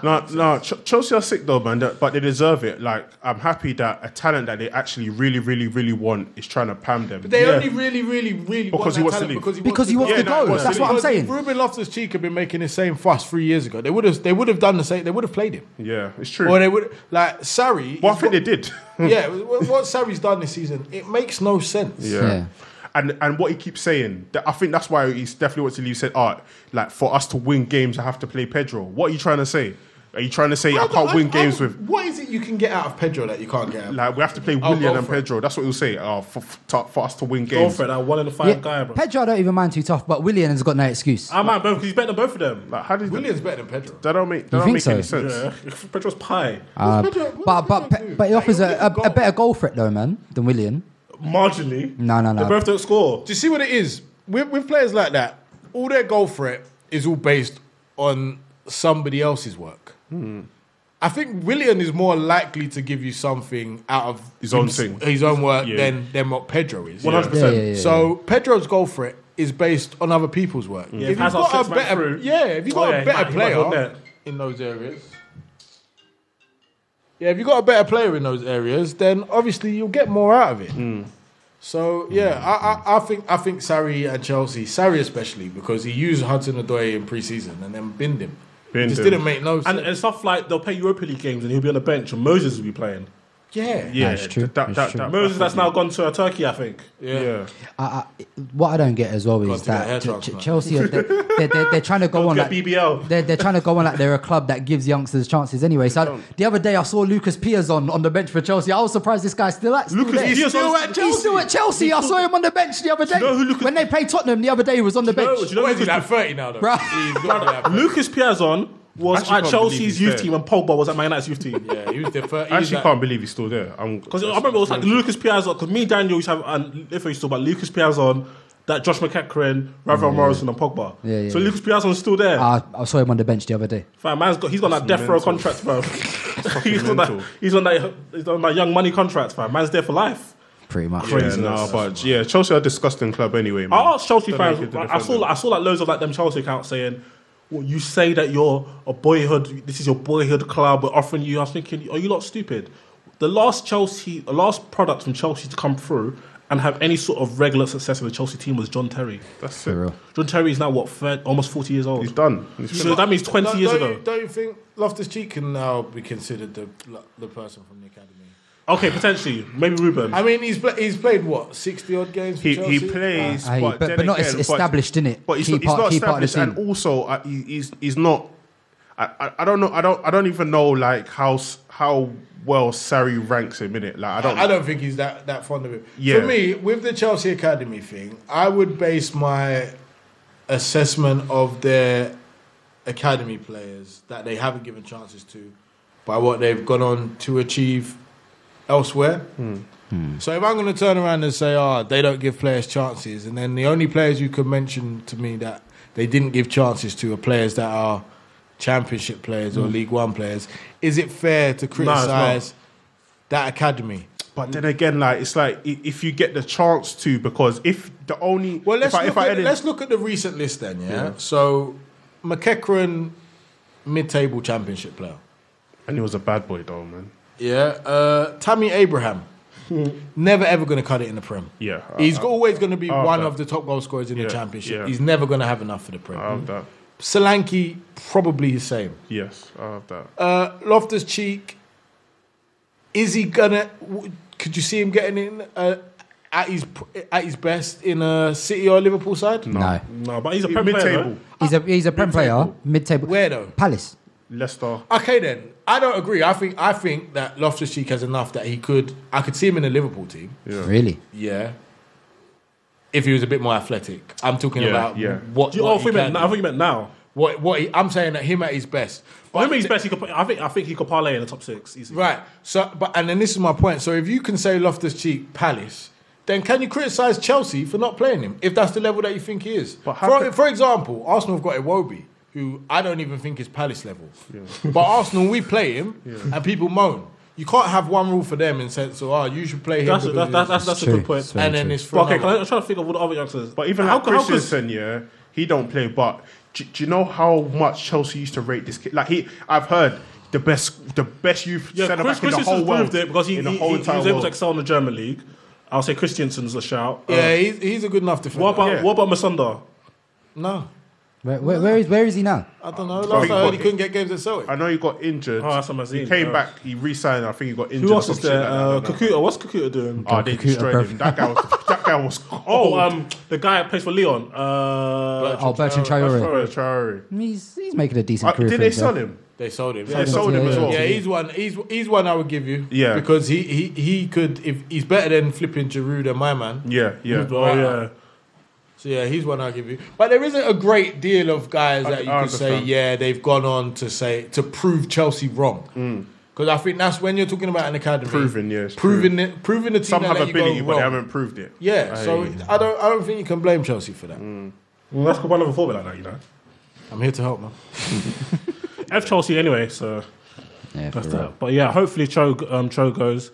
Speaker 3: No, no. Ch- Chelsea are sick though, man. That- But they deserve it. Like I'm happy that a talent that they actually really, really, really want is trying to pam them.
Speaker 8: They
Speaker 3: Yeah.
Speaker 8: only really, really, really want
Speaker 3: Because he
Speaker 8: that
Speaker 3: wants to
Speaker 8: talent
Speaker 3: leave.
Speaker 8: because he
Speaker 1: Because
Speaker 8: wants
Speaker 1: he wants
Speaker 3: Yeah,
Speaker 1: to
Speaker 3: no,
Speaker 1: go.
Speaker 3: he wants
Speaker 1: That's
Speaker 3: to
Speaker 1: what I'm
Speaker 3: leave.
Speaker 1: saying.
Speaker 8: Ruben Loftus Cheek had been making the same fuss three years ago. They would have, they would have done the same. They would have played him,
Speaker 3: Yeah, it's true.
Speaker 8: or
Speaker 3: Well,
Speaker 8: they would like Sarri.
Speaker 3: I
Speaker 8: is
Speaker 3: think they
Speaker 8: what-
Speaker 3: did.
Speaker 8: yeah, what, what Sarri's done this season, it makes no sense.
Speaker 3: Yeah.
Speaker 1: Yeah.
Speaker 3: And and what he keeps saying, that I think that's why he's definitely what to leave said, art, like for us to win games, I have to play Pedro. What are you trying to say?
Speaker 9: Are you trying to say I,
Speaker 8: I
Speaker 9: can't
Speaker 8: don't-
Speaker 9: win
Speaker 8: I-
Speaker 9: games
Speaker 8: I-
Speaker 9: with?
Speaker 8: What is it you can get out of Pedro that you can't get? Out of?
Speaker 9: Like we have to play
Speaker 8: I'll
Speaker 9: William
Speaker 8: go
Speaker 9: and
Speaker 8: for it.
Speaker 9: Pedro. That's what he'll say. Oh, for, for, to- for us to win
Speaker 3: Go
Speaker 9: games.
Speaker 3: for it. I one in the five
Speaker 4: Yeah,
Speaker 3: guy, bro.
Speaker 4: Pedro, I don't even mind too tough, but William has got no excuse.
Speaker 3: I might both because he's better than both of them.
Speaker 9: Like how did
Speaker 8: William's better than Pedro?
Speaker 9: That don't make that
Speaker 4: You
Speaker 9: don't
Speaker 4: think
Speaker 9: make any
Speaker 4: so?
Speaker 9: sense.
Speaker 3: Pedro's pie.
Speaker 4: Uh, but but Pe- but he offers a, a, a better goal threat though, man, than William.
Speaker 3: Marginally.
Speaker 4: No, no,
Speaker 8: They
Speaker 4: no.
Speaker 8: both
Speaker 3: don't score.
Speaker 8: Do you see what it is with, with players like that? All their goal threat is all based on somebody else's work. I think Willian is more likely to give you something out of
Speaker 9: His own
Speaker 8: hims-
Speaker 9: thing.
Speaker 8: his own work,
Speaker 9: Yeah.
Speaker 8: than than what Pedro is.
Speaker 9: 100%. Yeah, yeah, yeah,
Speaker 8: So Pedro's goal threat is based on other people's work.
Speaker 3: Yeah, Mm. if
Speaker 8: if you've
Speaker 3: Hazard
Speaker 8: got
Speaker 3: sits
Speaker 8: a
Speaker 3: man
Speaker 8: better,
Speaker 3: through-
Speaker 8: yeah, if you've
Speaker 3: Oh,
Speaker 8: got
Speaker 3: yeah,
Speaker 8: a
Speaker 3: he
Speaker 8: better
Speaker 3: might- he might go
Speaker 8: player
Speaker 3: net.
Speaker 8: in those areas, yeah, if you've got a better player in those areas, then obviously you'll get more out of it.
Speaker 3: Mm.
Speaker 8: So yeah, I, I, I think I think Sarri and Chelsea, Sarri especially, because he used Hudson Odoi in preseason and then binned him. It just didn't make no sense.
Speaker 3: And, and stuff like they'll play Europa League games and he'll be on the bench and Moses will be playing.
Speaker 8: yeah,
Speaker 4: That's true.
Speaker 9: That, that,
Speaker 4: That's true.
Speaker 9: That,
Speaker 3: Moses that's now gone to uh, Turkey, I think.
Speaker 8: Yeah.
Speaker 4: I, I, what I don't get as well is
Speaker 3: to get a hair
Speaker 4: that Ch-
Speaker 3: transplant.
Speaker 4: Ch- Chelsea are, they're, they're, they're, they're trying to go on
Speaker 3: Get
Speaker 4: like
Speaker 3: BBL.
Speaker 4: they're, they're trying to go on like they're a club that gives youngsters chances anyway. So I- the other day I saw Lucas Piazon on, on the bench for Chelsea. I was surprised this guy's still at still
Speaker 3: Lucas
Speaker 4: there.
Speaker 3: Piazon's still at
Speaker 4: He's still at Chelsea. I saw him on the bench the other day. when they played Tottenham the other day, he was on the bench.
Speaker 3: do you know What is he,
Speaker 8: like 30 now, though?
Speaker 4: Bruh.
Speaker 3: Lucas Piazon was
Speaker 9: Actually
Speaker 3: at
Speaker 9: can't believe
Speaker 3: Chelse's
Speaker 9: he's
Speaker 3: youth
Speaker 9: there.
Speaker 3: team and Pogba was at Man United's youth team.
Speaker 8: yeah, he was there first.
Speaker 9: I actually can't believe he's still there.
Speaker 3: Because I remember it was like Lucas Piazon, because me and Daniel used to have, and if used to, but Lucas Piazon, that Josh McEachran, Ravel Morrison, and Pogba.
Speaker 4: Yeah, yeah,
Speaker 3: so
Speaker 4: yeah.
Speaker 3: Lucas Piazon's still there.
Speaker 4: Uh, I saw him on the bench the other day.
Speaker 3: Fam, man's got, he's got that
Speaker 4: That's
Speaker 3: death row
Speaker 4: mental.
Speaker 3: contract, bro. he's, on
Speaker 9: mental.
Speaker 3: that, he's on that, he's on that young money contract, fam. Man's there for life.
Speaker 4: Pretty much.
Speaker 9: Crazy. Yeah, nah, but yeah, Chelsea are a disgusting club anyway. Man.
Speaker 3: I asked Chelsea
Speaker 9: Don't know if you
Speaker 3: fans.
Speaker 9: could
Speaker 3: I, I
Speaker 9: defend
Speaker 3: saw, like, I saw like loads of like them Chelsea accounts saying, "Well, you say that you're a boyhood. This is your boyhood club. We're offering you." I was thinking, "Are you not stupid?" The last Chelsea, the last product from Chelsea to come through and have any sort of regular success in the Chelsea team was John Terry.
Speaker 9: That's
Speaker 4: it.
Speaker 3: John Terry is now what, 30, almost forty years old. He's
Speaker 9: done.
Speaker 3: so that means 20
Speaker 8: Don't-
Speaker 3: years
Speaker 8: don't
Speaker 3: ago.
Speaker 8: You, don't you think Loftus Cheek can now be considered the the person from the academy?
Speaker 3: Okay, potentially, maybe Ruben.
Speaker 8: I mean, he's pla- he's played what sixty odd games. For
Speaker 9: He,
Speaker 8: Chelsea?
Speaker 9: he plays,
Speaker 4: Aye,
Speaker 9: but,
Speaker 4: but-
Speaker 9: then
Speaker 4: but not
Speaker 9: again,
Speaker 4: es- established, innit?
Speaker 9: But he's,
Speaker 4: Key
Speaker 9: not, he's
Speaker 4: part-
Speaker 9: not
Speaker 4: key part of the
Speaker 9: established, and also uh, he, he's he's not. I, I, I don't know. I don't. I don't even know like how s- how well Sarri ranks him in it. Like I don't.
Speaker 8: I don't think he's that, that fond of him.
Speaker 9: Yeah.
Speaker 8: For me, with the Chelsea Academy thing, I would base my assessment of their academy players that they haven't given chances to by what they've gone on to achieve elsewhere. Hmm. So if I'm going to turn around and say, oh, they don't give players chances, and then the only players you could mention to me that they didn't give chances to are players that are championship players or
Speaker 9: Mm.
Speaker 8: League One players, is it fair to criticise that academy?
Speaker 9: But then again, like it's like i- if you get the chance to, because if the only well,
Speaker 8: let's,
Speaker 9: if I,
Speaker 8: look
Speaker 9: if I
Speaker 8: at,
Speaker 9: edit,
Speaker 8: let's look at the recent list then, yeah?
Speaker 9: Yeah.
Speaker 8: So, McEachran, mid-table championship player.
Speaker 9: and he was a bad boy though, man.
Speaker 8: Yeah. Uh, Tammy Abraham, never ever going to cut it in the Prem.
Speaker 9: Yeah,
Speaker 8: He's
Speaker 9: I-
Speaker 8: always going to be
Speaker 9: I have
Speaker 8: one
Speaker 9: that.
Speaker 8: of the top goal scorers in the championship.
Speaker 9: yeah.
Speaker 8: He's never going to have enough for the Prem.
Speaker 9: I have that.
Speaker 8: Solanke, probably the same.
Speaker 9: Yes, I have that.
Speaker 8: Uh, Loftus Cheek, is he gonna? w- Could you see him getting in uh, at his pr- at his best in a City or Liverpool side?
Speaker 4: No.
Speaker 3: No, but he's a
Speaker 8: He's
Speaker 3: Prem player,
Speaker 8: mid-table.
Speaker 3: though.
Speaker 4: He's a he's a prem player, mid table.
Speaker 8: Where though?
Speaker 4: Palace.
Speaker 9: Leicester.
Speaker 8: Okay, then I don't agree. I think I think that Loftus Cheek has enough that he could. I could see him in a Liverpool team.
Speaker 4: Really?
Speaker 8: Yeah. If he was a bit more athletic, I'm talking
Speaker 3: Yeah,
Speaker 8: about
Speaker 3: yeah.
Speaker 8: what.
Speaker 3: Do you-
Speaker 8: what
Speaker 3: oh, I thought you meant
Speaker 8: can
Speaker 3: now- I
Speaker 8: do.
Speaker 3: thought you meant now.
Speaker 8: What? What? He, I'm saying that him at his best.
Speaker 3: I think he's best. He could, I think I think he could parlay in the top six. Easy.
Speaker 8: Right. So, but and then this is my point. So if you can say Loftus Cheek Palace, then can you criticise Chelsea for not playing him if that's the level that you think he is?
Speaker 9: how
Speaker 8: for,
Speaker 9: can-
Speaker 8: for example, Arsenal have got Iwobi, who I don't even think is Palace level. But Arsenal, we play him,
Speaker 9: Yeah.
Speaker 8: and people moan. You can't have one rule for them and say, "So, oh, you should play him."
Speaker 3: That's,
Speaker 8: because
Speaker 3: that's, that's, that's,
Speaker 8: he's-"
Speaker 3: a good point.
Speaker 8: and then it's for
Speaker 3: But okay.
Speaker 8: another.
Speaker 3: can I- I'm trying to think of all the other youngsters.
Speaker 9: But even
Speaker 3: how
Speaker 9: like
Speaker 3: could- how could-
Speaker 9: Christensen, yeah, he don't play. But do, do you know how much Chelsea used to rate this kid? Like he, I've heard the best, the best youth centre
Speaker 3: Chris,
Speaker 9: back in the whole
Speaker 3: Christensen's
Speaker 9: world.
Speaker 3: proved it because he,
Speaker 9: in
Speaker 3: he,
Speaker 9: the
Speaker 3: he,
Speaker 9: whole
Speaker 3: he
Speaker 9: entire
Speaker 3: was able
Speaker 9: world.
Speaker 3: to excel in the German league. I'll say Christiansen's a shout. Uh,
Speaker 8: yeah, he's, he's a good enough defender.
Speaker 3: what about
Speaker 8: Yeah.
Speaker 3: what about Masunda?
Speaker 8: No,
Speaker 4: Where, where, where is where is he now?
Speaker 8: I don't know.
Speaker 9: I
Speaker 8: Last
Speaker 9: think
Speaker 8: I
Speaker 9: he
Speaker 8: heard,
Speaker 9: got-
Speaker 8: he couldn't get games at Celtic.
Speaker 9: I know he got injured.
Speaker 3: Oh, that's what I'm
Speaker 9: he
Speaker 3: saying.
Speaker 9: came
Speaker 3: Oh.
Speaker 9: back. He re-signed. I think he got injured.
Speaker 3: Who else
Speaker 9: or
Speaker 3: is
Speaker 9: some
Speaker 3: there?
Speaker 9: shit like that.
Speaker 3: Uh, Kakuta. What's Kakuta doing?
Speaker 9: Oh, they destroyed him. That guy was. that guy was.
Speaker 3: Oh,
Speaker 9: cold.
Speaker 3: um, the guy that plays for Leon. Uh,
Speaker 4: Oh, Bertrand Traore.
Speaker 3: Bertrand
Speaker 9: Traore.
Speaker 4: He's he's making a decent
Speaker 9: Uh,
Speaker 4: career.
Speaker 9: did
Speaker 4: for
Speaker 9: they
Speaker 4: himself.
Speaker 9: sell him?
Speaker 8: They sold him.
Speaker 9: Yeah, they sold him as well.
Speaker 8: Yeah, he's one. He's he's one I would give you.
Speaker 9: Yeah.
Speaker 8: because he he, he could if he's better than flipping Giroud and my man.
Speaker 9: Yeah, yeah.
Speaker 8: Oh yeah. So yeah, he's one I'll give you. But there isn't a great deal of guys
Speaker 9: I-
Speaker 8: that you
Speaker 9: I
Speaker 8: could say,
Speaker 9: understand.
Speaker 8: yeah, they've gone on to say to prove Chelsea wrong. Because I think that's when you're talking about an academy,
Speaker 9: Proven, yeah, it's
Speaker 8: proving
Speaker 9: true.
Speaker 8: it, proving the team.
Speaker 9: Some
Speaker 8: that
Speaker 9: have
Speaker 8: let you go
Speaker 9: ability, but they
Speaker 8: wrong.
Speaker 9: haven't proved it.
Speaker 8: Yeah,
Speaker 9: I
Speaker 8: so
Speaker 9: hear you.
Speaker 8: I don't, I don't think you can blame Chelsea for that.
Speaker 3: Well, that's one of a forward like that, you know.
Speaker 8: I'm here to help, man.
Speaker 3: F Chelsea anyway, so that's
Speaker 8: for
Speaker 3: that.
Speaker 8: real.
Speaker 3: But yeah, hopefully Cho um, Cho goes,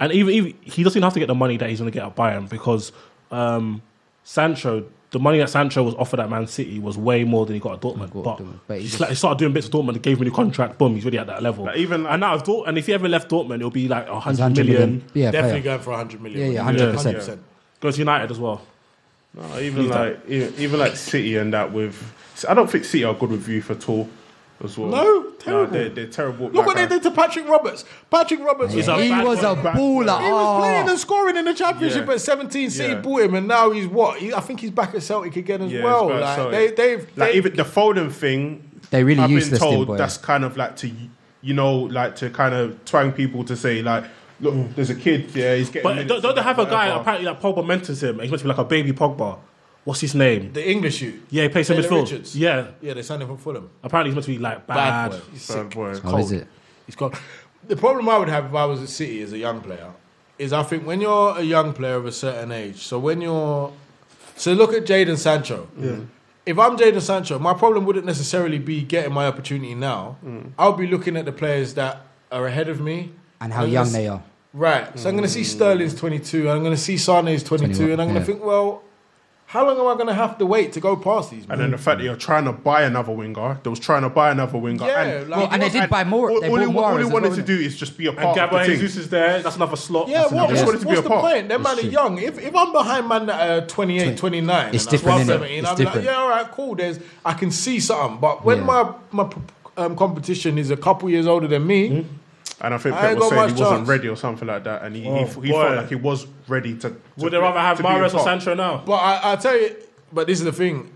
Speaker 3: and even, even he doesn't even have to get the money that he's going to get at Bayern because um, Sancho, the money that Sancho was offered at Man City was way more than he got at Dortmund. But, he,
Speaker 9: just-
Speaker 3: sla- he started doing bits of Dortmund, gave him a new contract, boom, he's already at that level.
Speaker 9: Like, even
Speaker 3: and now, if Dort- and if he ever left Dortmund, it'll be like 100
Speaker 4: 100
Speaker 3: million.
Speaker 4: million. Yeah,
Speaker 8: Definitely
Speaker 4: player.
Speaker 8: going for 100 million.
Speaker 4: Yeah, yeah, 100%.
Speaker 3: Go to United as well.
Speaker 9: No, even
Speaker 3: Need that.
Speaker 9: like even, even like City and that with I don't think City are good with youth at all as well.
Speaker 8: No, terrible.
Speaker 9: they're, they're terrible. uh,
Speaker 8: Look what they did to Patrick Roberts. Patrick Roberts
Speaker 9: He's a He bad was boy. a
Speaker 4: baller.
Speaker 8: He was
Speaker 4: Oh.
Speaker 8: playing and scoring in the championship
Speaker 9: Yeah.
Speaker 8: at 17. City
Speaker 9: Yeah.
Speaker 8: bought him, and now he's what? He, I think he's back at Celtic again as well. Like, they, they've
Speaker 9: like
Speaker 8: they-
Speaker 9: even the Foden thing.
Speaker 4: They really
Speaker 9: I've been
Speaker 4: useless him,
Speaker 9: told
Speaker 4: boy.
Speaker 9: that's kind of like to you know like to kind of twang people to say like look there's a kid yeah he's getting
Speaker 3: Mm. But
Speaker 9: minutes
Speaker 3: don't, don't they
Speaker 9: and
Speaker 3: have a guy
Speaker 9: whatever.
Speaker 3: apparently that Pogba mentors him? He's meant to be like a baby Pogba. What's his name?
Speaker 8: the English you.
Speaker 3: Yeah, he plays in
Speaker 8: Taylor
Speaker 3: midfield.
Speaker 8: Richards.
Speaker 3: Yeah,
Speaker 8: Yeah, they signed him from Fulham.
Speaker 3: apparently he's meant to be like
Speaker 8: Bad
Speaker 3: bad.
Speaker 8: boy. He's Bad sick. boy.
Speaker 3: He's
Speaker 8: How
Speaker 3: cold.
Speaker 4: is it?
Speaker 8: He's gone. The problem I would have if I was at City as a young player is I think when you're a young player of a certain age, so when you're. So look at Jaden Sancho. If I'm Jaden Sancho, my problem wouldn't necessarily be getting my opportunity now.
Speaker 3: Mm.
Speaker 8: I'll be looking at the players that are ahead of me
Speaker 4: And how
Speaker 8: I'm
Speaker 4: young
Speaker 8: gonna
Speaker 4: they
Speaker 8: s-
Speaker 4: are.
Speaker 8: Right. So I'm going to see Sterling's 22, and I'm going to see Sane's 22,
Speaker 4: 21,
Speaker 8: and I'm going to
Speaker 4: yeah.
Speaker 8: think, well, how long am I going to have to wait to go past these?
Speaker 9: And then the fact that you're trying to buy another winger, they was trying to buy another winger.
Speaker 8: Yeah,
Speaker 9: and,
Speaker 8: like- Well, and they did buy more-
Speaker 9: All,
Speaker 8: they
Speaker 9: all,
Speaker 8: bought
Speaker 9: he- all
Speaker 8: Mahrez
Speaker 9: he
Speaker 8: as
Speaker 9: wanted
Speaker 8: well,
Speaker 9: to do is just be a
Speaker 3: And
Speaker 9: part of
Speaker 3: Gabriel
Speaker 9: the team.
Speaker 3: Jesus is there. That's another slot.
Speaker 8: Yeah, what,
Speaker 3: That's another
Speaker 8: what's,
Speaker 9: just wanted
Speaker 8: what's
Speaker 9: to be
Speaker 8: the
Speaker 9: a part.
Speaker 8: point? Them man
Speaker 9: It's
Speaker 8: are
Speaker 9: true.
Speaker 8: young. If, if I'm behind man that are 28, 29,
Speaker 4: It's
Speaker 8: and I'm
Speaker 4: different, innit?
Speaker 8: 17,
Speaker 4: It's
Speaker 8: I'm like,
Speaker 4: different.
Speaker 8: yeah, all right, cool. There's I can see something. But when
Speaker 4: Yeah.
Speaker 8: my, my um, competition is a couple years older than me,
Speaker 9: And I think
Speaker 8: I
Speaker 9: Pep
Speaker 8: ain't
Speaker 9: was
Speaker 8: got
Speaker 9: saying he
Speaker 8: much
Speaker 9: wasn't
Speaker 8: chance.
Speaker 9: ready or something like that, and he, he, he
Speaker 3: Oh,
Speaker 9: felt
Speaker 3: boy.
Speaker 9: like he was ready to. to
Speaker 3: Would they rather have
Speaker 9: to be a
Speaker 3: Mahrez or
Speaker 9: part.
Speaker 3: Sancho now?
Speaker 8: But I, I tell you, but this is the thing.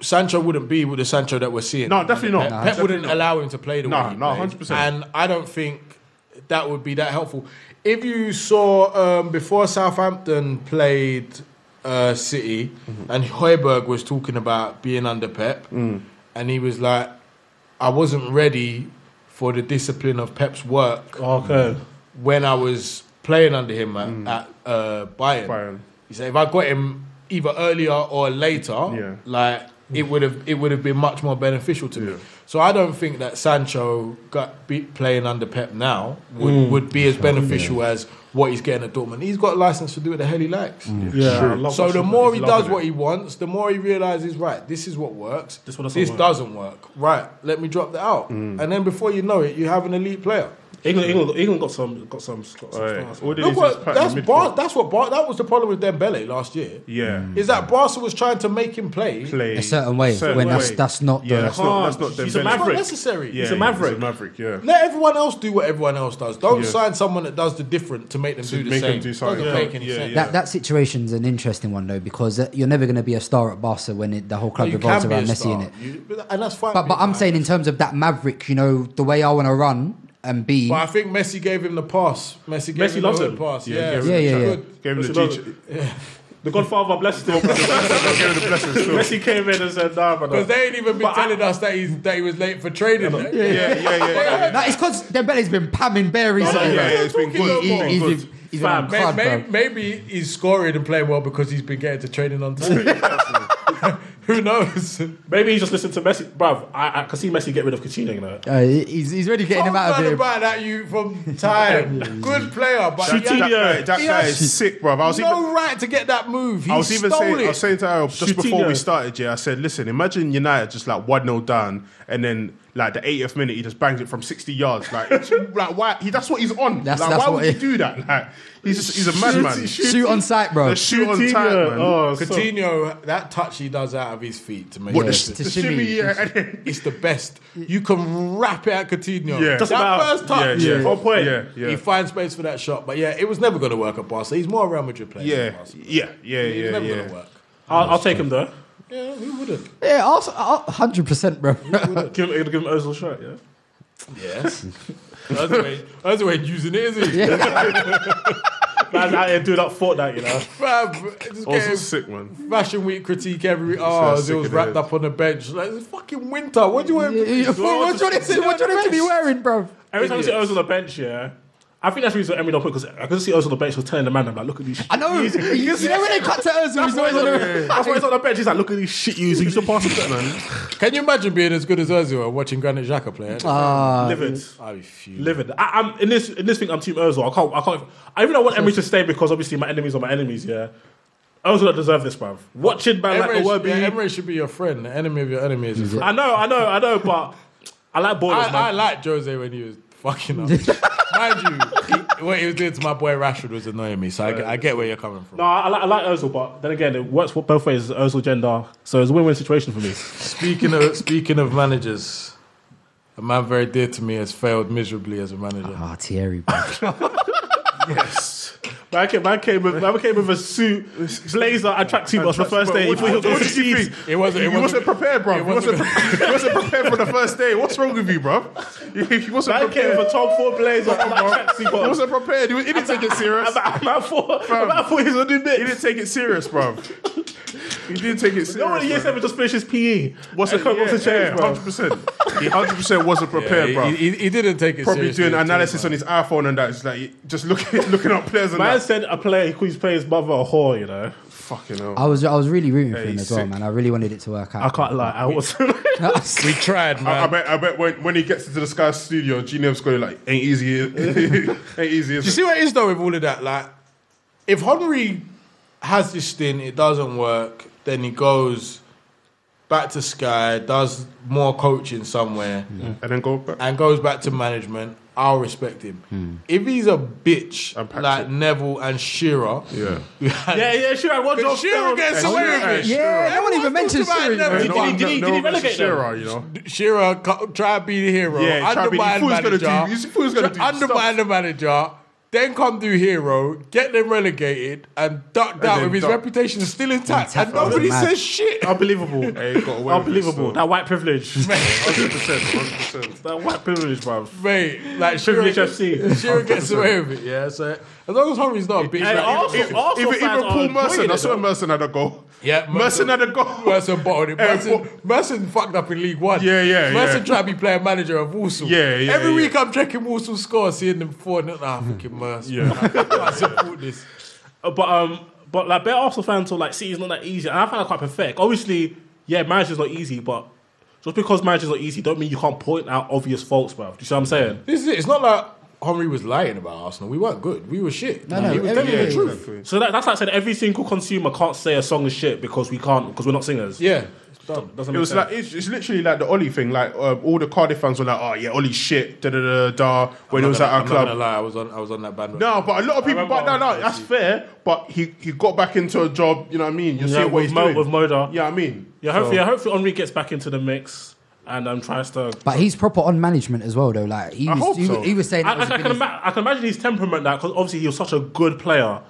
Speaker 8: Sancho wouldn't be with the Sancho that we're seeing.
Speaker 9: No, definitely
Speaker 8: Pep,
Speaker 9: not.
Speaker 8: Pep
Speaker 9: No,
Speaker 8: wouldn't
Speaker 9: definitely
Speaker 8: allow him to play the
Speaker 9: No,
Speaker 8: way he
Speaker 9: no,
Speaker 8: played.
Speaker 9: 100%.
Speaker 8: And I don't think that would be that helpful. If you saw um, before Southampton played uh, City,
Speaker 3: Mm-hmm.
Speaker 8: and Hoiberg was talking about being under Pep,
Speaker 3: Mm.
Speaker 8: and he was like, "I wasn't ready for the discipline of Pep's work."
Speaker 3: Okay.
Speaker 8: When I was playing under him at,
Speaker 9: Mm.
Speaker 8: at uh, Bayern.
Speaker 9: Bayern.
Speaker 8: He said if I got him either earlier or later, like it would have it would have been much more beneficial to me. So I don't think that Sancho got be, playing under Pep now would,
Speaker 3: Mm.
Speaker 8: would be as beneficial as what he's getting at Dortmund. He's got a license to do what the hell he likes.
Speaker 3: Mm. Yeah, Yeah, true. I love
Speaker 8: So the
Speaker 3: watching
Speaker 8: more
Speaker 3: that.
Speaker 8: he
Speaker 3: He's
Speaker 8: does
Speaker 3: loving
Speaker 8: what he wants, the more he realizes right, this is what works. This,
Speaker 3: one doesn't work.
Speaker 8: doesn't work. Right, let me drop that out. And then before you know it, you have an elite player.
Speaker 3: England, England, England got some, got some, got some stars.
Speaker 8: Look what that's Bar- that's what Bar- that was the problem with Dembele last year.
Speaker 9: Yeah.
Speaker 8: Is that Barca was trying to make him play,
Speaker 9: Play
Speaker 4: A certain way, when that's- that's not
Speaker 9: yeah,
Speaker 4: the-
Speaker 9: that's not, that's not
Speaker 8: Can't. He's
Speaker 9: Dembele.
Speaker 8: a maverick. It's not necessary.
Speaker 9: Yeah,
Speaker 8: He's a
Speaker 9: yeah,
Speaker 8: maverick.
Speaker 9: maverick. Yeah.
Speaker 8: Let everyone else do what everyone else does. Don't
Speaker 9: Yeah.
Speaker 8: sign someone that does the different to make them
Speaker 9: To
Speaker 8: do the
Speaker 9: make them
Speaker 8: same.
Speaker 9: do something.
Speaker 8: Doesn't
Speaker 9: Yeah,
Speaker 8: make any
Speaker 9: yeah,
Speaker 8: sense.
Speaker 4: That that situation's an interesting one though because uh, you're never going to be a star at Barca when it, the whole
Speaker 8: No,
Speaker 4: club
Speaker 8: you
Speaker 4: revolves
Speaker 8: can be a
Speaker 4: around Messi
Speaker 8: star,
Speaker 4: in it.
Speaker 8: You- and that's fine.
Speaker 4: But but I'm saying in terms of that maverick, you know, the way I want to run and be.
Speaker 8: But I think Messi gave him the pass. Messi gave
Speaker 3: Messi
Speaker 8: him
Speaker 3: loves
Speaker 8: the
Speaker 3: him.
Speaker 8: pass.
Speaker 3: Yeah,
Speaker 8: Yeah,
Speaker 3: gave him Yeah, the yeah,
Speaker 4: yeah.
Speaker 8: Good.
Speaker 9: Gave him the
Speaker 3: Messi
Speaker 9: G-
Speaker 3: The Godfather blessed him. Messi came in and said, "Nah, man."
Speaker 8: Because they ain't even been telling us that he's that he was late for trading. Yeah,
Speaker 9: yeah, yeah, yeah, yeah.
Speaker 4: No, it's because Dembele's been pamming berries.
Speaker 8: No, no,
Speaker 4: bro.
Speaker 8: yeah, it's been
Speaker 4: He-
Speaker 8: good,
Speaker 4: he-
Speaker 8: good,
Speaker 4: he's
Speaker 8: good.
Speaker 4: been- he's been on
Speaker 8: May-
Speaker 4: crud,
Speaker 8: may-
Speaker 4: bro.
Speaker 8: maybe he's scoring and playing well because he's been getting to training on time. Who knows?
Speaker 3: Maybe he just listened to Messi, bruv. I, I can see Messi get rid of Coutinho, you know.
Speaker 4: Uh, he's, he's already getting him
Speaker 8: I'm
Speaker 4: out of
Speaker 8: not
Speaker 4: here.
Speaker 8: about that you from time. Good player, but he
Speaker 9: That, guy,
Speaker 8: has-
Speaker 9: that
Speaker 8: he
Speaker 9: guy
Speaker 8: has
Speaker 9: is sick, bro. I was
Speaker 8: no
Speaker 9: even,
Speaker 8: right to get that move. He
Speaker 9: I was even
Speaker 8: stole
Speaker 9: saying,
Speaker 8: it.
Speaker 9: I was saying to Harold just before we
Speaker 3: Shootinho.
Speaker 9: started, yeah, I said, listen, imagine United just like 1 0 down, and then like the 80th minute, he just bangs it from 60 yards. Like, it's- like why? He, that's what he's on.
Speaker 4: That's-
Speaker 9: like,
Speaker 4: that's
Speaker 9: why
Speaker 4: what
Speaker 9: would he
Speaker 4: it-
Speaker 9: do that? Like, he's, just, he's a madman.
Speaker 4: Shoot, shoot on sight, bro.
Speaker 9: The shoot on tight, man.
Speaker 8: Oh, Coutinho, that touch he does out of his feet to make
Speaker 9: What, the
Speaker 8: it-
Speaker 9: sh- the shimmy, yeah, and then-
Speaker 8: it's the best. You can wrap it at
Speaker 9: Yeah.
Speaker 8: Coutinho. that
Speaker 9: Just about-
Speaker 8: first touch,
Speaker 9: yeah, yeah. On point. Yeah, yeah.
Speaker 8: He finds space for that shot, but yeah, it was never going to work at Barca. He's more a Real Madrid player.
Speaker 9: Yeah,
Speaker 8: than Barca.
Speaker 9: yeah, yeah,
Speaker 8: He's
Speaker 9: yeah,
Speaker 8: never
Speaker 9: yeah.
Speaker 8: gonna work.
Speaker 3: I'll, I'll take him though.
Speaker 8: Yeah, who wouldn't?
Speaker 4: Yeah, hundred percent, bro.
Speaker 3: Give him, give him Ozil's shirt, yeah. Yes.
Speaker 8: That's the way using it, is he?
Speaker 3: Man's out here doing up Fortnite, you know.
Speaker 8: Bruv, just
Speaker 3: Also
Speaker 8: getting
Speaker 3: Oh, sick, man.
Speaker 8: Fashion week critique every week.
Speaker 3: how
Speaker 8: Oh,
Speaker 3: sick
Speaker 8: it was
Speaker 3: it
Speaker 8: wrapped
Speaker 3: is.
Speaker 8: up on the bench. Like, it's fucking winter. What do you want?
Speaker 3: yeah.
Speaker 8: What do you want to- what do you want to be wearing,
Speaker 4: bro?
Speaker 3: Every time I see
Speaker 8: Idiots.
Speaker 3: Ozil on the bench, yeah. I think that's the reason Emery don't put because I could see Ozil on the bench was telling the man, I'm like, look at these.
Speaker 4: I know.
Speaker 3: shit
Speaker 4: You know when they cut to Ozil,
Speaker 3: That's
Speaker 4: he's
Speaker 3: why he's
Speaker 4: always
Speaker 3: on
Speaker 4: on
Speaker 3: the-
Speaker 4: the-
Speaker 3: that's why he's on the bench. He's like, look at these shit users. You should pass it to man.
Speaker 8: Can you imagine being as good as Ozil and watching Granit Xhaka play?
Speaker 3: Ah. Livid.
Speaker 8: I refuse.
Speaker 3: Livid. I, I'm in this in this thing. I'm Team Ozil. I can't. I can't. I even I want Emery to stay because obviously my enemies are my enemies. Yeah. Ozil don't deserve this, bruv. Watching man like
Speaker 8: Emre,
Speaker 3: the Wobby.
Speaker 8: yeah, Emre should be your friend. The enemy of your enemy is your friend.
Speaker 3: I know. I know. I know. But I like borders, man.
Speaker 8: I, I liked Jose when he was fucking up. Mind you, he, what he was doing to my boy Rashford was annoying me. So I, get- I get where you're coming from.
Speaker 3: No, I, like, I like Ozil, but then again, it works both ways. Ozil gender, so it's a win-win situation for me.
Speaker 8: Speaking of speaking of managers, a man very dear to me has failed miserably as a manager.
Speaker 4: Ah, Thierry. Bro.
Speaker 3: yes, man came, man came, with, man came with a suit, blazer, and tracksuit on the first day. He
Speaker 9: What,
Speaker 3: thought he was going
Speaker 9: what
Speaker 3: to
Speaker 9: did you
Speaker 3: see.
Speaker 9: think?
Speaker 8: It wasn't.
Speaker 9: He
Speaker 8: It
Speaker 9: wasn't
Speaker 8: wasn't.
Speaker 9: prepared, bro.
Speaker 8: it
Speaker 9: He wasn't, he wasn't prepared for the first day. What's wrong with you, bro? He wasn't
Speaker 3: Man came
Speaker 9: prepared.
Speaker 3: with a Tom Ford blazer, and
Speaker 9: Bro,
Speaker 3: like
Speaker 9: He
Speaker 3: tracksuit on.
Speaker 9: wasn't prepared. He was- he didn't take it serious.
Speaker 3: I'm out for, I'm
Speaker 9: Bro.
Speaker 3: out for his new
Speaker 9: He
Speaker 3: bit.
Speaker 9: didn't take it serious, bro. He didn't take it serious.
Speaker 3: No one in year
Speaker 9: bruv.
Speaker 3: seven just finished his E. PE. What's the
Speaker 9: Yeah,
Speaker 3: code? What's the
Speaker 9: yeah,
Speaker 3: change, bro?
Speaker 9: 100%. He 100% wasn't prepared,
Speaker 8: he-
Speaker 9: bro.
Speaker 8: he- he didn't take it
Speaker 9: Probably
Speaker 8: seriously
Speaker 9: doing
Speaker 8: too,
Speaker 9: analysis on his iPhone and that. It's like, just looking, looking up players and
Speaker 3: Man
Speaker 9: that.
Speaker 3: said a player he calls player his mother a whore. You know,
Speaker 9: Fucking hell.
Speaker 4: I was I was really rooting for
Speaker 9: Yeah,
Speaker 4: him
Speaker 9: he's
Speaker 4: as well,
Speaker 9: sick.
Speaker 4: man. I really wanted it to work out.
Speaker 3: I can't lie. I was.
Speaker 8: We tried,
Speaker 9: I, I
Speaker 8: man.
Speaker 9: bet, I bet when, when he gets into the Sky Studio, G-Neb's going to like, ain't easy, ain't easy.
Speaker 8: Do you see what it is though with all of that? Like, if Henry has this thing, it doesn't work. Then he goes back to Sky, does more coaching somewhere,
Speaker 9: And then go back.
Speaker 8: and goes back to management. I'll respect him. If he's a bitch like Neville and Shearer,
Speaker 9: Yeah.
Speaker 3: yeah, yeah, sure. I was
Speaker 8: But
Speaker 3: off
Speaker 8: Shearer
Speaker 3: down.
Speaker 8: gets away with it.
Speaker 4: Yeah, no one even mentioned
Speaker 8: talks about
Speaker 4: Thierry.
Speaker 8: Neville.
Speaker 4: bro.
Speaker 3: Did he- did he- did he relegate them?
Speaker 9: Shearer, you know?
Speaker 8: Shearer co- try to be the hero.
Speaker 9: Yeah, try to be- he
Speaker 8: undermine
Speaker 9: thought he was gonna
Speaker 8: manager.
Speaker 9: do- he thought he was gonna do
Speaker 8: undermine the manager. Then come do hero, get them relegated, and duck down
Speaker 9: then
Speaker 8: with his
Speaker 9: duck.
Speaker 8: reputation still intact,
Speaker 4: Intact,
Speaker 8: and
Speaker 4: that was
Speaker 8: nobody
Speaker 4: mad.
Speaker 8: says shit.
Speaker 3: Unbelievable.
Speaker 9: Hey, he got away
Speaker 3: Unbelievable.
Speaker 9: With uh, it,
Speaker 3: That white privilege. that
Speaker 9: 100%, 100%.
Speaker 3: white privilege, bruv.
Speaker 8: Mate, like Shearer,
Speaker 3: Privilege
Speaker 8: gets,
Speaker 3: FC.
Speaker 8: Shearer gets away with it. Yeah, so as long as Henry's not a bitch,
Speaker 3: Hey,
Speaker 8: like,
Speaker 3: Arsenal-
Speaker 8: even-
Speaker 3: Arsenal
Speaker 9: Even,
Speaker 3: fans
Speaker 9: even
Speaker 3: are
Speaker 9: Paul Merson,
Speaker 3: enjoying
Speaker 9: I
Speaker 3: it,
Speaker 9: saw
Speaker 3: though.
Speaker 9: Merson had a goal.
Speaker 8: Yeah,
Speaker 9: Merson,
Speaker 8: Merson-
Speaker 9: had a goal.
Speaker 8: Merson bottled it.
Speaker 9: Hey,
Speaker 8: Merson,
Speaker 9: Paul-
Speaker 8: Merson fucked up in League One.
Speaker 9: Yeah, yeah,
Speaker 8: Merson
Speaker 9: yeah.
Speaker 8: tried to be playing manager of Walsall.
Speaker 9: Yeah, yeah,
Speaker 8: Every
Speaker 9: yeah. Hmm.
Speaker 8: week I'm checking Walsall's score, seeing them four. And, ah, fucking Merson. Yeah. I can't support this.
Speaker 3: Uh, But um, but like better Arsenal fans or like City's not that easy, and I find that quite pathetic. Obviously, yeah, managers not easy, but just because managers not easy, don't mean you can't point out obvious faults, bruv. Do you see what I'm saying?
Speaker 8: This is it. It's not like Henry was lying about Arsenal. We weren't good. We were shit.
Speaker 4: No, no,
Speaker 8: he was telling
Speaker 4: every-
Speaker 8: the truth.
Speaker 3: So that, that's like saying every single consumer can't say a song is shit because we can't because we're not singers.
Speaker 8: Yeah. It's done.
Speaker 3: Doesn't
Speaker 9: It
Speaker 3: make
Speaker 9: was
Speaker 3: sense.
Speaker 9: like it's, it's literally like the Ollie thing. Like um, all the Cardiff fans were like, "Oh yeah, Ollie shit." Da da da da. When it was at our
Speaker 8: I'm not
Speaker 9: club.
Speaker 8: gonna lie, I was on. I was on that bandwagon.
Speaker 9: No, but a lot of people. But no, no, that's fair. But he he got back into a job. You know what I mean? You
Speaker 3: Yeah,
Speaker 9: see what
Speaker 3: with
Speaker 9: he's
Speaker 3: Mo-
Speaker 9: doing
Speaker 3: with Moda.
Speaker 9: Yeah, I mean.
Speaker 3: yeah, hopefully, yeah, hopefully Henri gets back into the mix and um, tries to.
Speaker 4: But he's proper on management as well, though. Like he
Speaker 9: I
Speaker 4: was,
Speaker 9: hope
Speaker 4: he,
Speaker 9: so.
Speaker 4: he was saying
Speaker 3: I,
Speaker 4: that
Speaker 3: I,
Speaker 4: was a
Speaker 3: I,
Speaker 4: bit
Speaker 3: can
Speaker 4: of-
Speaker 3: ima- I can imagine his temperament that because obviously he was such a good player.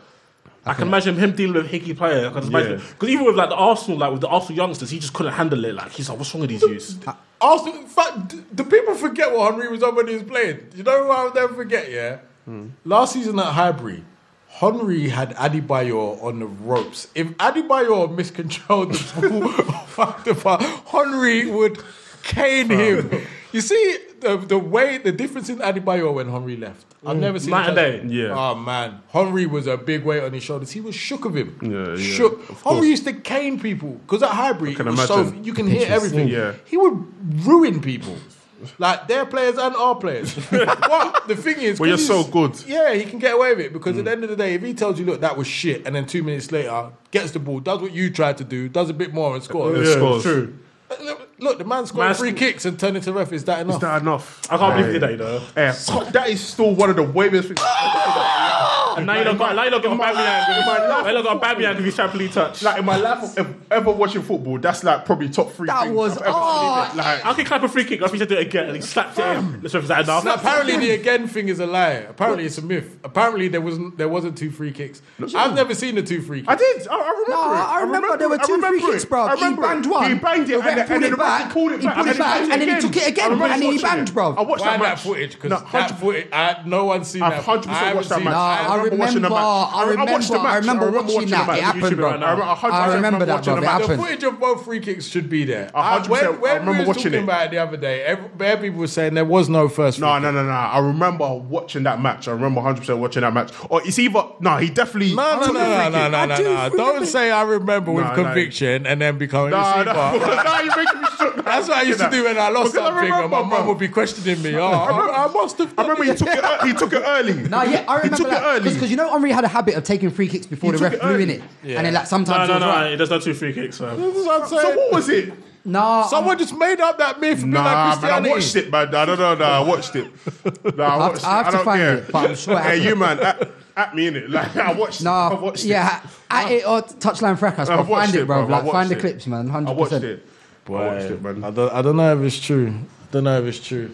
Speaker 3: I can imagine him dealing with Hickey player. I can just imagine
Speaker 9: Yeah.
Speaker 3: because even with like the Arsenal, like with the Arsenal youngsters, he just couldn't handle it. Like he's like, what's wrong with these youths?
Speaker 8: Arsenal. in fact, d- do people forget what Henry was on when he was playing? You know who I'll never forget? Yeah.
Speaker 9: Hmm.
Speaker 8: Last season at Highbury, Henry had Adebayor on the ropes. If Adebayor miscontrolled the ball, fucked the ball, Henry would cane him. You see the, the way the difference in Adebayor when Henry left. I've
Speaker 9: Hmm.
Speaker 8: never seen
Speaker 3: Night and
Speaker 8: such-
Speaker 3: day.
Speaker 9: Yeah.
Speaker 8: Oh man, Henry was a big weight on his shoulders. He was shook of him.
Speaker 9: Yeah, yeah,
Speaker 8: Shook.
Speaker 9: of course.
Speaker 8: Henry used to cane people because at Highbury,
Speaker 9: can
Speaker 8: it was so,
Speaker 9: imagine.
Speaker 8: you can hear
Speaker 4: Pitches.
Speaker 8: everything.
Speaker 9: Yeah.
Speaker 8: He would ruin people. Like their players and our players. what the thing is,
Speaker 9: Well, you're
Speaker 8: 'cause
Speaker 9: so
Speaker 8: he's-
Speaker 9: good. Mm.
Speaker 8: Yeah, he can get away with it because at the end of the day, if he tells you, "Look, that was shit," and then two minutes later gets the ball, does what you tried to do, does a bit more and scores.
Speaker 9: Yeah, scores.
Speaker 3: True.
Speaker 8: Look, look, the man scored
Speaker 3: Man
Speaker 8: three
Speaker 3: sc-
Speaker 8: kicks and turned into ref. Is that enough?
Speaker 9: Is that enough?
Speaker 3: I can't believe he did that, you know.
Speaker 9: Yeah, that is still one of the weirdest things.
Speaker 3: And now you don't got, now you don't got Bamiyan. Now you don't got Bamiyan because he's trampoline touch.
Speaker 9: Like in my life of ever watching football, that's like probably top three. That was
Speaker 3: Oh, like, I can clap a free kick. Rafi said do it again, and he slapped it in. Let's that enough.
Speaker 8: No, apparently the again thing is a lie. Apparently it's a myth. Apparently there wasn't there wasn't two free kicks. I've never seen the two free kicks.
Speaker 9: I did. I, I remember
Speaker 8: No,
Speaker 9: it.
Speaker 8: I remember there were
Speaker 9: it. I
Speaker 8: two free
Speaker 9: remember
Speaker 8: kicks,
Speaker 9: it.
Speaker 8: bruv.
Speaker 9: I
Speaker 8: He
Speaker 9: remember
Speaker 8: banged
Speaker 9: it.
Speaker 8: one,
Speaker 9: He banged it,
Speaker 8: the ref
Speaker 9: and, then- and then
Speaker 8: pulled it
Speaker 9: the ref
Speaker 8: back,
Speaker 9: pulled it
Speaker 8: he
Speaker 9: back,
Speaker 8: pulled it back,
Speaker 9: it
Speaker 8: and then he took it
Speaker 9: I
Speaker 8: again,
Speaker 9: remember
Speaker 8: and then he
Speaker 9: watching
Speaker 8: banged,
Speaker 9: it.
Speaker 8: bruv.
Speaker 9: I watched
Speaker 8: Why
Speaker 9: that
Speaker 8: that
Speaker 9: match.
Speaker 8: footage? 'Cause
Speaker 9: No,
Speaker 8: that
Speaker 9: 100%
Speaker 8: footage- I- no one's seen
Speaker 9: I've
Speaker 8: that.
Speaker 9: 100%
Speaker 8: I haven't
Speaker 9: watched that
Speaker 8: seen
Speaker 9: match.
Speaker 8: that.
Speaker 9: I
Speaker 8: No, I
Speaker 9: remember watching the match.
Speaker 8: remember- I
Speaker 9: watched the
Speaker 8: remember-
Speaker 9: match.
Speaker 8: I remember watching
Speaker 9: the
Speaker 8: that.
Speaker 9: match.
Speaker 8: It happened,
Speaker 9: YouTube
Speaker 8: bro.
Speaker 9: and I remember, 100%
Speaker 8: I remember that,
Speaker 9: watching the
Speaker 8: bro. It
Speaker 9: match.
Speaker 8: happened. The footage of both free kicks should be there. I,
Speaker 9: 100%,
Speaker 8: when when
Speaker 9: I remember
Speaker 8: we was
Speaker 9: watching
Speaker 8: talking
Speaker 9: it.
Speaker 8: about it the other day, every, bare people were saying there was no first.
Speaker 9: No, no, no, no. I remember watching that match. I remember 100% watching that match. Or it's either. No, he definitely.
Speaker 8: No, no,
Speaker 9: took the free
Speaker 8: no, no,
Speaker 9: kick.
Speaker 8: no, no, no, no. Don't say I remember with
Speaker 9: No, no.
Speaker 8: conviction and then become.
Speaker 9: No,
Speaker 8: No,
Speaker 9: no, no, you're making me shook.
Speaker 8: That's what I used to do when I lost
Speaker 9: Because I
Speaker 8: something, and my
Speaker 9: remember,
Speaker 8: mum
Speaker 9: bro.
Speaker 8: would be questioning me. Oh,
Speaker 9: I remember-
Speaker 8: I must have.
Speaker 9: I remember he took it. ear- He took it early.
Speaker 4: No, yeah, I
Speaker 9: He
Speaker 4: remember
Speaker 9: took it
Speaker 4: that
Speaker 9: early.
Speaker 4: because you know Henri had a habit of taking free kicks before the
Speaker 9: took
Speaker 4: ref
Speaker 9: it
Speaker 4: blew in
Speaker 9: early.
Speaker 4: it, and then like sometimes
Speaker 3: no,
Speaker 4: it was
Speaker 3: no,
Speaker 4: right.
Speaker 3: no. There's no two free kicks. man.
Speaker 8: This is what I'm saying.
Speaker 9: what was it?
Speaker 4: Nah,
Speaker 8: someone just made up that myth. and been
Speaker 9: Nah,
Speaker 8: like
Speaker 9: man, I
Speaker 8: Christianity.
Speaker 9: watched it, man. I don't know. Nah, I watched it. Nah, I
Speaker 4: I'll have
Speaker 9: watched
Speaker 4: to- I'll
Speaker 9: it.
Speaker 4: have
Speaker 9: I
Speaker 4: to
Speaker 9: don't
Speaker 4: find
Speaker 9: care.
Speaker 4: it, but I'm sure it
Speaker 9: Hey,
Speaker 4: happened.
Speaker 9: you man, at, at me in it. Like I watched.
Speaker 4: Nah,
Speaker 9: it. I watched
Speaker 4: yeah,
Speaker 9: it.
Speaker 4: I, I, it or touchline fracas.
Speaker 9: I've
Speaker 4: I'll
Speaker 9: watched
Speaker 4: find it,
Speaker 9: it,
Speaker 4: bro.
Speaker 9: bruv. I
Speaker 4: Like, find
Speaker 9: watched
Speaker 4: the
Speaker 9: it.
Speaker 4: clips, man. Hundred
Speaker 9: I watched
Speaker 4: percent.
Speaker 9: it.
Speaker 8: Boy,
Speaker 9: I watched it, man.
Speaker 8: I don't, I don't know if it's true. Don't know if it's true.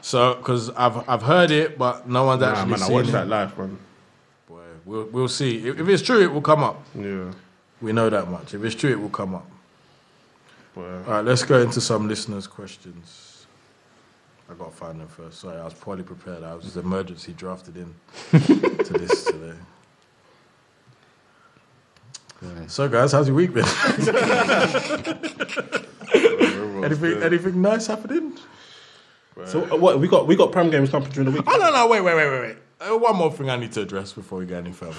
Speaker 8: So, because I've I've heard it, but no one's
Speaker 9: Nah,
Speaker 8: actually
Speaker 9: man, I
Speaker 8: seen
Speaker 9: watched
Speaker 8: it.
Speaker 9: that live, man.
Speaker 8: We'll we'll see. If, if it's true, it will come up.
Speaker 9: Yeah.
Speaker 8: We know that much. If it's true, it will come up. All right, let's go into some listeners' questions. I got to find them first. Sorry, I was poorly prepared. I was just emergency drafted in to this today. So, guys, how's your week been? anything, anything nice happening?
Speaker 3: So uh, what we got? We got prem games coming during the week.
Speaker 8: Oh no no wait wait wait wait wait. Uh, one more thing I need to address before we go any further.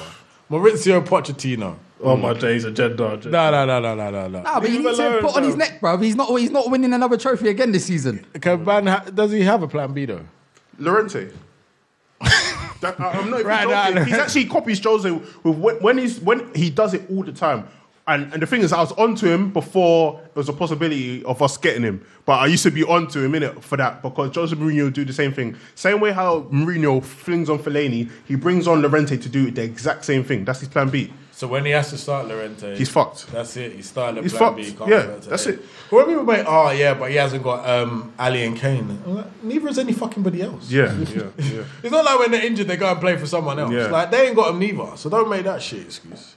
Speaker 8: Maurizio Pochettino.
Speaker 3: Oh my days, agenda. agenda.
Speaker 8: No no no no no no no.
Speaker 4: Nah, but you
Speaker 3: Leave
Speaker 4: need
Speaker 3: him
Speaker 4: to
Speaker 3: alone,
Speaker 4: put on his
Speaker 3: bruv.
Speaker 4: neck, bro. He's not. He's not winning another trophy again this season.
Speaker 8: Can Van ha- does he have a plan B though?
Speaker 9: Lorente. That- I- I'm not even
Speaker 8: Right,
Speaker 9: joking.
Speaker 8: nah,
Speaker 9: He's actually copies Jose with when, when he's when he does it all the time. And and the thing is, I was onto him before there was a possibility of us getting him. But I used to be onto him in it for that because Jose Mourinho would do the same thing. Same way how Mourinho flings on Fellaini, he brings on Lorente to do the exact same thing. That's his plan B.
Speaker 8: So when he has to start Lorente,
Speaker 9: He's fucked.
Speaker 8: That's it. He's starting a
Speaker 9: He's
Speaker 8: plan
Speaker 9: fucked.
Speaker 8: B. he can't
Speaker 9: Yeah,
Speaker 8: go to
Speaker 9: that's
Speaker 8: A.
Speaker 9: it.
Speaker 8: Well, people make, oh yeah, but he hasn't got um, Ali and Kane. I'm like, Neither has any fucking body else.
Speaker 9: Yeah, yeah, yeah.
Speaker 8: It's not like when they're injured, they go and play for someone else.
Speaker 9: Yeah.
Speaker 8: Like they ain't got him neither. So don't make that shit excuse.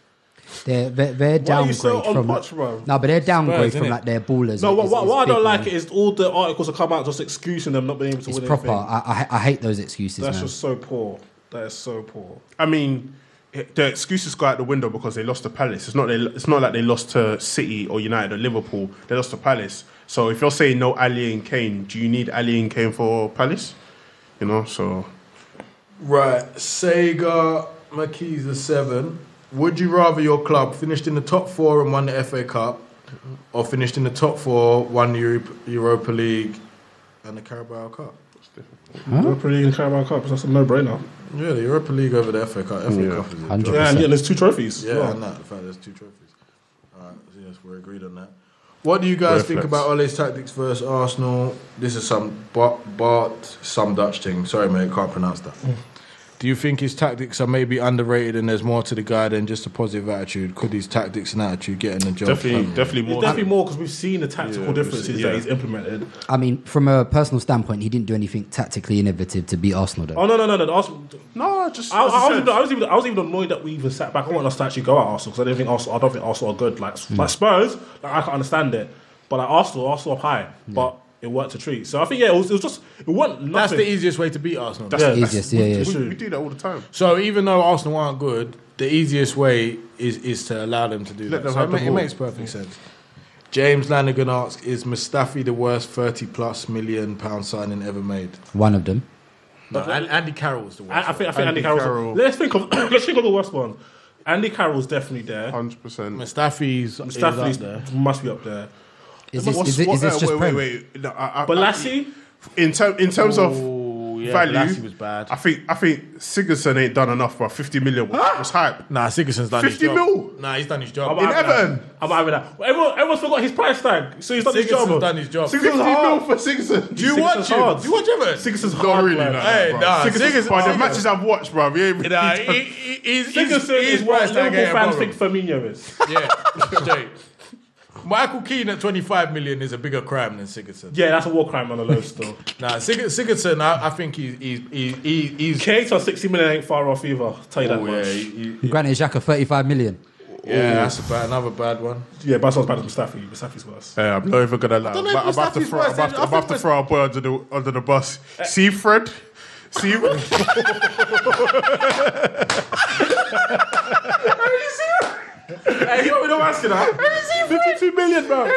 Speaker 4: They're they're, they're
Speaker 3: Why are you
Speaker 4: downgrade
Speaker 3: so on
Speaker 4: from.
Speaker 3: watch, bro?
Speaker 4: No, but they're downgrade
Speaker 8: Spurs,
Speaker 4: from
Speaker 8: innit?
Speaker 4: like their ballers.
Speaker 3: No, what,
Speaker 4: It's-
Speaker 3: what,
Speaker 4: it's
Speaker 3: what I
Speaker 4: big,
Speaker 3: don't like
Speaker 4: man.
Speaker 3: is all the articles that come out just excusing them not being able to win
Speaker 8: Oh,
Speaker 4: proper.
Speaker 3: anything.
Speaker 4: I, I I hate those excuses,
Speaker 3: That's
Speaker 4: man.
Speaker 3: just so poor. That is so poor.
Speaker 9: I mean, it- the excuses go out the window because they lost to Palace. It's not they, it's not like they lost to City or United or Liverpool. They lost to Palace. So if you're saying no Ali and Kane, do you need Ali and Kane for Palace? You know, so
Speaker 8: Right, Sega McKees a seven. Would you rather your club finished in the top four and won the FA Cup, or finished in the top four, won the Europe, Europa League, and the Carabao Cup?
Speaker 3: Europa League and Carabao Cup. That's a no-brainer.
Speaker 8: Yeah, the Europa League over the FA Cup. FA Cup is a joke.
Speaker 3: Yeah, and yeah, there's two trophies.
Speaker 8: Yeah,
Speaker 3: Wow.
Speaker 8: and that, the fact there's two trophies. All right, so yes, we're agreed on that. What do you guys think about Ole's tactics versus Arsenal? This is some Bart, Bart some Dutch thing. Sorry, mate, can't pronounce that.
Speaker 4: Mm.
Speaker 8: Do you think his tactics are maybe underrated and there's more to the guy than just a positive attitude? Could his tactics and attitude get in the job?
Speaker 9: definitely,
Speaker 8: done?
Speaker 9: definitely
Speaker 3: It's
Speaker 9: more.
Speaker 3: definitely more because we've seen the tactical
Speaker 9: Yeah,
Speaker 3: differences
Speaker 9: yeah.
Speaker 3: that he's implemented.
Speaker 4: I mean, from a personal standpoint, he didn't do anything tactically innovative to beat Arsenal. Though.
Speaker 3: Oh no no no no! the Arsenal-
Speaker 9: no, just
Speaker 3: I, was-
Speaker 9: as
Speaker 3: I, was
Speaker 9: said.
Speaker 3: even, I was even I was even annoyed that we even sat back. I want us to actually go at Arsenal because I don't think Arsenal. I don't think Arsenal are good. Like like Spurs, like I can understand it, but like Arsenal, Arsenal up high, but it worked a treat. So I think yeah, it was, it was just it wasn't nothing.
Speaker 8: That's the easiest way to beat Arsenal.
Speaker 3: That's-
Speaker 4: the easiest, yeah, yeah.
Speaker 9: we, we do that all the time.
Speaker 8: So even though Arsenal aren't good, the easiest way is is to allow them to do
Speaker 9: Let
Speaker 8: that.
Speaker 9: them
Speaker 8: So
Speaker 9: have
Speaker 8: it,
Speaker 9: the
Speaker 8: ma- it
Speaker 9: ball.
Speaker 8: makes perfect sense. James Lanigan asks: Is Mustafi the worst thirty plus million pound signing ever made?
Speaker 4: One of them.
Speaker 8: No, An- Andy Carroll's the worst.
Speaker 3: I, I think I
Speaker 9: Andy
Speaker 3: think Andy, Carroll's.
Speaker 9: Carroll.
Speaker 3: Let's think of let's think of the worst ones. Andy Carroll's definitely there.
Speaker 9: Hundred percent.
Speaker 8: Mustafi's
Speaker 3: Staffley
Speaker 8: Mustafi's there.
Speaker 3: must be up there.
Speaker 4: Is this, is it- is this just
Speaker 9: wait,
Speaker 4: Prem?
Speaker 9: wait, wait. No, I, I,
Speaker 3: But Lassie,
Speaker 9: in, ter- in terms of
Speaker 8: Ooh,
Speaker 7: Oh, yeah,
Speaker 3: value.
Speaker 7: Lassie was bad.
Speaker 3: I think I think Sigurdsson ain't done enough, bro. Fifty million was, was hype.
Speaker 8: Nah, Sigurdsson's
Speaker 7: done his
Speaker 3: 50
Speaker 7: job.
Speaker 3: mil.
Speaker 8: Nah, he's done his
Speaker 7: I'm
Speaker 8: job.
Speaker 7: not having that. I'm not having that. Well, Everyone, everyone's forgot his price tag, so he's done his
Speaker 8: Sigurdsson's
Speaker 7: job. bro.
Speaker 8: done his job.
Speaker 7: 50
Speaker 8: Sigurdsson's
Speaker 7: mil
Speaker 8: hard.
Speaker 7: for Sigurdsson.
Speaker 8: Do you watch
Speaker 7: Sigurdsson's
Speaker 8: him?
Speaker 7: hard.
Speaker 8: Do you watch Everton?
Speaker 7: Sigurdsson's
Speaker 3: Not
Speaker 7: hard,
Speaker 3: really,
Speaker 7: man.
Speaker 3: no,
Speaker 8: Hey,
Speaker 3: bro.
Speaker 8: nah,
Speaker 3: Sigurdsson's-
Speaker 8: Sigurdsson's
Speaker 3: by the
Speaker 8: hard.
Speaker 3: matches I've watched, bro, he ain't really
Speaker 8: Nah,
Speaker 3: done-
Speaker 8: he- he- he's-
Speaker 7: Sigurdsson
Speaker 8: he's
Speaker 7: is what
Speaker 8: priced like
Speaker 7: Liverpool
Speaker 8: a
Speaker 7: fans
Speaker 8: bottom.
Speaker 7: think Firmino is.
Speaker 8: Yeah, straight. Michael Keane at 25 million is a bigger crime than Sigurdsson.
Speaker 7: Yeah, that's a war crime on the low still.
Speaker 8: Nah, Sig- Sigurdsson, I, I think he's, he's, he's, he's, he's
Speaker 7: Keita 60 million ain't far off either. I'll tell you that
Speaker 8: Oh,
Speaker 7: much.
Speaker 8: yeah,
Speaker 11: Granit Xhaka, 35 million.
Speaker 8: yeah, that's a bad, another bad one.
Speaker 7: Yeah, but that's not as bad as Mustafi. Mustafi's worse.
Speaker 3: Yeah, I'm not even gonna lie.
Speaker 8: I
Speaker 3: I'm
Speaker 8: don't know
Speaker 3: about,
Speaker 8: if
Speaker 3: about to
Speaker 8: Mustafi's
Speaker 3: throw,
Speaker 8: worse
Speaker 3: I'm about
Speaker 8: than-
Speaker 3: to,
Speaker 8: I
Speaker 3: I'm about
Speaker 8: think
Speaker 3: to throw our boy under the under the bus. See, Fred. See,
Speaker 7: Hey, yo, we don't ask you that. 52 million, man.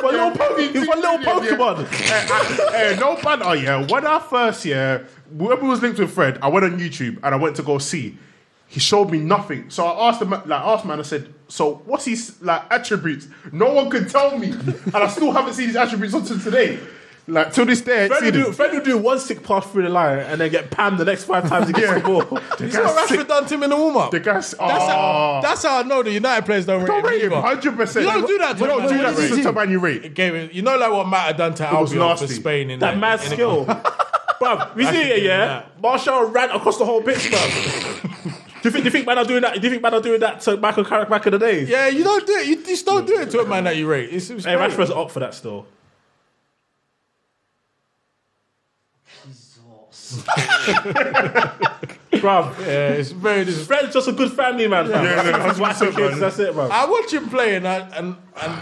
Speaker 7: For little Pokemon. It's for little Pokemon.
Speaker 3: hey, I- hey, no banter, yeah. When I first, yeah, when we was linked with Fred, I went on YouTube and I went to go see. He showed me nothing. So I asked him, like, asked man, I said, so what's his, like, attributes? No one could tell me. and I still haven't seen his attributes until today. Like, till this day, I
Speaker 7: Fred will,
Speaker 3: ain't seen
Speaker 7: do,
Speaker 3: him.
Speaker 7: Fred will do one sick pass through the line and then get pammed the next five times he gets
Speaker 3: Yeah.
Speaker 7: the ball.
Speaker 3: The
Speaker 8: You saw
Speaker 3: guy's sick.
Speaker 8: Rashford done to him in the warm up.
Speaker 3: The guy's, oh.
Speaker 8: That's, how, that's how I know the United players don't rate
Speaker 3: don't rate him,
Speaker 8: either.
Speaker 3: 100%.
Speaker 8: You don't do that to
Speaker 3: You don't
Speaker 8: him,
Speaker 3: do
Speaker 8: man.
Speaker 3: that
Speaker 8: What is
Speaker 3: to
Speaker 8: he?
Speaker 3: Tabani rate.
Speaker 8: It gave it- you know, like what Matt had done to
Speaker 3: was
Speaker 8: Albion for
Speaker 3: nasty.
Speaker 8: Spain in
Speaker 7: That
Speaker 8: the-
Speaker 7: mad
Speaker 8: in the-
Speaker 7: skill. bruv, we
Speaker 8: I
Speaker 7: see
Speaker 8: could
Speaker 7: it,
Speaker 8: give him
Speaker 7: yeah?
Speaker 8: that.
Speaker 7: Marshall ran across the whole pitch, bruv. do, you think, do you think man are doing that? Do you think man are doing that to Michael Carrick back in the days?
Speaker 8: Yeah, you don't do it. You just don't do it to a man that you rate. It's, it's
Speaker 7: Hey,
Speaker 8: great.
Speaker 7: Rashford's up for that still. bruv,
Speaker 8: Yeah, it's very dis-
Speaker 7: Fred's just a good family man. fam.
Speaker 3: Yeah, yeah,
Speaker 7: that's,
Speaker 3: 100%,
Speaker 7: kids,
Speaker 3: man.
Speaker 7: that's it, bruv.
Speaker 8: I watch him play and I and and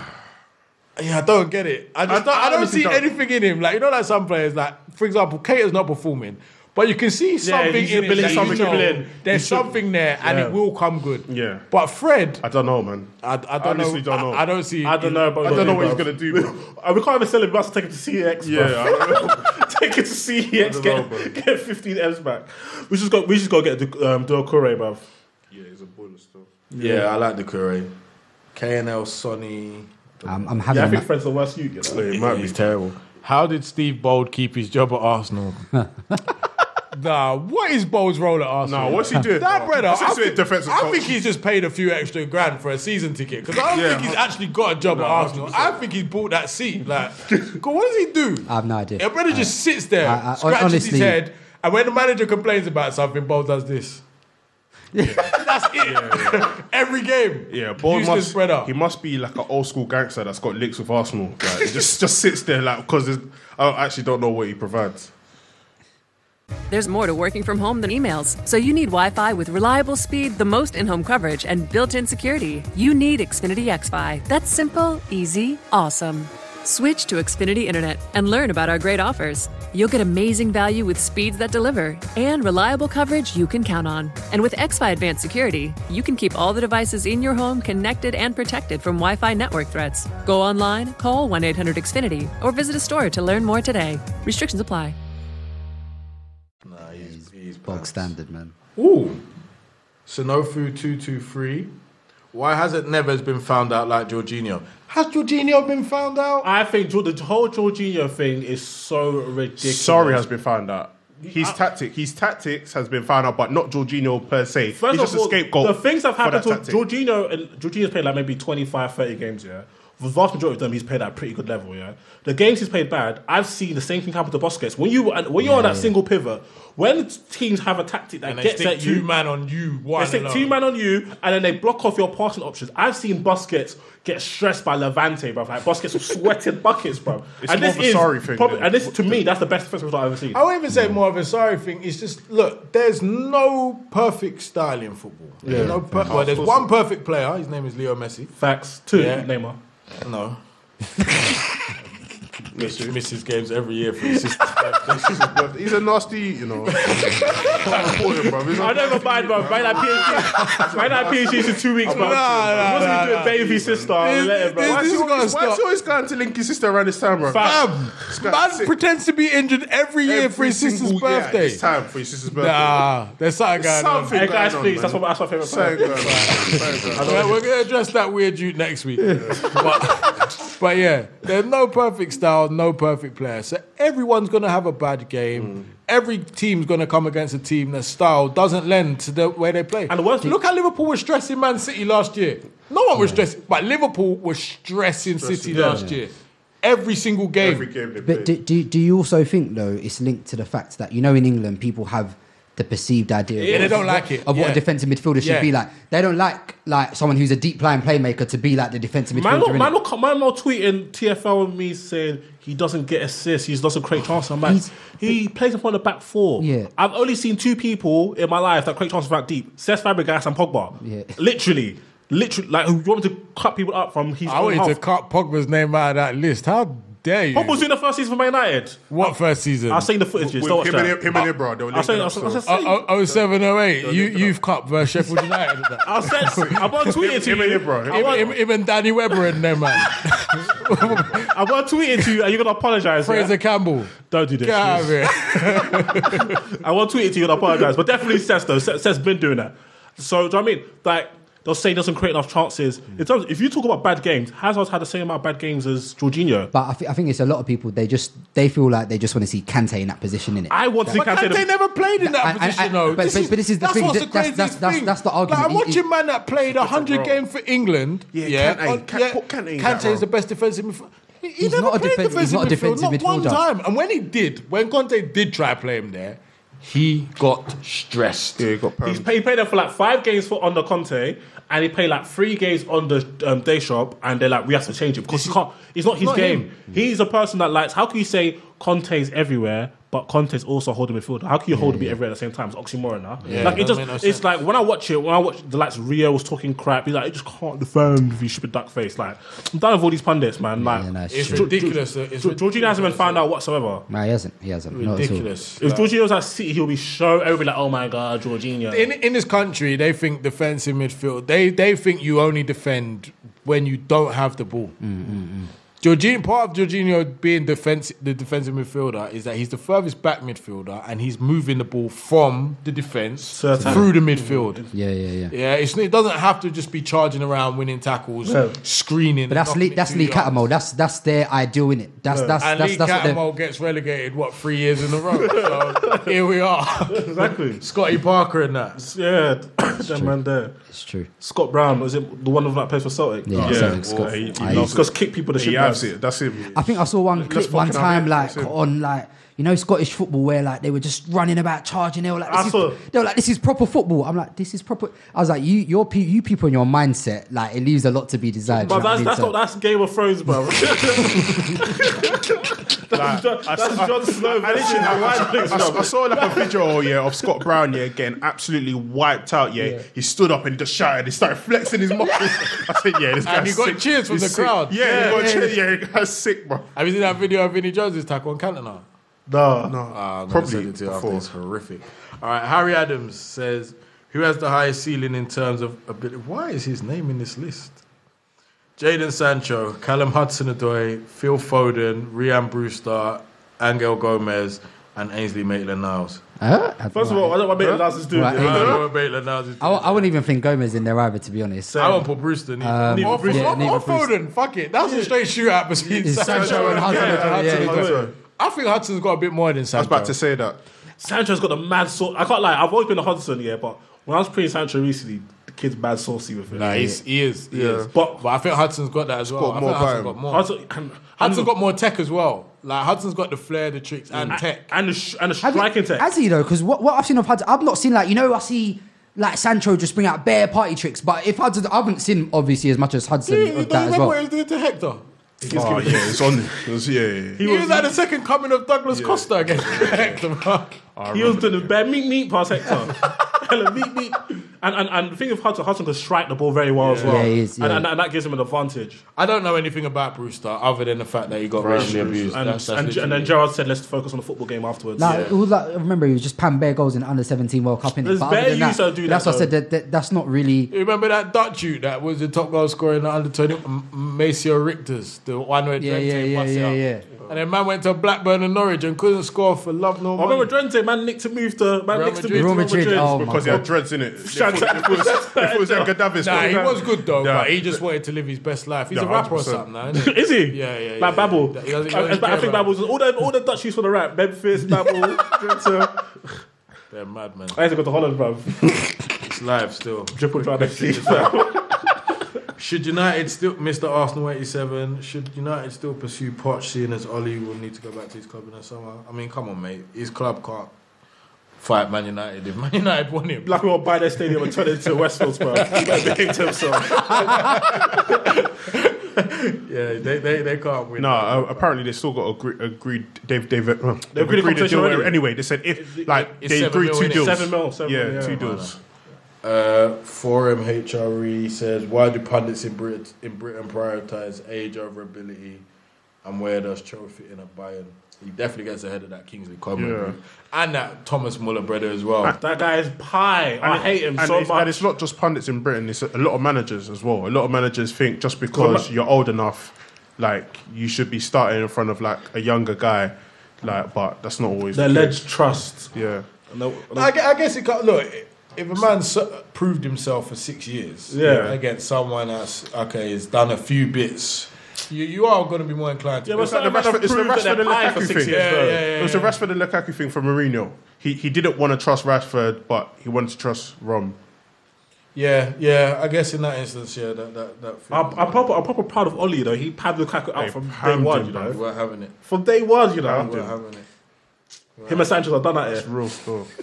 Speaker 8: yeah, I don't get it. I just
Speaker 3: I-
Speaker 8: don't, I,
Speaker 3: I
Speaker 8: don't
Speaker 3: honestly
Speaker 8: see
Speaker 3: don't.
Speaker 8: anything in him. Like you know, like some players, like for example, Kater's not performing, but you can see something
Speaker 7: he's
Speaker 8: in him.
Speaker 7: ability,
Speaker 8: that you
Speaker 7: something
Speaker 8: know
Speaker 7: dribbling.
Speaker 8: There's
Speaker 7: He should-
Speaker 8: something there, and
Speaker 7: Yeah.
Speaker 8: it will come good.
Speaker 3: Yeah.
Speaker 8: But Fred,
Speaker 3: I don't know, man.
Speaker 8: I, I don't
Speaker 3: honestly
Speaker 8: know.
Speaker 3: don't know.
Speaker 8: I, I don't see.
Speaker 7: I don't know, about
Speaker 3: I don't know what he's
Speaker 7: bruv.
Speaker 3: gonna do, bro.
Speaker 7: Uh, we can't even sell him. We have to take him to CEX.
Speaker 3: Yeah,
Speaker 7: bruv.
Speaker 3: I don't
Speaker 7: take it to CEX.
Speaker 3: don't know, bro. uh,
Speaker 7: Get, get 15 M's back. We just got. We just got to get Du- um, Dual Corey, bruv.
Speaker 3: Yeah, he's a baller still.
Speaker 8: Yeah, I like the Curry. KNL Sonny.
Speaker 11: I'm, I'm
Speaker 7: Yeah, I
Speaker 11: having
Speaker 7: think
Speaker 11: that.
Speaker 7: Fred's the worst you get.
Speaker 3: It might be
Speaker 8: terrible. How did Steve Bold keep his job at Arsenal? nah, what is Bold's role at Arsenal?
Speaker 3: Nah, what's he doing?
Speaker 8: That
Speaker 3: bro?
Speaker 8: brother,
Speaker 3: What's he
Speaker 8: I,
Speaker 3: doing,
Speaker 8: think,
Speaker 3: defensive
Speaker 8: I
Speaker 3: coach?
Speaker 8: think he's just paid a few extra grand for a season ticket because I don't
Speaker 3: Yeah.
Speaker 8: think he's actually got a job at Arsenal. I think he bought that seat. Like, 'cause what does he do?
Speaker 11: I have no idea.
Speaker 8: That brother just sits there,
Speaker 11: I- I-
Speaker 8: scratches
Speaker 11: honestly-
Speaker 8: his head, and when the manager complains about something, Bold does this. That's it. Every game.
Speaker 3: Yeah, Bourne
Speaker 8: Useless
Speaker 3: must,
Speaker 8: brother.
Speaker 3: he must be like an old school gangster that's got links with Arsenal. Like, he just just sits there like because I actually don't know what he provides.
Speaker 2: There's more to working from home than emails, so you need Wi Fi with reliable speed, the most in home coverage, and built in security. You need Xfinity XFi. That's simple, easy, awesome. Switch to Xfinity Internet and learn about our great offers. You'll get amazing value with speeds that deliver and reliable coverage you can count on. And with XFi Advanced Security, you can keep all the devices in your home connected and protected from Wi Fi network threats. Go online, call 1 800 Xfinity, or visit a store to learn more today. Restrictions apply.
Speaker 11: Bog standard, man.
Speaker 8: Ooh. Sanofu 223. Why hasn't Neves been found out like Jorginho? Has Jorginho been found out?
Speaker 7: I think Jor- the whole Jorginho thing is so ridiculous.
Speaker 3: Sorry has been found out. His tactic, his tactics has been found out, but not Jorginho per se.
Speaker 7: First
Speaker 3: He's
Speaker 7: of
Speaker 3: just
Speaker 7: all,
Speaker 3: a scapegoat.
Speaker 7: The things that have
Speaker 3: for
Speaker 7: happened
Speaker 3: that
Speaker 7: to
Speaker 3: tactic.
Speaker 7: Jorginho, and Jorginho's played like maybe 25, 30 games, yeah. The vast majority of them, he's played at a pretty good level, yeah. The games he's played bad, I've seen the same thing happen to Busquets. When you and when you're on that single pivot, when teams have a tactic that
Speaker 8: and they
Speaker 7: gets
Speaker 8: stick
Speaker 7: at
Speaker 8: two
Speaker 7: you,
Speaker 8: man on you. One
Speaker 7: they stick
Speaker 8: alone.
Speaker 7: two man on you, and then they block off your passing options. I've seen Busquets get stressed by Levante, bro. Like Busquets was sweating buckets, bro.
Speaker 3: It's more of a sorry thing
Speaker 7: probably-
Speaker 3: than-
Speaker 7: and this to me, that's the best defensive result I've ever seen.
Speaker 8: I won't even say more of a sorry thing. It's just look, there's no perfect style in football. There's no per- well, there's one perfect player. His name is Leo Messi.
Speaker 7: Facts. Two,
Speaker 8: Yeah.
Speaker 7: Neymar.
Speaker 8: No. misses, misses games every year for his sister's birthday.
Speaker 3: He's a nasty, you know. Can't report him, bruv. He's a-
Speaker 7: I never mind, bro. Right now, PSG. Right now, PSG is two weeks, bro.
Speaker 8: Nah, nah,
Speaker 7: What's
Speaker 8: nah,
Speaker 7: he doing,
Speaker 8: nah.
Speaker 7: baby sister?
Speaker 8: This-
Speaker 7: Let it, bro.
Speaker 8: this-
Speaker 7: Why
Speaker 3: Why
Speaker 7: is
Speaker 8: is
Speaker 3: is he
Speaker 8: gonna
Speaker 3: always- why is
Speaker 8: stop.
Speaker 3: he always going to link his sister around this time, bro?
Speaker 7: Fam.
Speaker 8: Fam,
Speaker 3: This guy's
Speaker 8: man
Speaker 3: sick.
Speaker 8: pretends to be injured every year for his
Speaker 3: Every
Speaker 8: sister's
Speaker 3: single year at
Speaker 8: birthday.
Speaker 3: this time for his sister's birthday.
Speaker 8: Nah, there's something going on.
Speaker 3: Something
Speaker 7: Hey,
Speaker 3: going
Speaker 7: guys,
Speaker 3: on,
Speaker 7: please.
Speaker 3: man.
Speaker 7: That's, what, that's my favorite
Speaker 3: Something
Speaker 7: part.
Speaker 3: going on. Something going on.
Speaker 8: All right, we're gonna address that weird dude next week. But But yeah, there's no perfect style, no perfect player. So everyone's going to have a bad
Speaker 3: Mm.
Speaker 8: game. Every team's going to come against a team that style doesn't lend to the way they play. And the worst, look how Liverpool was stressing Man City last year. No one was stressing, but Liverpool was stressing, City
Speaker 9: yeah.
Speaker 8: last year. Every single game.
Speaker 9: Every game they
Speaker 4: But do, do, do you also think though it's linked to the fact that you know in England people have the perceived idea
Speaker 8: Yeah,
Speaker 4: of,
Speaker 8: they
Speaker 4: what-
Speaker 8: don't like it.
Speaker 4: of what
Speaker 8: Yeah.
Speaker 4: a defensive midfielder should
Speaker 3: Yeah.
Speaker 4: be like. They don't like like someone who's a deep line playmaker to be like the defensive
Speaker 3: Man,
Speaker 4: midfielder.
Speaker 3: not, man,
Speaker 4: innit?
Speaker 3: not, man not tweeting TFL and me saying he doesn't get assists, he doesn't create chances. I'm like, he plays upon the back four. Yeah. I've only seen two people in my life that create chances from out deep Cesc Fabregas and Pogba. Yeah. Literally. Literally. Like, you want me to cut people up from his
Speaker 8: I
Speaker 3: own
Speaker 8: wanted to
Speaker 3: half.
Speaker 8: cut Pogba's name out of that list. How dare you?
Speaker 3: Pogba was doing the first season for Man United.
Speaker 8: What first season?
Speaker 3: I've seen the footages.
Speaker 8: With
Speaker 3: don't watch
Speaker 8: him
Speaker 3: that.
Speaker 8: and- him and Ibra,
Speaker 3: I- I've seen- I've seen- I've seen-
Speaker 8: Oh, oh, 07, 08, you, Youth Cup versus Sheffield United.
Speaker 3: I'll send- I'm on Twitter to
Speaker 8: Him and
Speaker 3: you.
Speaker 8: Ibra.
Speaker 3: I want-
Speaker 8: Him- him- him and Danny Webber in there, man.
Speaker 3: I'm going to tweet it to you and you're going to apologize.
Speaker 8: Fraser Campbell.
Speaker 3: Don't do this.
Speaker 8: Get out of here.
Speaker 3: I will tweet it to you and apologize, but definitely Seth though. Seth, has been doing that. So do you know what I mean? Like they'll say he doesn't create enough chances. In terms, if you talk about bad games, Hazard's had the same amount of bad games as Jorginho.
Speaker 4: But I, thi- I think it's a lot of people. They just they feel like they just want to see Kante in that position in it.
Speaker 3: I want to see
Speaker 8: But
Speaker 3: Kante.
Speaker 8: Kante never played in that
Speaker 4: I- I-
Speaker 8: position,
Speaker 4: I-
Speaker 8: though.
Speaker 4: but- but- but this is the
Speaker 8: that's
Speaker 4: thing.
Speaker 8: What's
Speaker 4: Th- that's-
Speaker 8: the craziest
Speaker 4: that's- that's-
Speaker 8: thing.
Speaker 4: that's the argument.
Speaker 8: Like, I'm
Speaker 4: He- he-
Speaker 8: watching man that played
Speaker 4: a
Speaker 8: 100
Speaker 4: role.
Speaker 8: games for England. Yeah,
Speaker 4: Kante-
Speaker 8: on-
Speaker 4: Ka-
Speaker 8: yeah,
Speaker 4: Ka- Kante in that
Speaker 8: Kante is
Speaker 4: role.
Speaker 8: the best defensive midfielder. He, he
Speaker 4: He's
Speaker 8: never
Speaker 4: not a
Speaker 8: played
Speaker 4: defen-
Speaker 8: defensive,
Speaker 4: he's not a defensive
Speaker 8: midfield, not one
Speaker 4: midfielder.
Speaker 8: time. And when he did, when Conte did try to play him there, he got stressed.
Speaker 9: Yeah, he got
Speaker 3: He's played, he played there for like five games for under Conte, and he played like three games under um, Day Shop, and they're like, we have to change him because he can't. It's not his
Speaker 8: not
Speaker 3: game.
Speaker 8: him.
Speaker 3: He's a person that likes. How can you say Conte's everywhere, but Conte's also a holding midfielder? How can you hold him everywhere at the same time? It's oxymoron, huh?
Speaker 8: Yeah,
Speaker 3: like it
Speaker 8: that
Speaker 3: just.
Speaker 8: make no
Speaker 3: it's
Speaker 8: sense.
Speaker 3: like when I watch it, when I watch the likes of Rio was talking crap, he's like, I just can't defend with you stupid duck face. Like I'm done with all these pundits, man. Like
Speaker 8: It's
Speaker 3: Jo- Jo-
Speaker 8: ridiculous,
Speaker 3: Jo-
Speaker 8: uh, it's
Speaker 3: Jo- Jorginho hasn't been found out whatsoever.
Speaker 4: No, he hasn't. He hasn't. Not at all.
Speaker 3: If Jorginho's at City, he'll be shown. Everybody like, oh my god, Jorginho.
Speaker 8: in in this country, they think defensive midfield. They they think you only defend when you don't have the ball. Jorginho, part of Jorginho being defense, the defensive midfielder is that he's the furthest back midfielder and he's moving the ball from the defense
Speaker 3: attack.
Speaker 8: through the midfield.
Speaker 4: Yeah, yeah, yeah.
Speaker 8: Yeah, it's, it doesn't have to just be charging around, winning tackles,
Speaker 4: No.
Speaker 8: screening.
Speaker 4: But that's
Speaker 8: knocking
Speaker 4: Lee,
Speaker 8: it
Speaker 4: that's
Speaker 8: two
Speaker 4: Lee
Speaker 8: yards.
Speaker 4: Catamol. That's that's their ideal in it. That's
Speaker 8: No.
Speaker 4: that's
Speaker 8: and
Speaker 4: that's
Speaker 8: Lee
Speaker 4: that's what they're-
Speaker 8: Catamol gets relegated what three years in a row. so here we are,
Speaker 3: exactly.
Speaker 8: Scotty Parker and that.
Speaker 3: Yeah, that man there.
Speaker 4: It's true.
Speaker 3: Scott Brown was it the one of that plays for Celtic?
Speaker 4: Yeah, Yeah. Celtic, Scott.
Speaker 3: he, he
Speaker 4: I-
Speaker 3: loves because kick people the
Speaker 9: He
Speaker 3: shit.
Speaker 9: has
Speaker 3: man.
Speaker 9: it. That's it.
Speaker 4: I think I saw one
Speaker 9: Let's
Speaker 4: clip
Speaker 9: fucking
Speaker 4: one
Speaker 9: have
Speaker 4: time,
Speaker 9: it.
Speaker 4: like oh,
Speaker 9: That's it.
Speaker 4: on like you know Scottish football, where like they were just running about charging. They were like,
Speaker 3: I
Speaker 4: this is,
Speaker 3: saw-
Speaker 4: they were like, this is proper football. I'm like, this is proper. I was like, you, your, pe- you people in your mindset, like it leaves a lot to be desired.
Speaker 3: But
Speaker 4: do you
Speaker 3: that's
Speaker 4: know
Speaker 3: that's not
Speaker 4: what
Speaker 3: that's Game of Thrones, bro. that's John,
Speaker 9: I-
Speaker 3: that's
Speaker 9: I-
Speaker 3: John Snow.
Speaker 9: I, literally- I- I- I- I saw like a video, yeah, of Scott Brown, yeah, getting absolutely wiped out, yeah. He stood up and just shouted. He started flexing his muscles. I said, yeah, this
Speaker 8: And
Speaker 9: guy's
Speaker 8: he got
Speaker 9: sick.
Speaker 8: cheers from
Speaker 9: He's
Speaker 8: the
Speaker 9: sick.
Speaker 8: crowd.
Speaker 9: Yeah, yeah, he got
Speaker 8: Yeah.
Speaker 9: cheers. Yeah, he got sick, bro.
Speaker 8: Have you seen that video of Vinny Jones's tackle on
Speaker 9: No,
Speaker 8: Cantona?
Speaker 9: no.
Speaker 8: Ah, I'm gonna
Speaker 9: Probably
Speaker 8: send it to you after.
Speaker 9: before.
Speaker 8: It's horrific. All right, Harry Adams says, "Who has the highest ceiling in terms of ability?" Why is his name in this list? Jaden Sancho, Callum Hudson-Odoi, Phil Foden, Rian Brewster, Angel Gomez, and Ainsley Maitland-Niles.
Speaker 4: Huh? I-
Speaker 3: First of all, I don't want Maitland Niles is doing
Speaker 4: Right.
Speaker 3: this.
Speaker 8: I don't
Speaker 4: Huh?
Speaker 8: know what Maitland-Niles is.
Speaker 4: I, w- I wouldn't even think Gomez in there either, to be honest.
Speaker 8: I won't put Brewster neither.
Speaker 4: Um,
Speaker 8: or,
Speaker 4: Neither Brewster.
Speaker 8: or-
Speaker 4: Yeah,
Speaker 8: or
Speaker 4: neither Brewster.
Speaker 8: Foden. Fuck it. That's a straight shootout between
Speaker 4: It's
Speaker 8: Sancho,
Speaker 4: Sancho
Speaker 8: and
Speaker 4: and Hudson.
Speaker 8: Hudson-Odoi.
Speaker 4: Yeah, yeah, yeah.
Speaker 8: I think Hudson's got a bit more than Sancho.
Speaker 9: I was about to say that.
Speaker 3: Sancho's got the mad sauce. I can't lie. I've always been a Hudson, yeah, but when I was pre Sancho recently, the kid's mad saucy with it.
Speaker 8: Nah, he's, he is. He
Speaker 3: Yeah.
Speaker 8: is. But, I think Hudson's got that as well.
Speaker 9: got
Speaker 8: I
Speaker 9: more
Speaker 8: think Hudson's
Speaker 9: vibe.
Speaker 8: got more.
Speaker 3: Hudson-
Speaker 8: Hudson,
Speaker 3: and-
Speaker 8: got more tech as well. Like Hudson's got the flair, the tricks, and
Speaker 3: And-
Speaker 8: tech,
Speaker 3: and the sh- and the
Speaker 4: Have you-
Speaker 3: striking tech.
Speaker 4: Has he though? Because what, what I've seen of Hudson, I've not seen like you know I see like Sancho just bring out bare party tricks, but if Hudson, I haven't seen obviously as much as Hudson
Speaker 8: Yeah,
Speaker 4: of
Speaker 8: don't
Speaker 4: that as
Speaker 8: remember
Speaker 4: well.
Speaker 8: what he was doing to Hector?
Speaker 9: Oh,
Speaker 8: giving-
Speaker 9: yeah, it's on. It was, yeah, yeah,
Speaker 8: He,
Speaker 9: yeah.
Speaker 8: was, like the second coming of Douglas Costa against Hector. bro.
Speaker 3: He was doing the bare meat meat pass Hector. Hella meat meat. And, and, and the thing with Hudson, Hudson can strike the ball very well as well.
Speaker 4: Yeah, he is,
Speaker 3: And,
Speaker 4: yeah.
Speaker 3: and, and that gives him an advantage.
Speaker 8: I don't know anything about Brewster other than the fact that he got racially abused.
Speaker 3: And,
Speaker 8: That's- that's
Speaker 3: and, and
Speaker 8: literally
Speaker 3: then
Speaker 8: it.
Speaker 3: Gerard said, let's focus on the football game afterwards.
Speaker 4: Now, all that- I remember he was just pan bare goals in under seventeen World Cup. Innit?
Speaker 3: There's
Speaker 4: But other
Speaker 3: bare
Speaker 4: than that,
Speaker 3: youths that do
Speaker 4: that's
Speaker 3: that,
Speaker 4: what I said. That, that, that's not really.
Speaker 8: You remember that Dutch dude that was the top goal scorer in the under 20? M- Maceo Richters, the one where
Speaker 4: Yeah,
Speaker 8: Drenthe
Speaker 4: yeah, yeah,
Speaker 8: busts it
Speaker 4: yeah,
Speaker 8: up.
Speaker 4: yeah.
Speaker 8: And then man went to Blackburn and Norwich and couldn't score for love no
Speaker 3: I
Speaker 8: money.
Speaker 3: remember Drenthe, man, nicked to move to man,
Speaker 8: Real
Speaker 3: nicked to
Speaker 8: Madrid.
Speaker 3: move
Speaker 4: Real
Speaker 3: to
Speaker 4: Madrid, oh my
Speaker 9: Because he had dreads in it.
Speaker 3: Shout
Speaker 9: If it was, if it was Edgar Davis,
Speaker 8: Nah,
Speaker 9: but-
Speaker 8: he was good though,
Speaker 9: Yeah.
Speaker 8: but he just wanted to live his best life. He's
Speaker 9: Yeah,
Speaker 8: a rapper or
Speaker 9: 100%.
Speaker 8: something now, isn't
Speaker 3: Is he?
Speaker 8: Yeah, yeah, yeah.
Speaker 3: Like
Speaker 8: He
Speaker 3: Babel. I,
Speaker 8: doesn't- he
Speaker 3: I-
Speaker 8: doesn't
Speaker 3: I
Speaker 8: care
Speaker 3: think
Speaker 8: about-
Speaker 3: Babel's all the all the Dutch used for the rap. Memphis, Babel, Drexel.
Speaker 8: They're mad, man.
Speaker 3: I had to go to Holland, bruv.
Speaker 8: It's live still.
Speaker 3: Triple try next season.
Speaker 8: Should United still Mr. Arsenal eighty seven? Should United still pursue Poch seeing as Oli will need to go back to his club in the summer? I mean, come on, mate. His club can't fight Man United if Man United won him.
Speaker 3: Black will buy their stadium and turn it into Westfield Spurs. He better behave to himself.
Speaker 8: Yeah, they, they, they can't win.
Speaker 9: No, uh, apparently they still got agree, agreed. They've they've, uh, they've agreed,
Speaker 3: agreed a
Speaker 9: a
Speaker 3: competition
Speaker 9: deal
Speaker 3: already.
Speaker 9: anyway. They said if like
Speaker 8: it's
Speaker 9: they
Speaker 8: seven
Speaker 9: agreed
Speaker 8: mil,
Speaker 9: two
Speaker 8: innit?
Speaker 9: deals,
Speaker 8: Seven
Speaker 3: mil, seven
Speaker 9: yeah,
Speaker 3: mil, yeah.
Speaker 9: two deals.
Speaker 8: Uh, Forum HRE says, why do pundits in Britain, in Britain prioritise age over ability and where does Cho fit in at Bayern? He definitely gets ahead of that Kingsley Coleman
Speaker 9: Yeah.
Speaker 8: group. and that Thomas Muller brother as well.
Speaker 3: That guy is pie. I
Speaker 9: And-
Speaker 3: hate him
Speaker 9: and
Speaker 3: so
Speaker 9: it's,
Speaker 3: much.
Speaker 9: And it's not just pundits in Britain; it's a lot of managers as well. A lot of managers think just because
Speaker 3: Well,
Speaker 9: you're old enough, like you should be starting in front of like a younger guy, like. But that's not always
Speaker 3: Their
Speaker 9: the
Speaker 3: ledge
Speaker 9: case.
Speaker 3: trust.
Speaker 9: Yeah,
Speaker 3: No,
Speaker 8: No, I, gue- I guess it can't. Look, if a man so, proved himself for six years
Speaker 3: Yeah.
Speaker 8: against someone that's uh, okay, has done a few bits, you, you are going to be more inclined to.
Speaker 3: Yeah, but
Speaker 9: It's like the
Speaker 3: Man have
Speaker 9: Rashford, it's the
Speaker 3: proved that
Speaker 9: Rashford
Speaker 3: they're
Speaker 9: and
Speaker 3: pie for
Speaker 9: Lukaku
Speaker 3: six
Speaker 9: thing.
Speaker 3: years, though.
Speaker 9: It was the Rashford and Lukaku thing from Mourinho. He he didn't want to trust Rashford, but he wanted to trust Rom.
Speaker 8: yeah, yeah, I guess in that instance, yeah, that that, that
Speaker 3: I'm, I'm, proper, I'm proper proud of Oli though. He padded Lukaku out from day
Speaker 9: pammed
Speaker 3: one,
Speaker 9: him,
Speaker 3: you
Speaker 9: man.
Speaker 3: know.
Speaker 8: we're having it.
Speaker 3: From day one, you know.
Speaker 8: We're having it.
Speaker 3: Him and Sanchez are done out
Speaker 9: It's
Speaker 3: here.
Speaker 9: real stuff.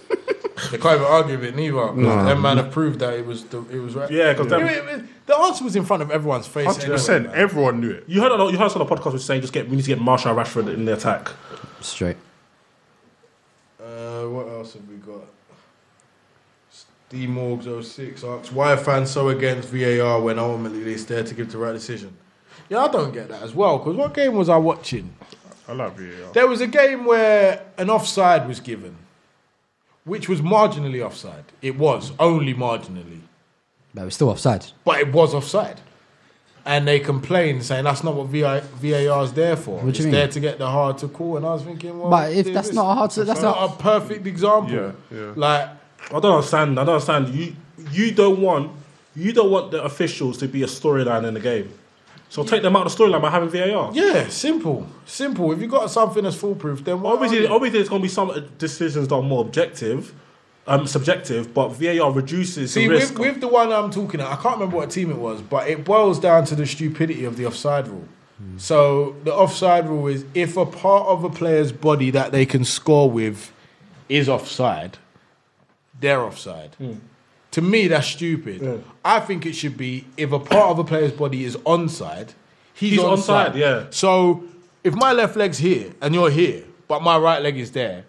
Speaker 8: They can't even argue with it neither. 'cause
Speaker 9: No.
Speaker 8: Them man have proved that it was the, it was right.
Speaker 3: Yeah, 'cause them-
Speaker 8: It- it- it- the answer was in front of everyone's face.
Speaker 9: Hundred
Speaker 8: anyway,
Speaker 9: percent.
Speaker 8: man.
Speaker 9: Everyone knew it.
Speaker 3: You heard on you heard us on the podcast was saying just get we need to get Marshall Rashford in the attack.
Speaker 4: Straight.
Speaker 8: Uh, what else have we got? DMorgs06 asks, why are fans so against VAR when ultimately they stare to give the right decision? Yeah, I don't get that as well, because what game was I watching?
Speaker 9: I love VAR.
Speaker 8: There was a game where an offside was given, which was marginally offside. It was, only marginally.
Speaker 4: But we're still offside.
Speaker 8: But it was offside. And they complained, saying that's not what VI, VAR is there for.
Speaker 4: What do you
Speaker 8: it's
Speaker 4: mean?
Speaker 8: there to get the hard to call. And I was thinking, well,
Speaker 4: But if
Speaker 8: dude,
Speaker 4: that's
Speaker 8: this-
Speaker 4: not a hard to- that's not-
Speaker 8: a perfect example.
Speaker 9: Yeah, yeah.
Speaker 8: Like,
Speaker 3: I don't understand. I don't understand. You you don't want you don't want the officials to be a storyline in the game. So take them out of the storyline by having VAR.
Speaker 8: Yeah, simple, simple. If you got something that's foolproof, then why
Speaker 3: Obviously,
Speaker 8: aren't you?
Speaker 3: obviously, there's going to be some decisions that are more objective, um, subjective, but VAR reduces
Speaker 8: See,
Speaker 3: the risk.
Speaker 8: with, with the one I'm talking about, I can't remember what team it was, but it boils down to the stupidity of the offside rule. So the offside rule is if a part of a player's body that they can score with is offside, they're offside. To me, that's stupid. I think it should be if a part of a player's body is onside, he's,
Speaker 3: He's
Speaker 8: onside.
Speaker 3: onside, yeah.
Speaker 8: So if my left leg's here and you're here, but my right leg is there,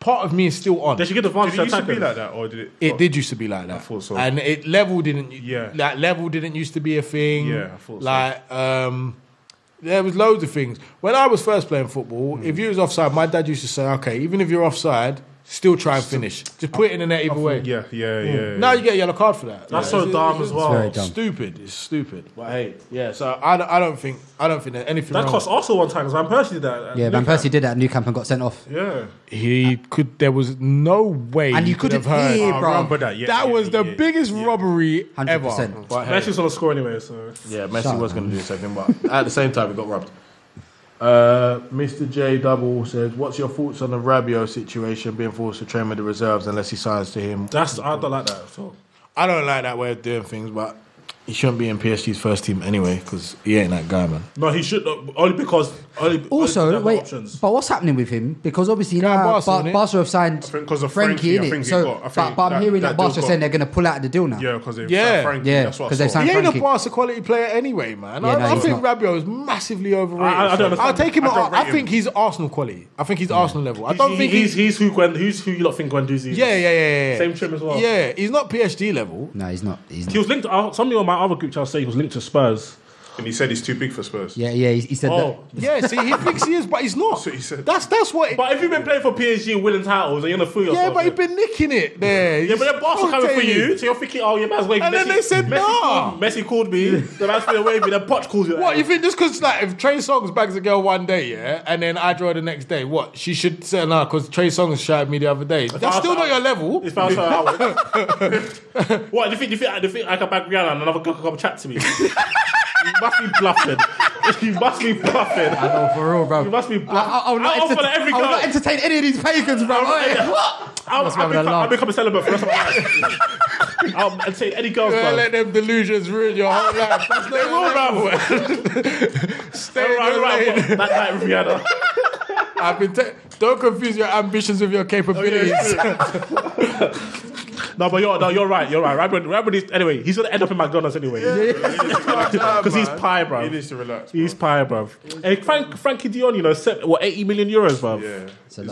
Speaker 8: part of me is still on.
Speaker 3: they should get advantage
Speaker 9: Did it used
Speaker 3: to
Speaker 9: to be
Speaker 3: attackers.
Speaker 9: like that, or did it?
Speaker 8: It did used to be like that.
Speaker 9: thought so.
Speaker 8: And it level didn't. Yeah.
Speaker 9: Yeah.
Speaker 8: Like level didn't used to be a thing.
Speaker 9: Yeah, I thought so.
Speaker 8: Like um, there was loads of things. When I was first playing football, if you was offside, my dad used to say, "Okay, even if you're offside, still try and finish. Just put it in the net either way."
Speaker 9: Yeah, yeah, yeah. yeah.
Speaker 8: Now you get a yellow card for that.
Speaker 3: That's
Speaker 8: Like,
Speaker 3: so
Speaker 8: it's-
Speaker 3: dumb
Speaker 8: it's-
Speaker 3: as well.
Speaker 4: Hmm. very
Speaker 8: it's
Speaker 4: dumb.
Speaker 8: Stupid. It's stupid. But hey, yeah. So I, don't- I don't think I don't think there's anything.
Speaker 3: That
Speaker 8: wrong
Speaker 3: cost Arsenal one time because Van Persie did that.
Speaker 4: Yeah, Van
Speaker 3: Look at-
Speaker 4: Persie did that at New Camp and got sent off.
Speaker 3: Yeah.
Speaker 8: He could. There was no way.
Speaker 4: And
Speaker 8: he
Speaker 4: you couldn't
Speaker 8: have heard.
Speaker 4: hear,
Speaker 9: I
Speaker 4: bro.
Speaker 9: remember that. Yeah,
Speaker 8: that
Speaker 9: yeah,
Speaker 8: was
Speaker 9: yeah,
Speaker 8: the
Speaker 9: yeah.
Speaker 8: biggest robbery ever.
Speaker 4: 100%.
Speaker 8: But hey.
Speaker 3: Messi's on the score anyway, so.
Speaker 8: Yeah,
Speaker 4: Shut
Speaker 8: Messi
Speaker 4: up,
Speaker 8: was going to do something, but at the same time, he got robbed. Uh, Mr. J Double says, "What's your thoughts on the Rabio situation being forced to train with the reserves unless he signs to him?"
Speaker 3: That's I don't like that. So
Speaker 8: I don't like that way of doing things, but he shouldn't be in PSG's first team anyway because he ain't that guy, man.
Speaker 3: no, he should not- only because only, only because they
Speaker 4: Also,
Speaker 3: have
Speaker 4: wait,
Speaker 3: options.
Speaker 4: but what's happening with him? Because obviously now
Speaker 8: Yeah,
Speaker 4: Bar-
Speaker 8: Barca, innit?
Speaker 4: Barca, have signed
Speaker 9: think 'cause of
Speaker 4: Frankie,
Speaker 9: Frankie, I
Speaker 4: innit?
Speaker 9: think he
Speaker 4: so,
Speaker 9: got- I think
Speaker 4: but, but I'm
Speaker 9: that-
Speaker 4: hearing that,
Speaker 9: that
Speaker 4: Barca
Speaker 9: deal
Speaker 4: are saying
Speaker 9: got-
Speaker 4: they're going to pull out of the deal now.
Speaker 9: Yeah, because they
Speaker 8: Yeah.
Speaker 9: yeah, Frankie,
Speaker 4: Yeah,
Speaker 9: that's what I
Speaker 4: 'cause they
Speaker 9: saw.
Speaker 4: signed-
Speaker 8: He ain't a
Speaker 4: Frankie.
Speaker 8: Barca quality player anyway, man.
Speaker 4: Yeah,
Speaker 8: I,
Speaker 4: no,
Speaker 8: I
Speaker 4: he's
Speaker 8: think
Speaker 4: not.
Speaker 8: Rabio is massively overrated.
Speaker 3: I- I don't
Speaker 8: will
Speaker 3: understand.
Speaker 8: take him.
Speaker 9: I
Speaker 8: at
Speaker 9: don't
Speaker 8: I
Speaker 9: rate
Speaker 8: think
Speaker 9: him.
Speaker 8: he's Arsenal quality. I think he's Arsenal level. I don't
Speaker 3: He-
Speaker 8: think
Speaker 3: he's
Speaker 8: he's.
Speaker 3: he's who Gwen who's who you lot think Gwendouzi is.
Speaker 8: Yeah, yeah, yeah, yeah.
Speaker 3: Same trim as well.
Speaker 8: Yeah, he's not PSG level.
Speaker 4: No, he's not. He's
Speaker 3: He
Speaker 4: not.
Speaker 3: was linked. To, uh, somebody on my other group chat was saying he was linked to Spurs.
Speaker 9: And he said he's too big for Spurs.
Speaker 4: Yeah, yeah, he, he said
Speaker 9: Oh.
Speaker 4: that.
Speaker 8: Yeah, see, he thinks he is, but he's not. That's that's what.
Speaker 3: But if you've been playing for PSG, winning titles, and you're gonna fool yourself.
Speaker 8: Yeah, but he's been nicking it there.
Speaker 3: Yeah, but the boss are coming for you, so you're thinking, oh, your man's waving.
Speaker 8: And then they said,
Speaker 3: Messi
Speaker 8: nah.
Speaker 3: Called, Messi called me. The man's still waving. The botch calls you.
Speaker 8: What you think? Just because like if Trey Songz bags a girl one day, yeah, and then I draw the next day, what she should say nah? Because Trey Songz shouted me the other day. That's still not your level.
Speaker 3: It's foul shout out. What do you think? Do you think, do you think I can back Rihanna and another girl can come chat to me? you must be bluffing. You must be bluffing. I
Speaker 4: know for real, bro.
Speaker 3: You must be bluffing.
Speaker 4: I, will not
Speaker 3: I'll
Speaker 4: enter-
Speaker 3: offer every
Speaker 4: I will
Speaker 3: girl.
Speaker 4: not entertain any of these pagans, bro. Hey, what?
Speaker 3: I'll,
Speaker 4: Must be having
Speaker 3: I'll,
Speaker 4: a
Speaker 3: become,
Speaker 4: laugh.
Speaker 3: I'll become a celibate for the rest of my life. I'll, I'll take any girls,
Speaker 8: Don't
Speaker 3: bro.
Speaker 8: let them delusions ruin your whole life. That's not your level. Stay in
Speaker 3: Right,
Speaker 8: your
Speaker 3: right,
Speaker 8: lane.
Speaker 3: right. That night, Rihanna.
Speaker 8: I've been. Te- don't confuse your ambitions with your capabilities.
Speaker 3: No, but you're no, you're right. You're right. Rabin, Rabin is, anyway, he's gonna end up in McDonald's anyway. Because he's pie, bro.
Speaker 9: He needs to relax.
Speaker 3: He's pie, bro. Hey, Frank, Frankie Dion, you know, set, what eighty million euros, bro. Yeah,
Speaker 4: it's a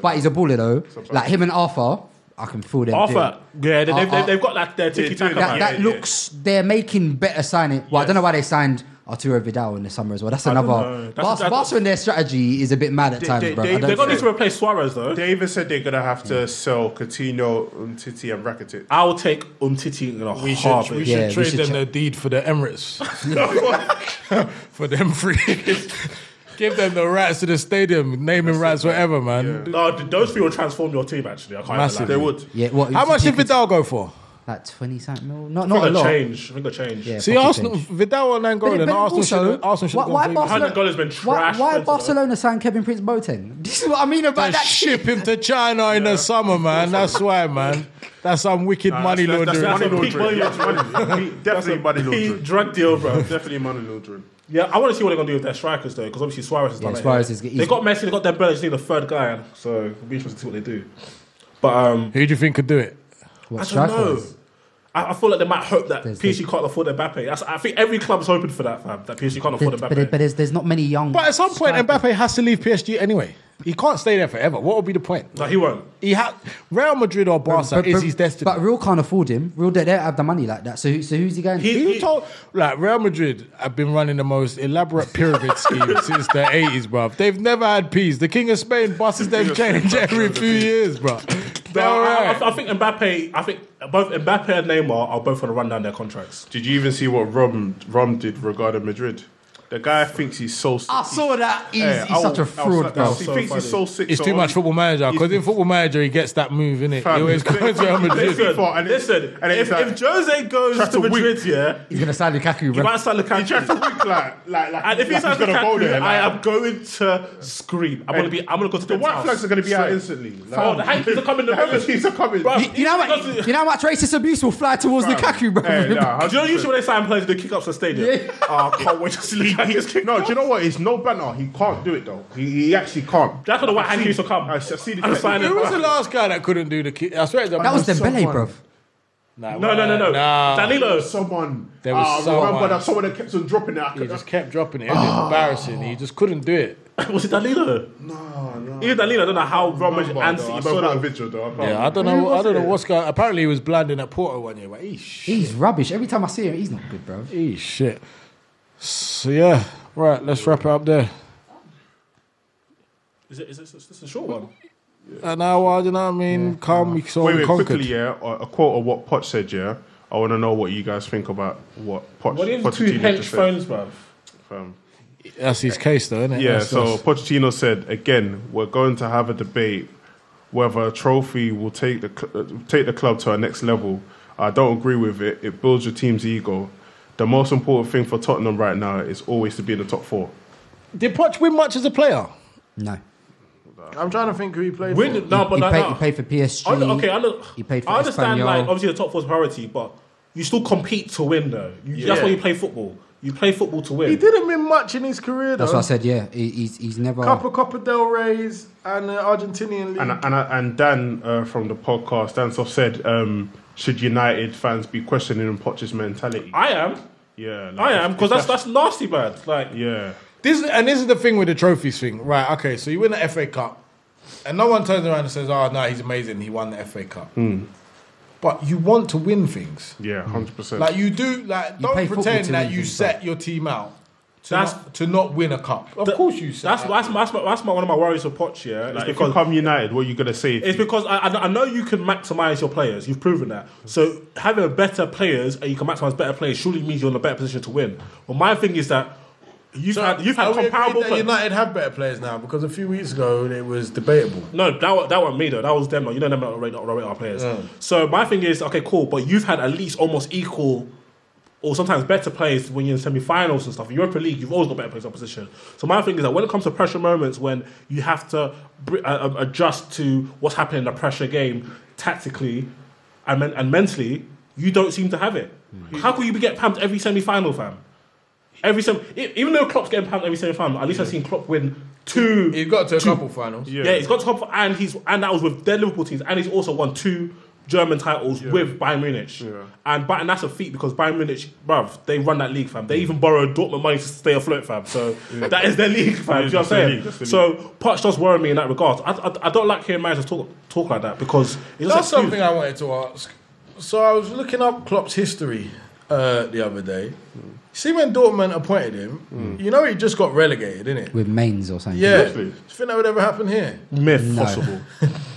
Speaker 4: But he's a baller though. Like him and Arthur, I can fool them.
Speaker 3: Arthur,
Speaker 4: deal.
Speaker 3: yeah, they,
Speaker 4: Ar-
Speaker 3: they've,
Speaker 4: Ar-
Speaker 3: they've, they've got like their ticky tack.
Speaker 4: that, that looks they're making better signing. Well, I don't know why they signed Arturo Vidal in the summer as well. That's
Speaker 3: I don't
Speaker 4: another.
Speaker 3: know. That's-
Speaker 4: Bas-
Speaker 3: that's-
Speaker 4: Barca and their strategy is a bit mad at times, bro. I don't
Speaker 3: they're gonna need
Speaker 4: think-
Speaker 3: to replace Suarez though.
Speaker 9: David said they're gonna have to sell Coutinho, Umtiti, and Rakitic.
Speaker 3: I'll take Umtiti in a
Speaker 8: We should,
Speaker 3: heartbeat.
Speaker 8: we should trade them their deed for the Emirates. for them free. Give them the rights to the stadium, naming rights, whatever, man.
Speaker 3: No, th- those three will transform your team. Actually, I can't
Speaker 8: Massive.
Speaker 3: Lie. They would.
Speaker 4: Yeah, what,
Speaker 8: How much did Vidal go for?
Speaker 4: Like twenty something mil? Not
Speaker 3: I
Speaker 4: not a
Speaker 3: think
Speaker 4: lot.
Speaker 3: they'll change. I think they'll change.
Speaker 4: Yeah,
Speaker 8: See,
Speaker 4: fucking
Speaker 8: Arsenal, Vidal and Angola,
Speaker 4: But-
Speaker 8: and
Speaker 4: but
Speaker 8: Arsenal
Speaker 4: also,
Speaker 8: should Arsenal should
Speaker 4: why-
Speaker 8: have
Speaker 4: why
Speaker 8: gone
Speaker 4: Barcelona-
Speaker 3: Haaland has been
Speaker 4: Why,
Speaker 3: trashed.
Speaker 4: why Barcelona signed Kevin Prince Boateng? This is what I mean about
Speaker 8: They
Speaker 4: that shit.
Speaker 8: ship him to China in the summer, man. That's why, man. That's some wicked money
Speaker 9: that's- that's-
Speaker 8: laundering.
Speaker 9: that's money
Speaker 3: Peak money laundering.
Speaker 9: Definitely money
Speaker 3: Peak
Speaker 9: laundering.
Speaker 3: drug deal, bro.
Speaker 9: Definitely money laundering.
Speaker 3: Yeah, I want to see what they're going to do with their strikers though, because obviously Suarez is
Speaker 4: Yeah,
Speaker 3: done. it.
Speaker 4: Suarez is-
Speaker 3: They
Speaker 4: he's-
Speaker 3: got Messi, they got Dembele, they just need a third guy, so it'll be interesting to see what they do. But um,
Speaker 8: Who do you think could do it?
Speaker 4: What,
Speaker 3: I don't know.
Speaker 4: strikers?
Speaker 3: I, I feel like they might hope that PSG can't afford Mbappe. That's, I think every club's hoping for that, fam. That PSG can't afford
Speaker 4: But, but,
Speaker 3: Mbappe.
Speaker 4: but there's, there's not many young.
Speaker 8: But at some point, Mbappe has to leave PSG anyway. He can't stay there forever. What would be the point?
Speaker 3: No, he won't.
Speaker 8: He ha- Real Madrid or Barca
Speaker 4: but-
Speaker 8: is
Speaker 4: but-
Speaker 8: his destiny.
Speaker 4: But Real can't afford him. Real they don't have the money like that. So who- so who's he going?
Speaker 8: Who told like Real Madrid have been running the most elaborate pyramid scheme since the eighties, bruv. They've never had peace. The King of Spain busses them change every few years, bruv.
Speaker 3: But
Speaker 8: They're
Speaker 3: I,
Speaker 8: alright.
Speaker 3: I, I think Mbappe. I think both Mbappe and Neymar are both going to run down their contracts.
Speaker 9: Did you even see what Rom Rom did regarding Madrid? The guy thinks he's so.
Speaker 4: I saw that. He's,
Speaker 9: Hey,
Speaker 4: he's
Speaker 9: I
Speaker 4: such a
Speaker 9: was- I was
Speaker 4: fraud,
Speaker 9: like- I
Speaker 4: bro.
Speaker 9: was- He thinks he's so sick.
Speaker 8: It's
Speaker 9: so
Speaker 8: too much football manager because in football manager he gets that move in it. He
Speaker 9: Fam,
Speaker 8: always
Speaker 9: they-
Speaker 8: goes Real Madrid.
Speaker 9: they-
Speaker 3: Listen,
Speaker 9: FIFA and it's-
Speaker 3: listen.
Speaker 9: and it's
Speaker 3: if,
Speaker 9: like-
Speaker 3: if Jose goes
Speaker 9: Try
Speaker 3: to
Speaker 9: to
Speaker 3: Madrid, yeah,
Speaker 4: He's gonna sign Lukaku,
Speaker 3: he
Speaker 4: bro.
Speaker 3: might sign Lukaku.
Speaker 9: He tried to wink like, like, like,
Speaker 3: And if he
Speaker 9: like
Speaker 3: signs
Speaker 9: he's gonna go
Speaker 3: Lukaku,
Speaker 9: there,
Speaker 3: I
Speaker 9: like-
Speaker 3: am going to scream. I'm gonna be. I'm gonna go to
Speaker 9: the white flags are going to be out instantly. Like,
Speaker 3: Oh, the hankies are coming.
Speaker 9: the Hankies are coming.
Speaker 4: You, you know how much, you know how much racist abuse will fly towards Lukaku, bro.
Speaker 9: Hey, nah,
Speaker 3: Do you know usually when they sign players, they kick up the stadium.
Speaker 4: Yeah.
Speaker 3: Oh, I can't wait to see Lukaku's kick.
Speaker 9: No, do you know what? It's no banner. He can't do it though. He, he actually can't.
Speaker 3: That's when the white
Speaker 9: I see-
Speaker 3: hankies will come.
Speaker 9: I see the
Speaker 3: And sign
Speaker 9: technique.
Speaker 3: him.
Speaker 8: Who was the last guy that couldn't do the kick? I swear
Speaker 4: that was Dembele,
Speaker 9: someone-
Speaker 4: bro.
Speaker 8: No,
Speaker 3: No, no, no, no. Danilo.
Speaker 9: Someone.
Speaker 8: There was
Speaker 9: Ah,
Speaker 8: someone.
Speaker 9: remember that someone that kept on dropping it. I
Speaker 8: He
Speaker 9: could,
Speaker 8: just kept dropping it. It was embarrassing. He just couldn't do it.
Speaker 3: Was it Danilo?
Speaker 9: no, no.
Speaker 3: Even Danilo, I don't know how Real
Speaker 9: Remember,
Speaker 3: Madrid and
Speaker 9: though,
Speaker 3: City
Speaker 9: I
Speaker 3: both
Speaker 9: saw that
Speaker 3: won.
Speaker 9: video though. can't
Speaker 8: Yeah, I don't
Speaker 9: remember.
Speaker 8: know. I don't know
Speaker 9: Who was
Speaker 8: what's going. Apparently, he was blinding at Porto one year. But eesh.
Speaker 4: He's rubbish. Every time I see him, he's not good, bro.
Speaker 8: Eesh, shit. So yeah, right. Let's wrap it up there.
Speaker 3: Is it? Is it? This is a short one.
Speaker 8: An hour, you know what Uh, I mean? Calm, we so
Speaker 9: Wait,
Speaker 8: we
Speaker 9: wait,
Speaker 8: conquered.
Speaker 9: quickly, yeah. A a quote of what Poch said, yeah. I want to know what you guys think about what Poch.
Speaker 3: What do you have two
Speaker 9: Pochettino
Speaker 3: hench
Speaker 9: just said.
Speaker 3: phones, bruv?
Speaker 9: Fam.
Speaker 8: That's his case, though, isn't it?
Speaker 9: Yeah,
Speaker 8: That's-
Speaker 9: so
Speaker 8: that's-
Speaker 9: Pochettino said again, we're going to have a debate whether a trophy will take the cl- uh, take the club to our next level. I don't agree with it. It builds your team's ego. The most important thing for Tottenham right now is always to be in the top four.
Speaker 8: did Poch win much as a player?
Speaker 4: No.
Speaker 8: I'm trying to think who he played.
Speaker 3: Win, no, but
Speaker 4: he,
Speaker 3: like,
Speaker 4: paid,
Speaker 3: no.
Speaker 4: he paid for PSG.
Speaker 3: I, okay, I, look,
Speaker 4: He paid for
Speaker 3: I understand,
Speaker 4: Espanyol.
Speaker 3: like, obviously the top four's priority, but you still compete to win, though. You, That's why you play football. You play football to win.
Speaker 8: He didn't win much in his career, though.
Speaker 4: That's what I said. Yeah, he, he's he's never.
Speaker 8: Couple Copa del Rey's and uh, Argentinian league.
Speaker 9: And and and Dan uh, from the podcast, Dan Soft said, um, should United fans be questioning Poch's mentality?
Speaker 3: I am.
Speaker 9: yeah, like,
Speaker 3: I am,
Speaker 9: if-
Speaker 3: because
Speaker 9: if
Speaker 3: that's, that's nasty, bad. Like,
Speaker 9: yeah.
Speaker 8: This and this is the thing with the trophies thing, right? Okay, so you win "Ah,
Speaker 9: Hmm.
Speaker 8: the FA Cup, and no one turns around and says, "Oh no, he's amazing. He won the FA Cup." but you want to win things.
Speaker 9: Yeah, hundred percent.
Speaker 8: Like you do,
Speaker 9: You
Speaker 8: like
Speaker 9: play
Speaker 8: don't
Speaker 9: football
Speaker 8: pretend
Speaker 9: to
Speaker 8: that
Speaker 9: win
Speaker 8: you
Speaker 9: things,
Speaker 8: set your team out to
Speaker 3: That's-
Speaker 8: not, to not win a cup. Of course you set.
Speaker 3: That's that's my, that's, my, that's my, one of my worries with Poch. Yeah,
Speaker 9: Like,
Speaker 3: Like,
Speaker 9: if you come United, what are you gonna say?
Speaker 3: It's because I, I I know you can maximize your players. You've proven that. So having better players and you can maximize better players surely means you're in a better position to win. Well, my thing is that you've had you've
Speaker 8: Are
Speaker 3: had
Speaker 8: we agreed
Speaker 3: comparable.
Speaker 8: that
Speaker 3: players.
Speaker 8: United have better players now because a few weeks ago it was debatable.
Speaker 3: No, that wa- that wasn't me though. That was them. Though. You know them not rate not rate our players.
Speaker 8: Yeah.
Speaker 3: So my thing is okay, cool. But you've had at least almost equal, or sometimes better players when you're in semi-finals and stuff. In Europa League, you've always got better players in opposition. So my thing is that when it comes to pressure moments, when you have to br- uh, um, adjust to what's happening in the pressure game tactically and men- and mentally, you don't seem to have it. How could you be get pumped every semi-final, fam? Every sem- e- even though Klopp's getting pumped every semi-final, at least I've seen Klopp win two. He
Speaker 8: got to a couple finals.
Speaker 3: Yeah. he's got to couple, and he's and that was with their Liverpool teams, and he's also won two German titles with Bayern Munich. And Bayern, that's a feat because Bayern Munich, bruv, they run that league, fam. They even borrowed Dortmund money to stay afloat, fam. So
Speaker 9: Yeah.
Speaker 3: that is their league,
Speaker 9: Yeah,
Speaker 3: fam. Do you know
Speaker 9: that's
Speaker 3: what
Speaker 9: their
Speaker 3: I'm
Speaker 9: league,
Speaker 3: saying?
Speaker 9: that's their
Speaker 3: So Poch does worry me in that regard. I, I, I don't like hearing managers talk talk like that because it
Speaker 8: That's
Speaker 3: doesn't
Speaker 8: something I wanted to ask. So I was looking up Klopp's history uh, the other day.
Speaker 9: Hmm.
Speaker 8: See when Dortmund appointed him, you know he just got relegated, didn't it?
Speaker 4: with mains or something.
Speaker 8: Yeah. Do you think that would ever happen here?
Speaker 3: Myth.
Speaker 4: No.
Speaker 9: Possible.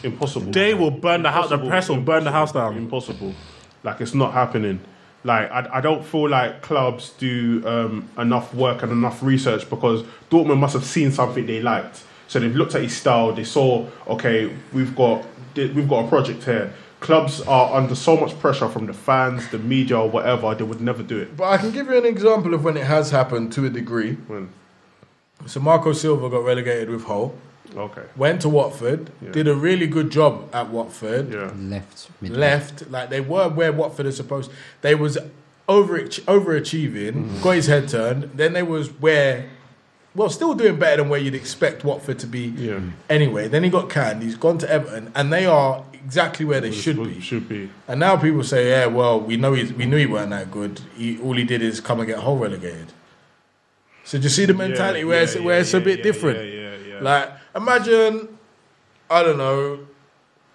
Speaker 9: Impossible.
Speaker 3: They will burn the house. The press will burn the house down.
Speaker 9: Impossible. Like it's not happening. Like I, I don't feel like clubs do um, enough work and enough research because Dortmund must have seen something they liked. So they've looked at his style. They saw, okay, we've got we've got a project here. Clubs are under so much pressure from the fans, the media, or whatever. They would never do it.
Speaker 8: But I can give you an example of when it has happened to a degree. So Marco Silva got relegated with Hull.
Speaker 9: Okay.
Speaker 8: Went to Watford,
Speaker 9: Yeah.
Speaker 8: did a really good job at Watford.
Speaker 4: Left. Midland.
Speaker 8: Left. Like they were where Watford is supposed they was over overachieving,
Speaker 9: Mm-hmm.
Speaker 8: got his head turned, then they was where well, still doing better than where you'd expect Watford to be anyway. Then he got canned, he's gone to Everton, and they are exactly where they should be.
Speaker 9: Should be.
Speaker 8: And now people say, yeah, well, we know he's, we knew he weren't that good. He, all he did is come and get whole relegated. So do you see the mentality where it's, where it's a bit different? Like, imagine, I don't know,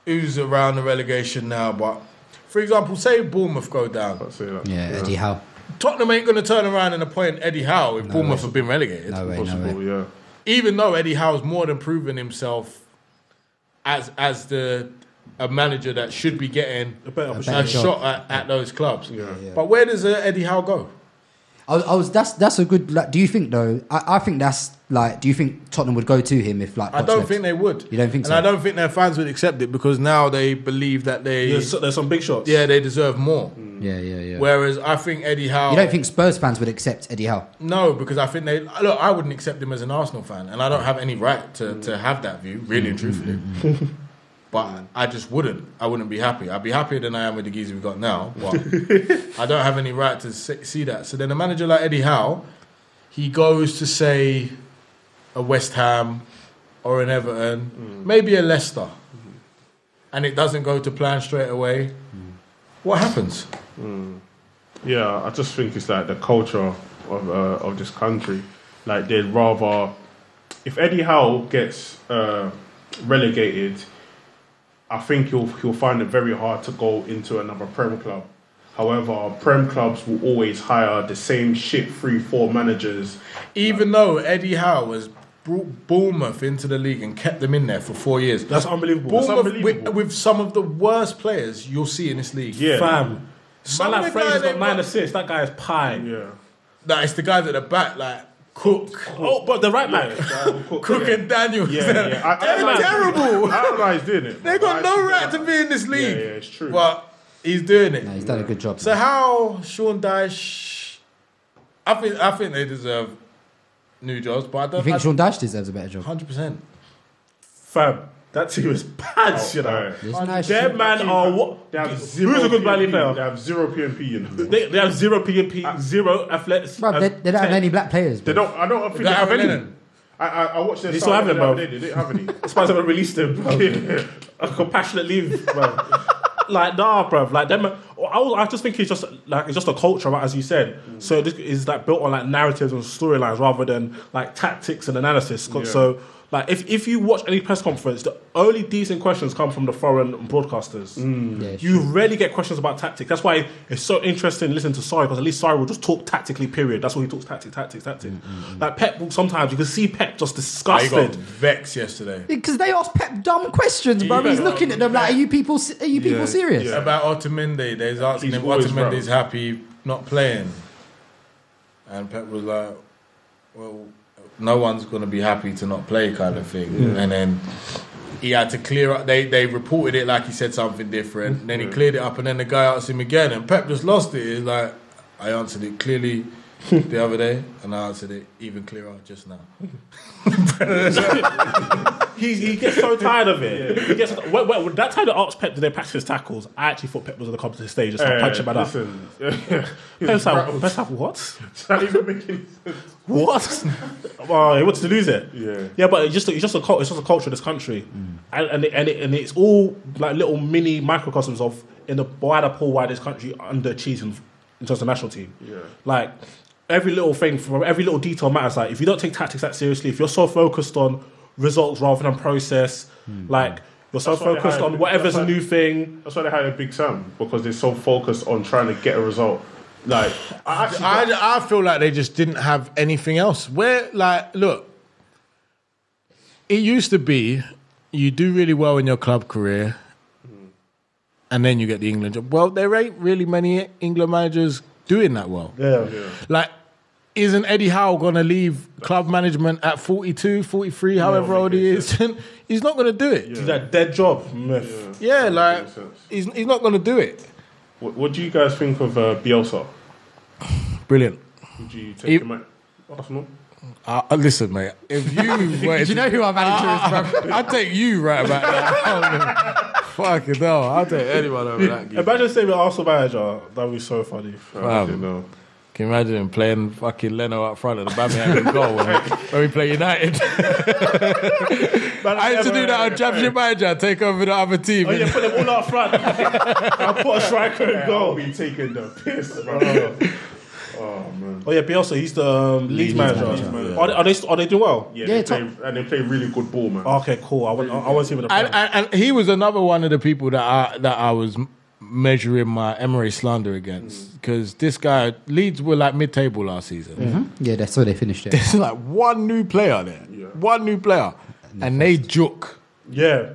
Speaker 8: who's around the relegation now, but for example, say Bournemouth go down.
Speaker 4: Yeah, Eddie Howe.
Speaker 8: Tottenham ain't going to turn around and appoint Eddie Howe if Bournemouth have been relegated.
Speaker 4: No way, no way.
Speaker 9: Yeah.
Speaker 8: Even though Eddie Howe's more than proven himself as as the a manager that should be getting a,
Speaker 4: better job.
Speaker 8: shot at, at those clubs. But where does uh, Eddie Howe go?
Speaker 4: I was, I was. That's that's a good. Like, do you think though? I, I think that's like. Do you think Tottenham would go to him if like?
Speaker 8: I
Speaker 4: Poch
Speaker 8: don't
Speaker 4: left?
Speaker 8: think they would.
Speaker 4: You don't think
Speaker 8: and
Speaker 4: so?
Speaker 8: I don't think their fans would accept it because now they believe that they
Speaker 3: There's, there's some big shots.
Speaker 8: yeah they deserve more.
Speaker 4: yeah, yeah, yeah.
Speaker 8: Whereas I think Eddie Howe.
Speaker 4: you don't think Spurs fans would accept Eddie Howe?
Speaker 8: No, because I think they look. I wouldn't accept him as an Arsenal fan, and I don't have any right to, to have that view, really and truthfully. but I just wouldn't. I wouldn't be happy. I'd be happier than I am with the geezer we got now. But I don't have any right to se- see that. So then a manager like Eddie Howe, he goes to say a West Ham or an Everton, maybe a Leicester, and it doesn't go to plan straight away. What happens?
Speaker 9: Hmm. Yeah, I just think it's like the culture of uh, of this country. Like they'd rather if Eddie Howe gets uh, relegated, I think he'll he'll find it very hard to go into another prem club. However, prem clubs will always hire the same shit three four managers.
Speaker 8: Even though Eddie Howe was brought Bournemouth into the league and kept them in there for four years.
Speaker 3: That's unbelievable.
Speaker 8: Bournemouth
Speaker 3: That's unbelievable.
Speaker 8: With, with some of the worst players you'll see in this league.
Speaker 3: Yeah. Fam.
Speaker 8: Some
Speaker 3: Man
Speaker 8: of the
Speaker 3: like Fraser's
Speaker 8: guys they
Speaker 3: got nine
Speaker 8: brought-
Speaker 3: assists. That guy is pie.
Speaker 9: Yeah.
Speaker 8: Nah, it's the guys at the back, like Cook. Oh, but the right back. Cook and Daniels.
Speaker 9: Yeah, yeah. I- I
Speaker 8: They're
Speaker 9: like-
Speaker 8: terrible.
Speaker 9: I don't like doing it.
Speaker 8: They got no right to be in this league. Yeah,
Speaker 9: it's true.
Speaker 8: But he's doing it.
Speaker 4: He's done a good job.
Speaker 8: So how Sean Dyche? I think I think they deserve new jobs, but I don't.
Speaker 4: You think
Speaker 8: I,
Speaker 4: Sean Dyche deserves a better job?
Speaker 8: Hundred percent.
Speaker 3: Fam, that team is bad,
Speaker 9: Oh,
Speaker 3: you know.
Speaker 4: There's no
Speaker 3: Their
Speaker 4: shit.
Speaker 3: man are Oh, what?
Speaker 9: They have
Speaker 3: Who's
Speaker 9: zero
Speaker 3: a good
Speaker 9: PNP.
Speaker 3: Burnley player?
Speaker 9: They have zero PNP in them.
Speaker 3: They, they have zero PNP, zero athletics.
Speaker 4: Bruv, they, they don't have any black players.
Speaker 9: They don't. I don't think
Speaker 3: They
Speaker 9: they
Speaker 3: have
Speaker 9: have any.
Speaker 3: Lennon.
Speaker 9: I, I, I watched their
Speaker 3: They still
Speaker 9: side
Speaker 3: have him,
Speaker 9: the other
Speaker 3: bro.
Speaker 9: day, They didn't have any.
Speaker 3: Spurs haven't released him. a compassionate leave, bro. like nah, bro. Like them. I was, I just think it's just like it's just a culture, right, as you said. So this is like built on like narratives and storylines rather than like tactics and analysis.
Speaker 9: Yeah.
Speaker 3: So Like if, if you watch any press conference, the only decent questions come from the foreign broadcasters. you rarely get questions about tactics. That's why it's so interesting listening to Sorry because at least Sorry will just talk tactically. Period. That's all he talks tactic, tactics,
Speaker 9: Mm,
Speaker 3: tactics. Like Pep, will sometimes you can see Pep just
Speaker 9: Ah,
Speaker 8: I got
Speaker 3: disgusted.
Speaker 8: vexed yesterday.
Speaker 7: Because they asked Pep dumb questions, bro.
Speaker 8: Yeah.
Speaker 7: He's looking at them like, "Are you people? se- Are you people
Speaker 8: Yeah,
Speaker 7: serious?"
Speaker 8: yeah. About Otamendi, they was asking
Speaker 7: He's
Speaker 8: him
Speaker 7: always
Speaker 8: Otamendi's
Speaker 7: broke.
Speaker 8: happy not playing. And Pep was like, well, no one's going to be happy to not play kind of thing.
Speaker 9: Hmm.
Speaker 12: Yeah.
Speaker 8: And then he had to clear up. They, they reported it like he said something
Speaker 9: Hmm.
Speaker 8: different. Then he
Speaker 12: Yeah.
Speaker 8: cleared it up and then the guy asked him again. And Pep just lost it. He's like, I answered it clearly the other day and I answered it even clearer just now.
Speaker 3: he, he gets so tired of it. He gets, well, well, that time that asked Pep did they practice his tackles, I actually thought Pep was on the competitive stage. Just
Speaker 9: Hey,
Speaker 3: hey, punching my
Speaker 9: listen.
Speaker 3: Pep's like, Pep's like, what?
Speaker 9: That even make any sense?
Speaker 3: What? well, he wants to lose it.
Speaker 9: Yeah.
Speaker 3: Yeah, but it's just it's just a cult, it's just a culture of this country,
Speaker 8: Mm.
Speaker 3: and and it, and, it, and it's all like little mini microcosms of in the wider pool why this country underachieves in, in terms of national team.
Speaker 9: Yeah.
Speaker 3: Like every little thing from every little detail matters. Like if you don't take tactics that seriously, if you're so focused on results rather than process,
Speaker 8: Mm.
Speaker 3: like you're so
Speaker 9: That's why they
Speaker 3: focused
Speaker 9: hired
Speaker 3: on
Speaker 9: Big-
Speaker 3: whatever's
Speaker 9: that's
Speaker 3: a
Speaker 9: why-
Speaker 3: new thing.
Speaker 9: That's why they hired Big Sam because they're so focused on trying to get a result. Like
Speaker 8: I, I, I feel like they just didn't have anything else. Where, like, look, it used to be you do really well in your club career and then you get the England job. Well, there ain't really many England managers doing that well.
Speaker 3: Yeah.
Speaker 8: Like, isn't Eddie Howe going to leave club management at 42, 43, however old he is? he's not going to do it.
Speaker 3: That dead job myth.
Speaker 8: Yeah, like, he's, he's not going to do it.
Speaker 9: What, what do you guys think of uh, Bielsa?
Speaker 8: Brilliant.
Speaker 9: Would you take
Speaker 8: He-
Speaker 9: him at Arsenal?
Speaker 8: Uh, uh, listen, mate. If you wanted
Speaker 9: You know who our manager
Speaker 8: is, bro? I'd take you right about that. Fucking hell. I'll take anyone over that. Game.
Speaker 3: Imagine saying we're Arsenal manager. That would be so funny.
Speaker 9: Oh,
Speaker 8: Fam, Can you imagine him playing fucking Leno up front at the Birmingham goal when we, when we play United? I used to do that on Championship Manager. I'd take over the other team.
Speaker 9: Oh, yeah,
Speaker 3: put them all up front.
Speaker 9: I'll
Speaker 3: put a striker in
Speaker 9: goal. I'll be taking the piss, bro. oh, man.
Speaker 3: Oh yeah, Bielsa. He's the um, Leeds, manager. Are, they, are they are they doing well?
Speaker 9: Yeah, they play, and they play really good ball, man.
Speaker 3: Okay, cool. I want I want to see him in the.
Speaker 8: and, and, and he was another one of the people that I that I was m- measuring my Emery slander against because this guy Leeds were like mid table last season.
Speaker 7: Mhm. Yeah, that's how they finished it.
Speaker 8: There's like one new player there, one new player, and they juke.
Speaker 3: Yeah,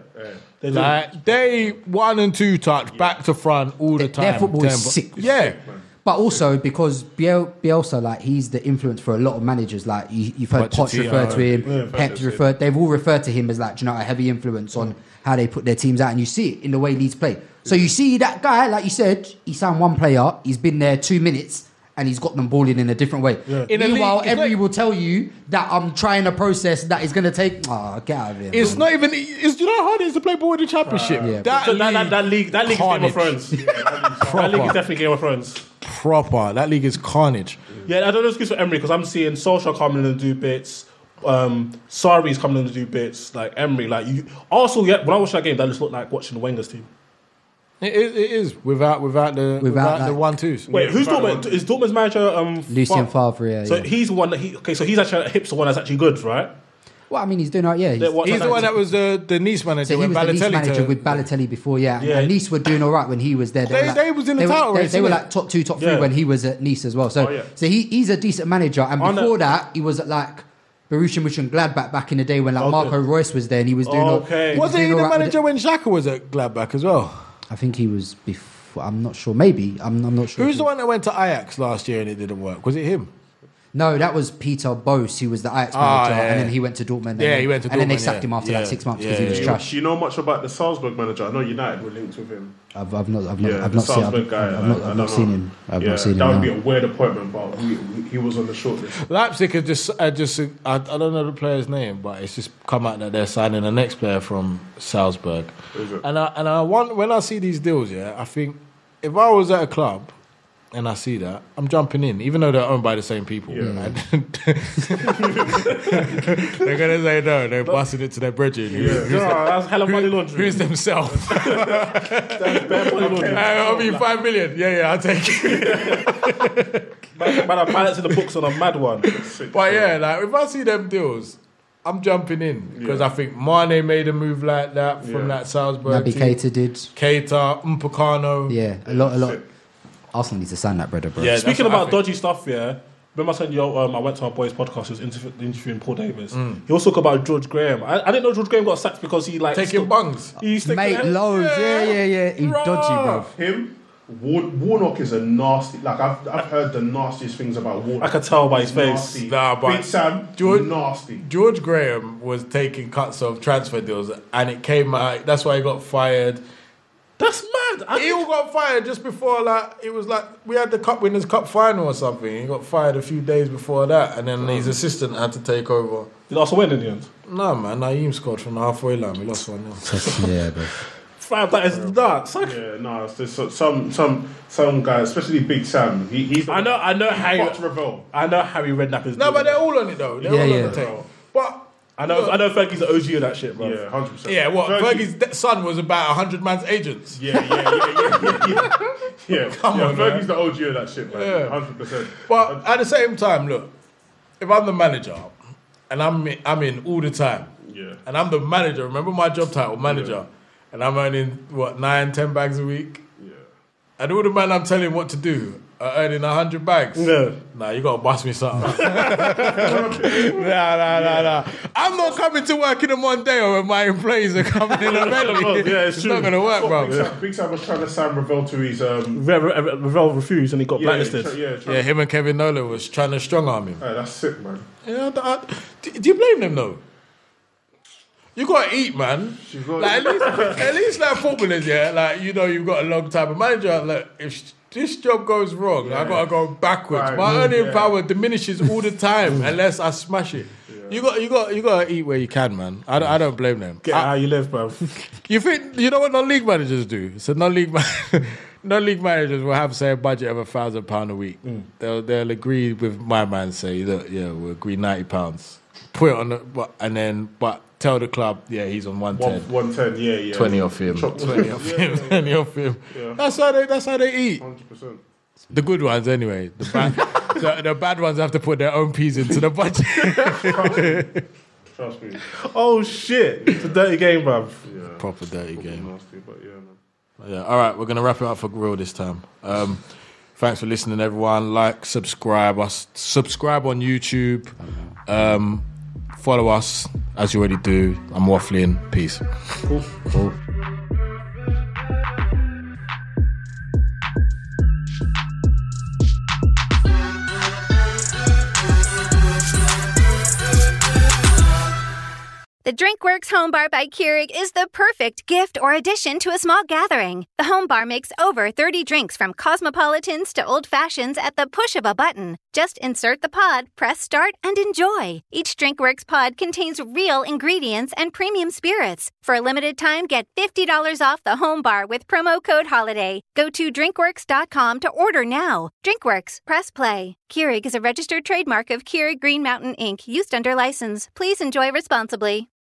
Speaker 8: They like they one and two touch back to front all the time.
Speaker 7: Their football is
Speaker 8: Tempo-
Speaker 7: sick.
Speaker 8: Yeah,
Speaker 7: But also because Biel, Bielsa, like he's the influence for a lot of managers. Like you, you've heard Potts
Speaker 8: Pochettino.
Speaker 7: refer to him,
Speaker 8: Yeah,
Speaker 7: Pep's
Speaker 8: Pochettino.
Speaker 7: referred. They've all referred to him as like, do you know, a heavy influence on how they put their teams out, and you see it in the way Leeds play. So you see that guy, like you said, he signed one player. He's been there two minutes. And he's got them balling in a different way.
Speaker 8: In a
Speaker 7: Meanwhile,
Speaker 8: league- it's
Speaker 7: everybody will tell you that I'm trying a process that is going to take. Ah, get out of here.
Speaker 8: it's not even. It's do you know how hard it is to play ball in the championship?
Speaker 7: Yeah.
Speaker 8: That,
Speaker 3: So
Speaker 8: league,
Speaker 3: that, that, that league, that league is Game
Speaker 8: carnage.
Speaker 3: of Thrones. that league is definitely Game of Thrones.
Speaker 8: proper. That league is carnage.
Speaker 3: Yeah, I don't know excuse for Emery because I'm seeing Solskjaer coming in and do bits. Um, Sari's coming in to do bits like Emery. Like you, also, yeah. When I watched that game, that just looked like watching Wenger's team.
Speaker 8: It is, it is without without the Uh, without, the
Speaker 7: like-
Speaker 8: one twos.
Speaker 3: Wait, who's Dortmund? Is Dortmund's manager? Um,
Speaker 7: Lucien
Speaker 3: Favre?
Speaker 7: Favre. Yeah,
Speaker 3: So
Speaker 7: yeah.
Speaker 3: he's the one that he. Okay, so he's actually hips the one that's actually good, right?
Speaker 7: Well, I mean, he's doing all right. Yeah,
Speaker 3: They're watching
Speaker 8: He's the one that was the, the Nice
Speaker 7: So
Speaker 8: manager
Speaker 7: he
Speaker 8: when
Speaker 7: was the Nice
Speaker 8: Balotelli
Speaker 7: manager
Speaker 8: turned.
Speaker 7: with Balotelli before, yeah.
Speaker 8: Yeah.
Speaker 7: And Nice were doing all right when he was there. were
Speaker 8: They-
Speaker 7: like-
Speaker 8: they was in the
Speaker 7: they were-
Speaker 8: title
Speaker 7: they,
Speaker 8: race,
Speaker 7: they were
Speaker 8: innit?
Speaker 7: like top two, top three
Speaker 8: Yeah.
Speaker 7: when he was at Nice as well. So,
Speaker 8: Oh, yeah.
Speaker 7: so he, he's a decent manager. And
Speaker 8: On
Speaker 7: before that, he was at like Borussia Mönchengladbach back in the day when like Marco Royce was there and he was doing. all- he was
Speaker 8: Wasn't
Speaker 7: doing
Speaker 8: he
Speaker 7: all
Speaker 8: the
Speaker 7: right with
Speaker 8: manager when Xhaka was at Gladbach as well?
Speaker 7: it. I think he was before. I'm not sure. Maybe I'm, I'm not sure.
Speaker 8: Who's the one that went to Ajax last year and it didn't work? Was it him?
Speaker 7: No, that was Peter Bose, who was the Ajax
Speaker 8: Ah,
Speaker 7: manager,
Speaker 8: yeah.
Speaker 7: and then he went to Dortmund. and
Speaker 8: Yeah,
Speaker 7: then-
Speaker 8: he went to
Speaker 7: And then they
Speaker 8: Dortmund,
Speaker 7: sacked
Speaker 8: yeah.
Speaker 7: him after
Speaker 8: Yeah.
Speaker 7: like six months because
Speaker 8: Yeah,
Speaker 7: he was
Speaker 9: Do you-
Speaker 7: trash.
Speaker 9: Do you know much about the Salzburg manager? I know United were linked with him.
Speaker 7: I've, I've not, I've not,
Speaker 9: Yeah,
Speaker 7: I've not
Speaker 9: the
Speaker 7: seen, I've,
Speaker 9: Salzburg guy, uh,
Speaker 7: I've not,
Speaker 9: I- I
Speaker 7: I've
Speaker 9: don't
Speaker 7: not seen
Speaker 9: know.
Speaker 7: him. I've
Speaker 9: yeah,
Speaker 7: not seen him.
Speaker 9: that would
Speaker 7: no.
Speaker 9: be a weird appointment, but we, we, he was on the shortlist.
Speaker 8: Leipzig had just, had just I, I don't know the player's name, but it's just come out that they're signing the next player from Salzburg.
Speaker 9: Is it?
Speaker 8: And I and I want when I see these deals, yeah, I think if I was at a club and I see that, I'm jumping in, even though they're owned by the same people.
Speaker 9: Yeah.
Speaker 8: And- they're gonna say no, they're busting it to their bridging. Who's-
Speaker 3: Yeah,
Speaker 8: who's
Speaker 3: that's hella money laundering.
Speaker 8: Who's themselves?
Speaker 3: Hey,
Speaker 8: I'll be five million. Yeah, yeah, I'll take it.
Speaker 3: Man, man, I'm balancing the books on a mad one.
Speaker 8: Uh, But yeah, like if I see them deals, I'm jumping in because I think Mane made a move like that from that Salzburg.
Speaker 13: Naby
Speaker 8: team.
Speaker 13: Keita did.
Speaker 8: Keita, Upacano.
Speaker 13: Yeah, a lot, a lot. Arsenal needs to sign that brother, bro.
Speaker 14: Yeah, speaking about dodgy stuff, yeah. Remember I said, yo, um, I went to our boys' podcast, he was interview- interviewing Paul Davis.
Speaker 13: Mm.
Speaker 14: He also talked about George Graham. I, I didn't know George Graham got sacked because he, like.
Speaker 8: Taking bungs.
Speaker 14: He's taking
Speaker 13: Mate, loads. Yeah, yeah, yeah. He's dodgy, bro.
Speaker 3: Him, War- Warnock is a nasty. Like I've, I've heard the nastiest things about Warnock.
Speaker 14: I could tell by his face.
Speaker 3: Nasty.
Speaker 8: Nah, but
Speaker 3: Big Sam,
Speaker 8: George,
Speaker 3: nasty.
Speaker 8: George Graham was taking cuts of transfer deals, and it came out. That's why he got fired.
Speaker 14: That's mad.
Speaker 8: he all got fired just before, like it was like we had the Cup Winners' Cup final or something. He got fired a few days before that, and then his assistant had to take over.
Speaker 14: Did Arsenal win in the end?
Speaker 8: No, man. Naeem scored from the halfway line. We lost one 0
Speaker 13: yeah, bro.
Speaker 14: Fam, that is nuts.
Speaker 3: Yeah, no, it's just so- some some some guys, especially Big Sam. He, he's I
Speaker 14: know, I know Harry.
Speaker 3: Revel.
Speaker 14: I know Harry Redknapp is.
Speaker 8: No, but they're all on it though. They're
Speaker 14: Yeah,
Speaker 8: all on
Speaker 14: yeah.
Speaker 8: the table. But
Speaker 14: I know, I know Fergie's an OG of that shit, bro.
Speaker 3: Yeah, 100%.
Speaker 8: yeah, what Fergie's de- son was about hundred man's agents.
Speaker 3: Yeah, yeah, yeah, yeah, yeah. yeah.
Speaker 8: Come
Speaker 3: yeah,
Speaker 8: on, man.
Speaker 3: Fergie's the OG of that shit, man.
Speaker 8: Yeah.
Speaker 3: Hundred percent.
Speaker 8: But at the same time, look, if I'm the manager and I'm in, I'm in all the time,
Speaker 3: Yeah.
Speaker 8: and I'm the manager, remember my job title, manager, and I'm earning what nine, ten bags a week,
Speaker 3: yeah,
Speaker 8: and all the man I'm telling what to do are earning hundred bags.
Speaker 3: Mm.
Speaker 14: Yeah.
Speaker 8: Nah, you gotta bust me something. nah, nah, nah, nah. I'm not coming to work in a Mondeo when my employees are coming in a Bentley.
Speaker 14: Yeah, it's true.
Speaker 8: not gonna work,
Speaker 3: That's what
Speaker 8: bro.
Speaker 3: Big Sam, Big Sam was trying to sign Revel to his um.
Speaker 14: Revel refused and he got
Speaker 3: Yeah,
Speaker 14: blacklisted.
Speaker 3: tra- yeah, tra-
Speaker 8: Yeah, him and Kevin Nolan was trying to strong arm him.
Speaker 3: Hey, that's sick, man.
Speaker 8: Yeah, I, I- do, do you blame them though? You gotta eat, man.
Speaker 3: got-
Speaker 8: Like, at least, at least like footballers, yeah. Like you know, you've got a long time. A manager, like if this job goes wrong, I gotta go backwards.
Speaker 3: Right,
Speaker 8: My
Speaker 3: mm,
Speaker 8: earning
Speaker 3: yeah.
Speaker 8: power diminishes all the time unless I smash it. You got, you got, you gotta eat where you can, man. I, don't- I don't blame them.
Speaker 14: Get
Speaker 8: I-
Speaker 14: how you live, bro.
Speaker 8: you think you know what non-league managers do? So non-league, ma- non-league managers will have say a budget of a thousand pound a week. They'll they'll agree with my man say look yeah we'll agree ninety pounds. Put it on the but, and then but tell the club yeah he's on one
Speaker 3: One
Speaker 8: ten.
Speaker 3: one ten. Yeah, yeah.
Speaker 8: 20 off him.
Speaker 3: Chop-
Speaker 8: 20 off
Speaker 3: Yeah,
Speaker 8: him. 20 off him. That's how they that's how they eat.
Speaker 3: Hundred percent.
Speaker 8: The good ones anyway. The bad the, the bad ones have to put their own peas into the budget.
Speaker 3: Trust me.
Speaker 14: oh shit! It's a dirty game, bro.
Speaker 8: Proper dirty game.
Speaker 3: Nasty, but yeah, man.
Speaker 8: Yeah. All right, we're gonna wrap it up for grill this time. Um, thanks for listening, everyone. Like, subscribe us. Subscribe on YouTube. Um, follow us as you already do. I'm waffling. Peace.
Speaker 13: Cool.
Speaker 4: The DrinkWorks Home Bar by Keurig is the perfect gift or addition to a small gathering. The home bar makes over 30 drinks from cosmopolitans to old fashions at the push of a button. Just insert the pod, press start, and enjoy. Each DrinkWorks pod contains real ingredients and premium spirits. For a limited time, get $50 off the home bar with promo code HOLIDAY. Go to drinkworks.com to order now. DrinkWorks, press play. Keurig is a registered trademark of Keurig Green Mountain Inc., used under license. Please enjoy responsibly.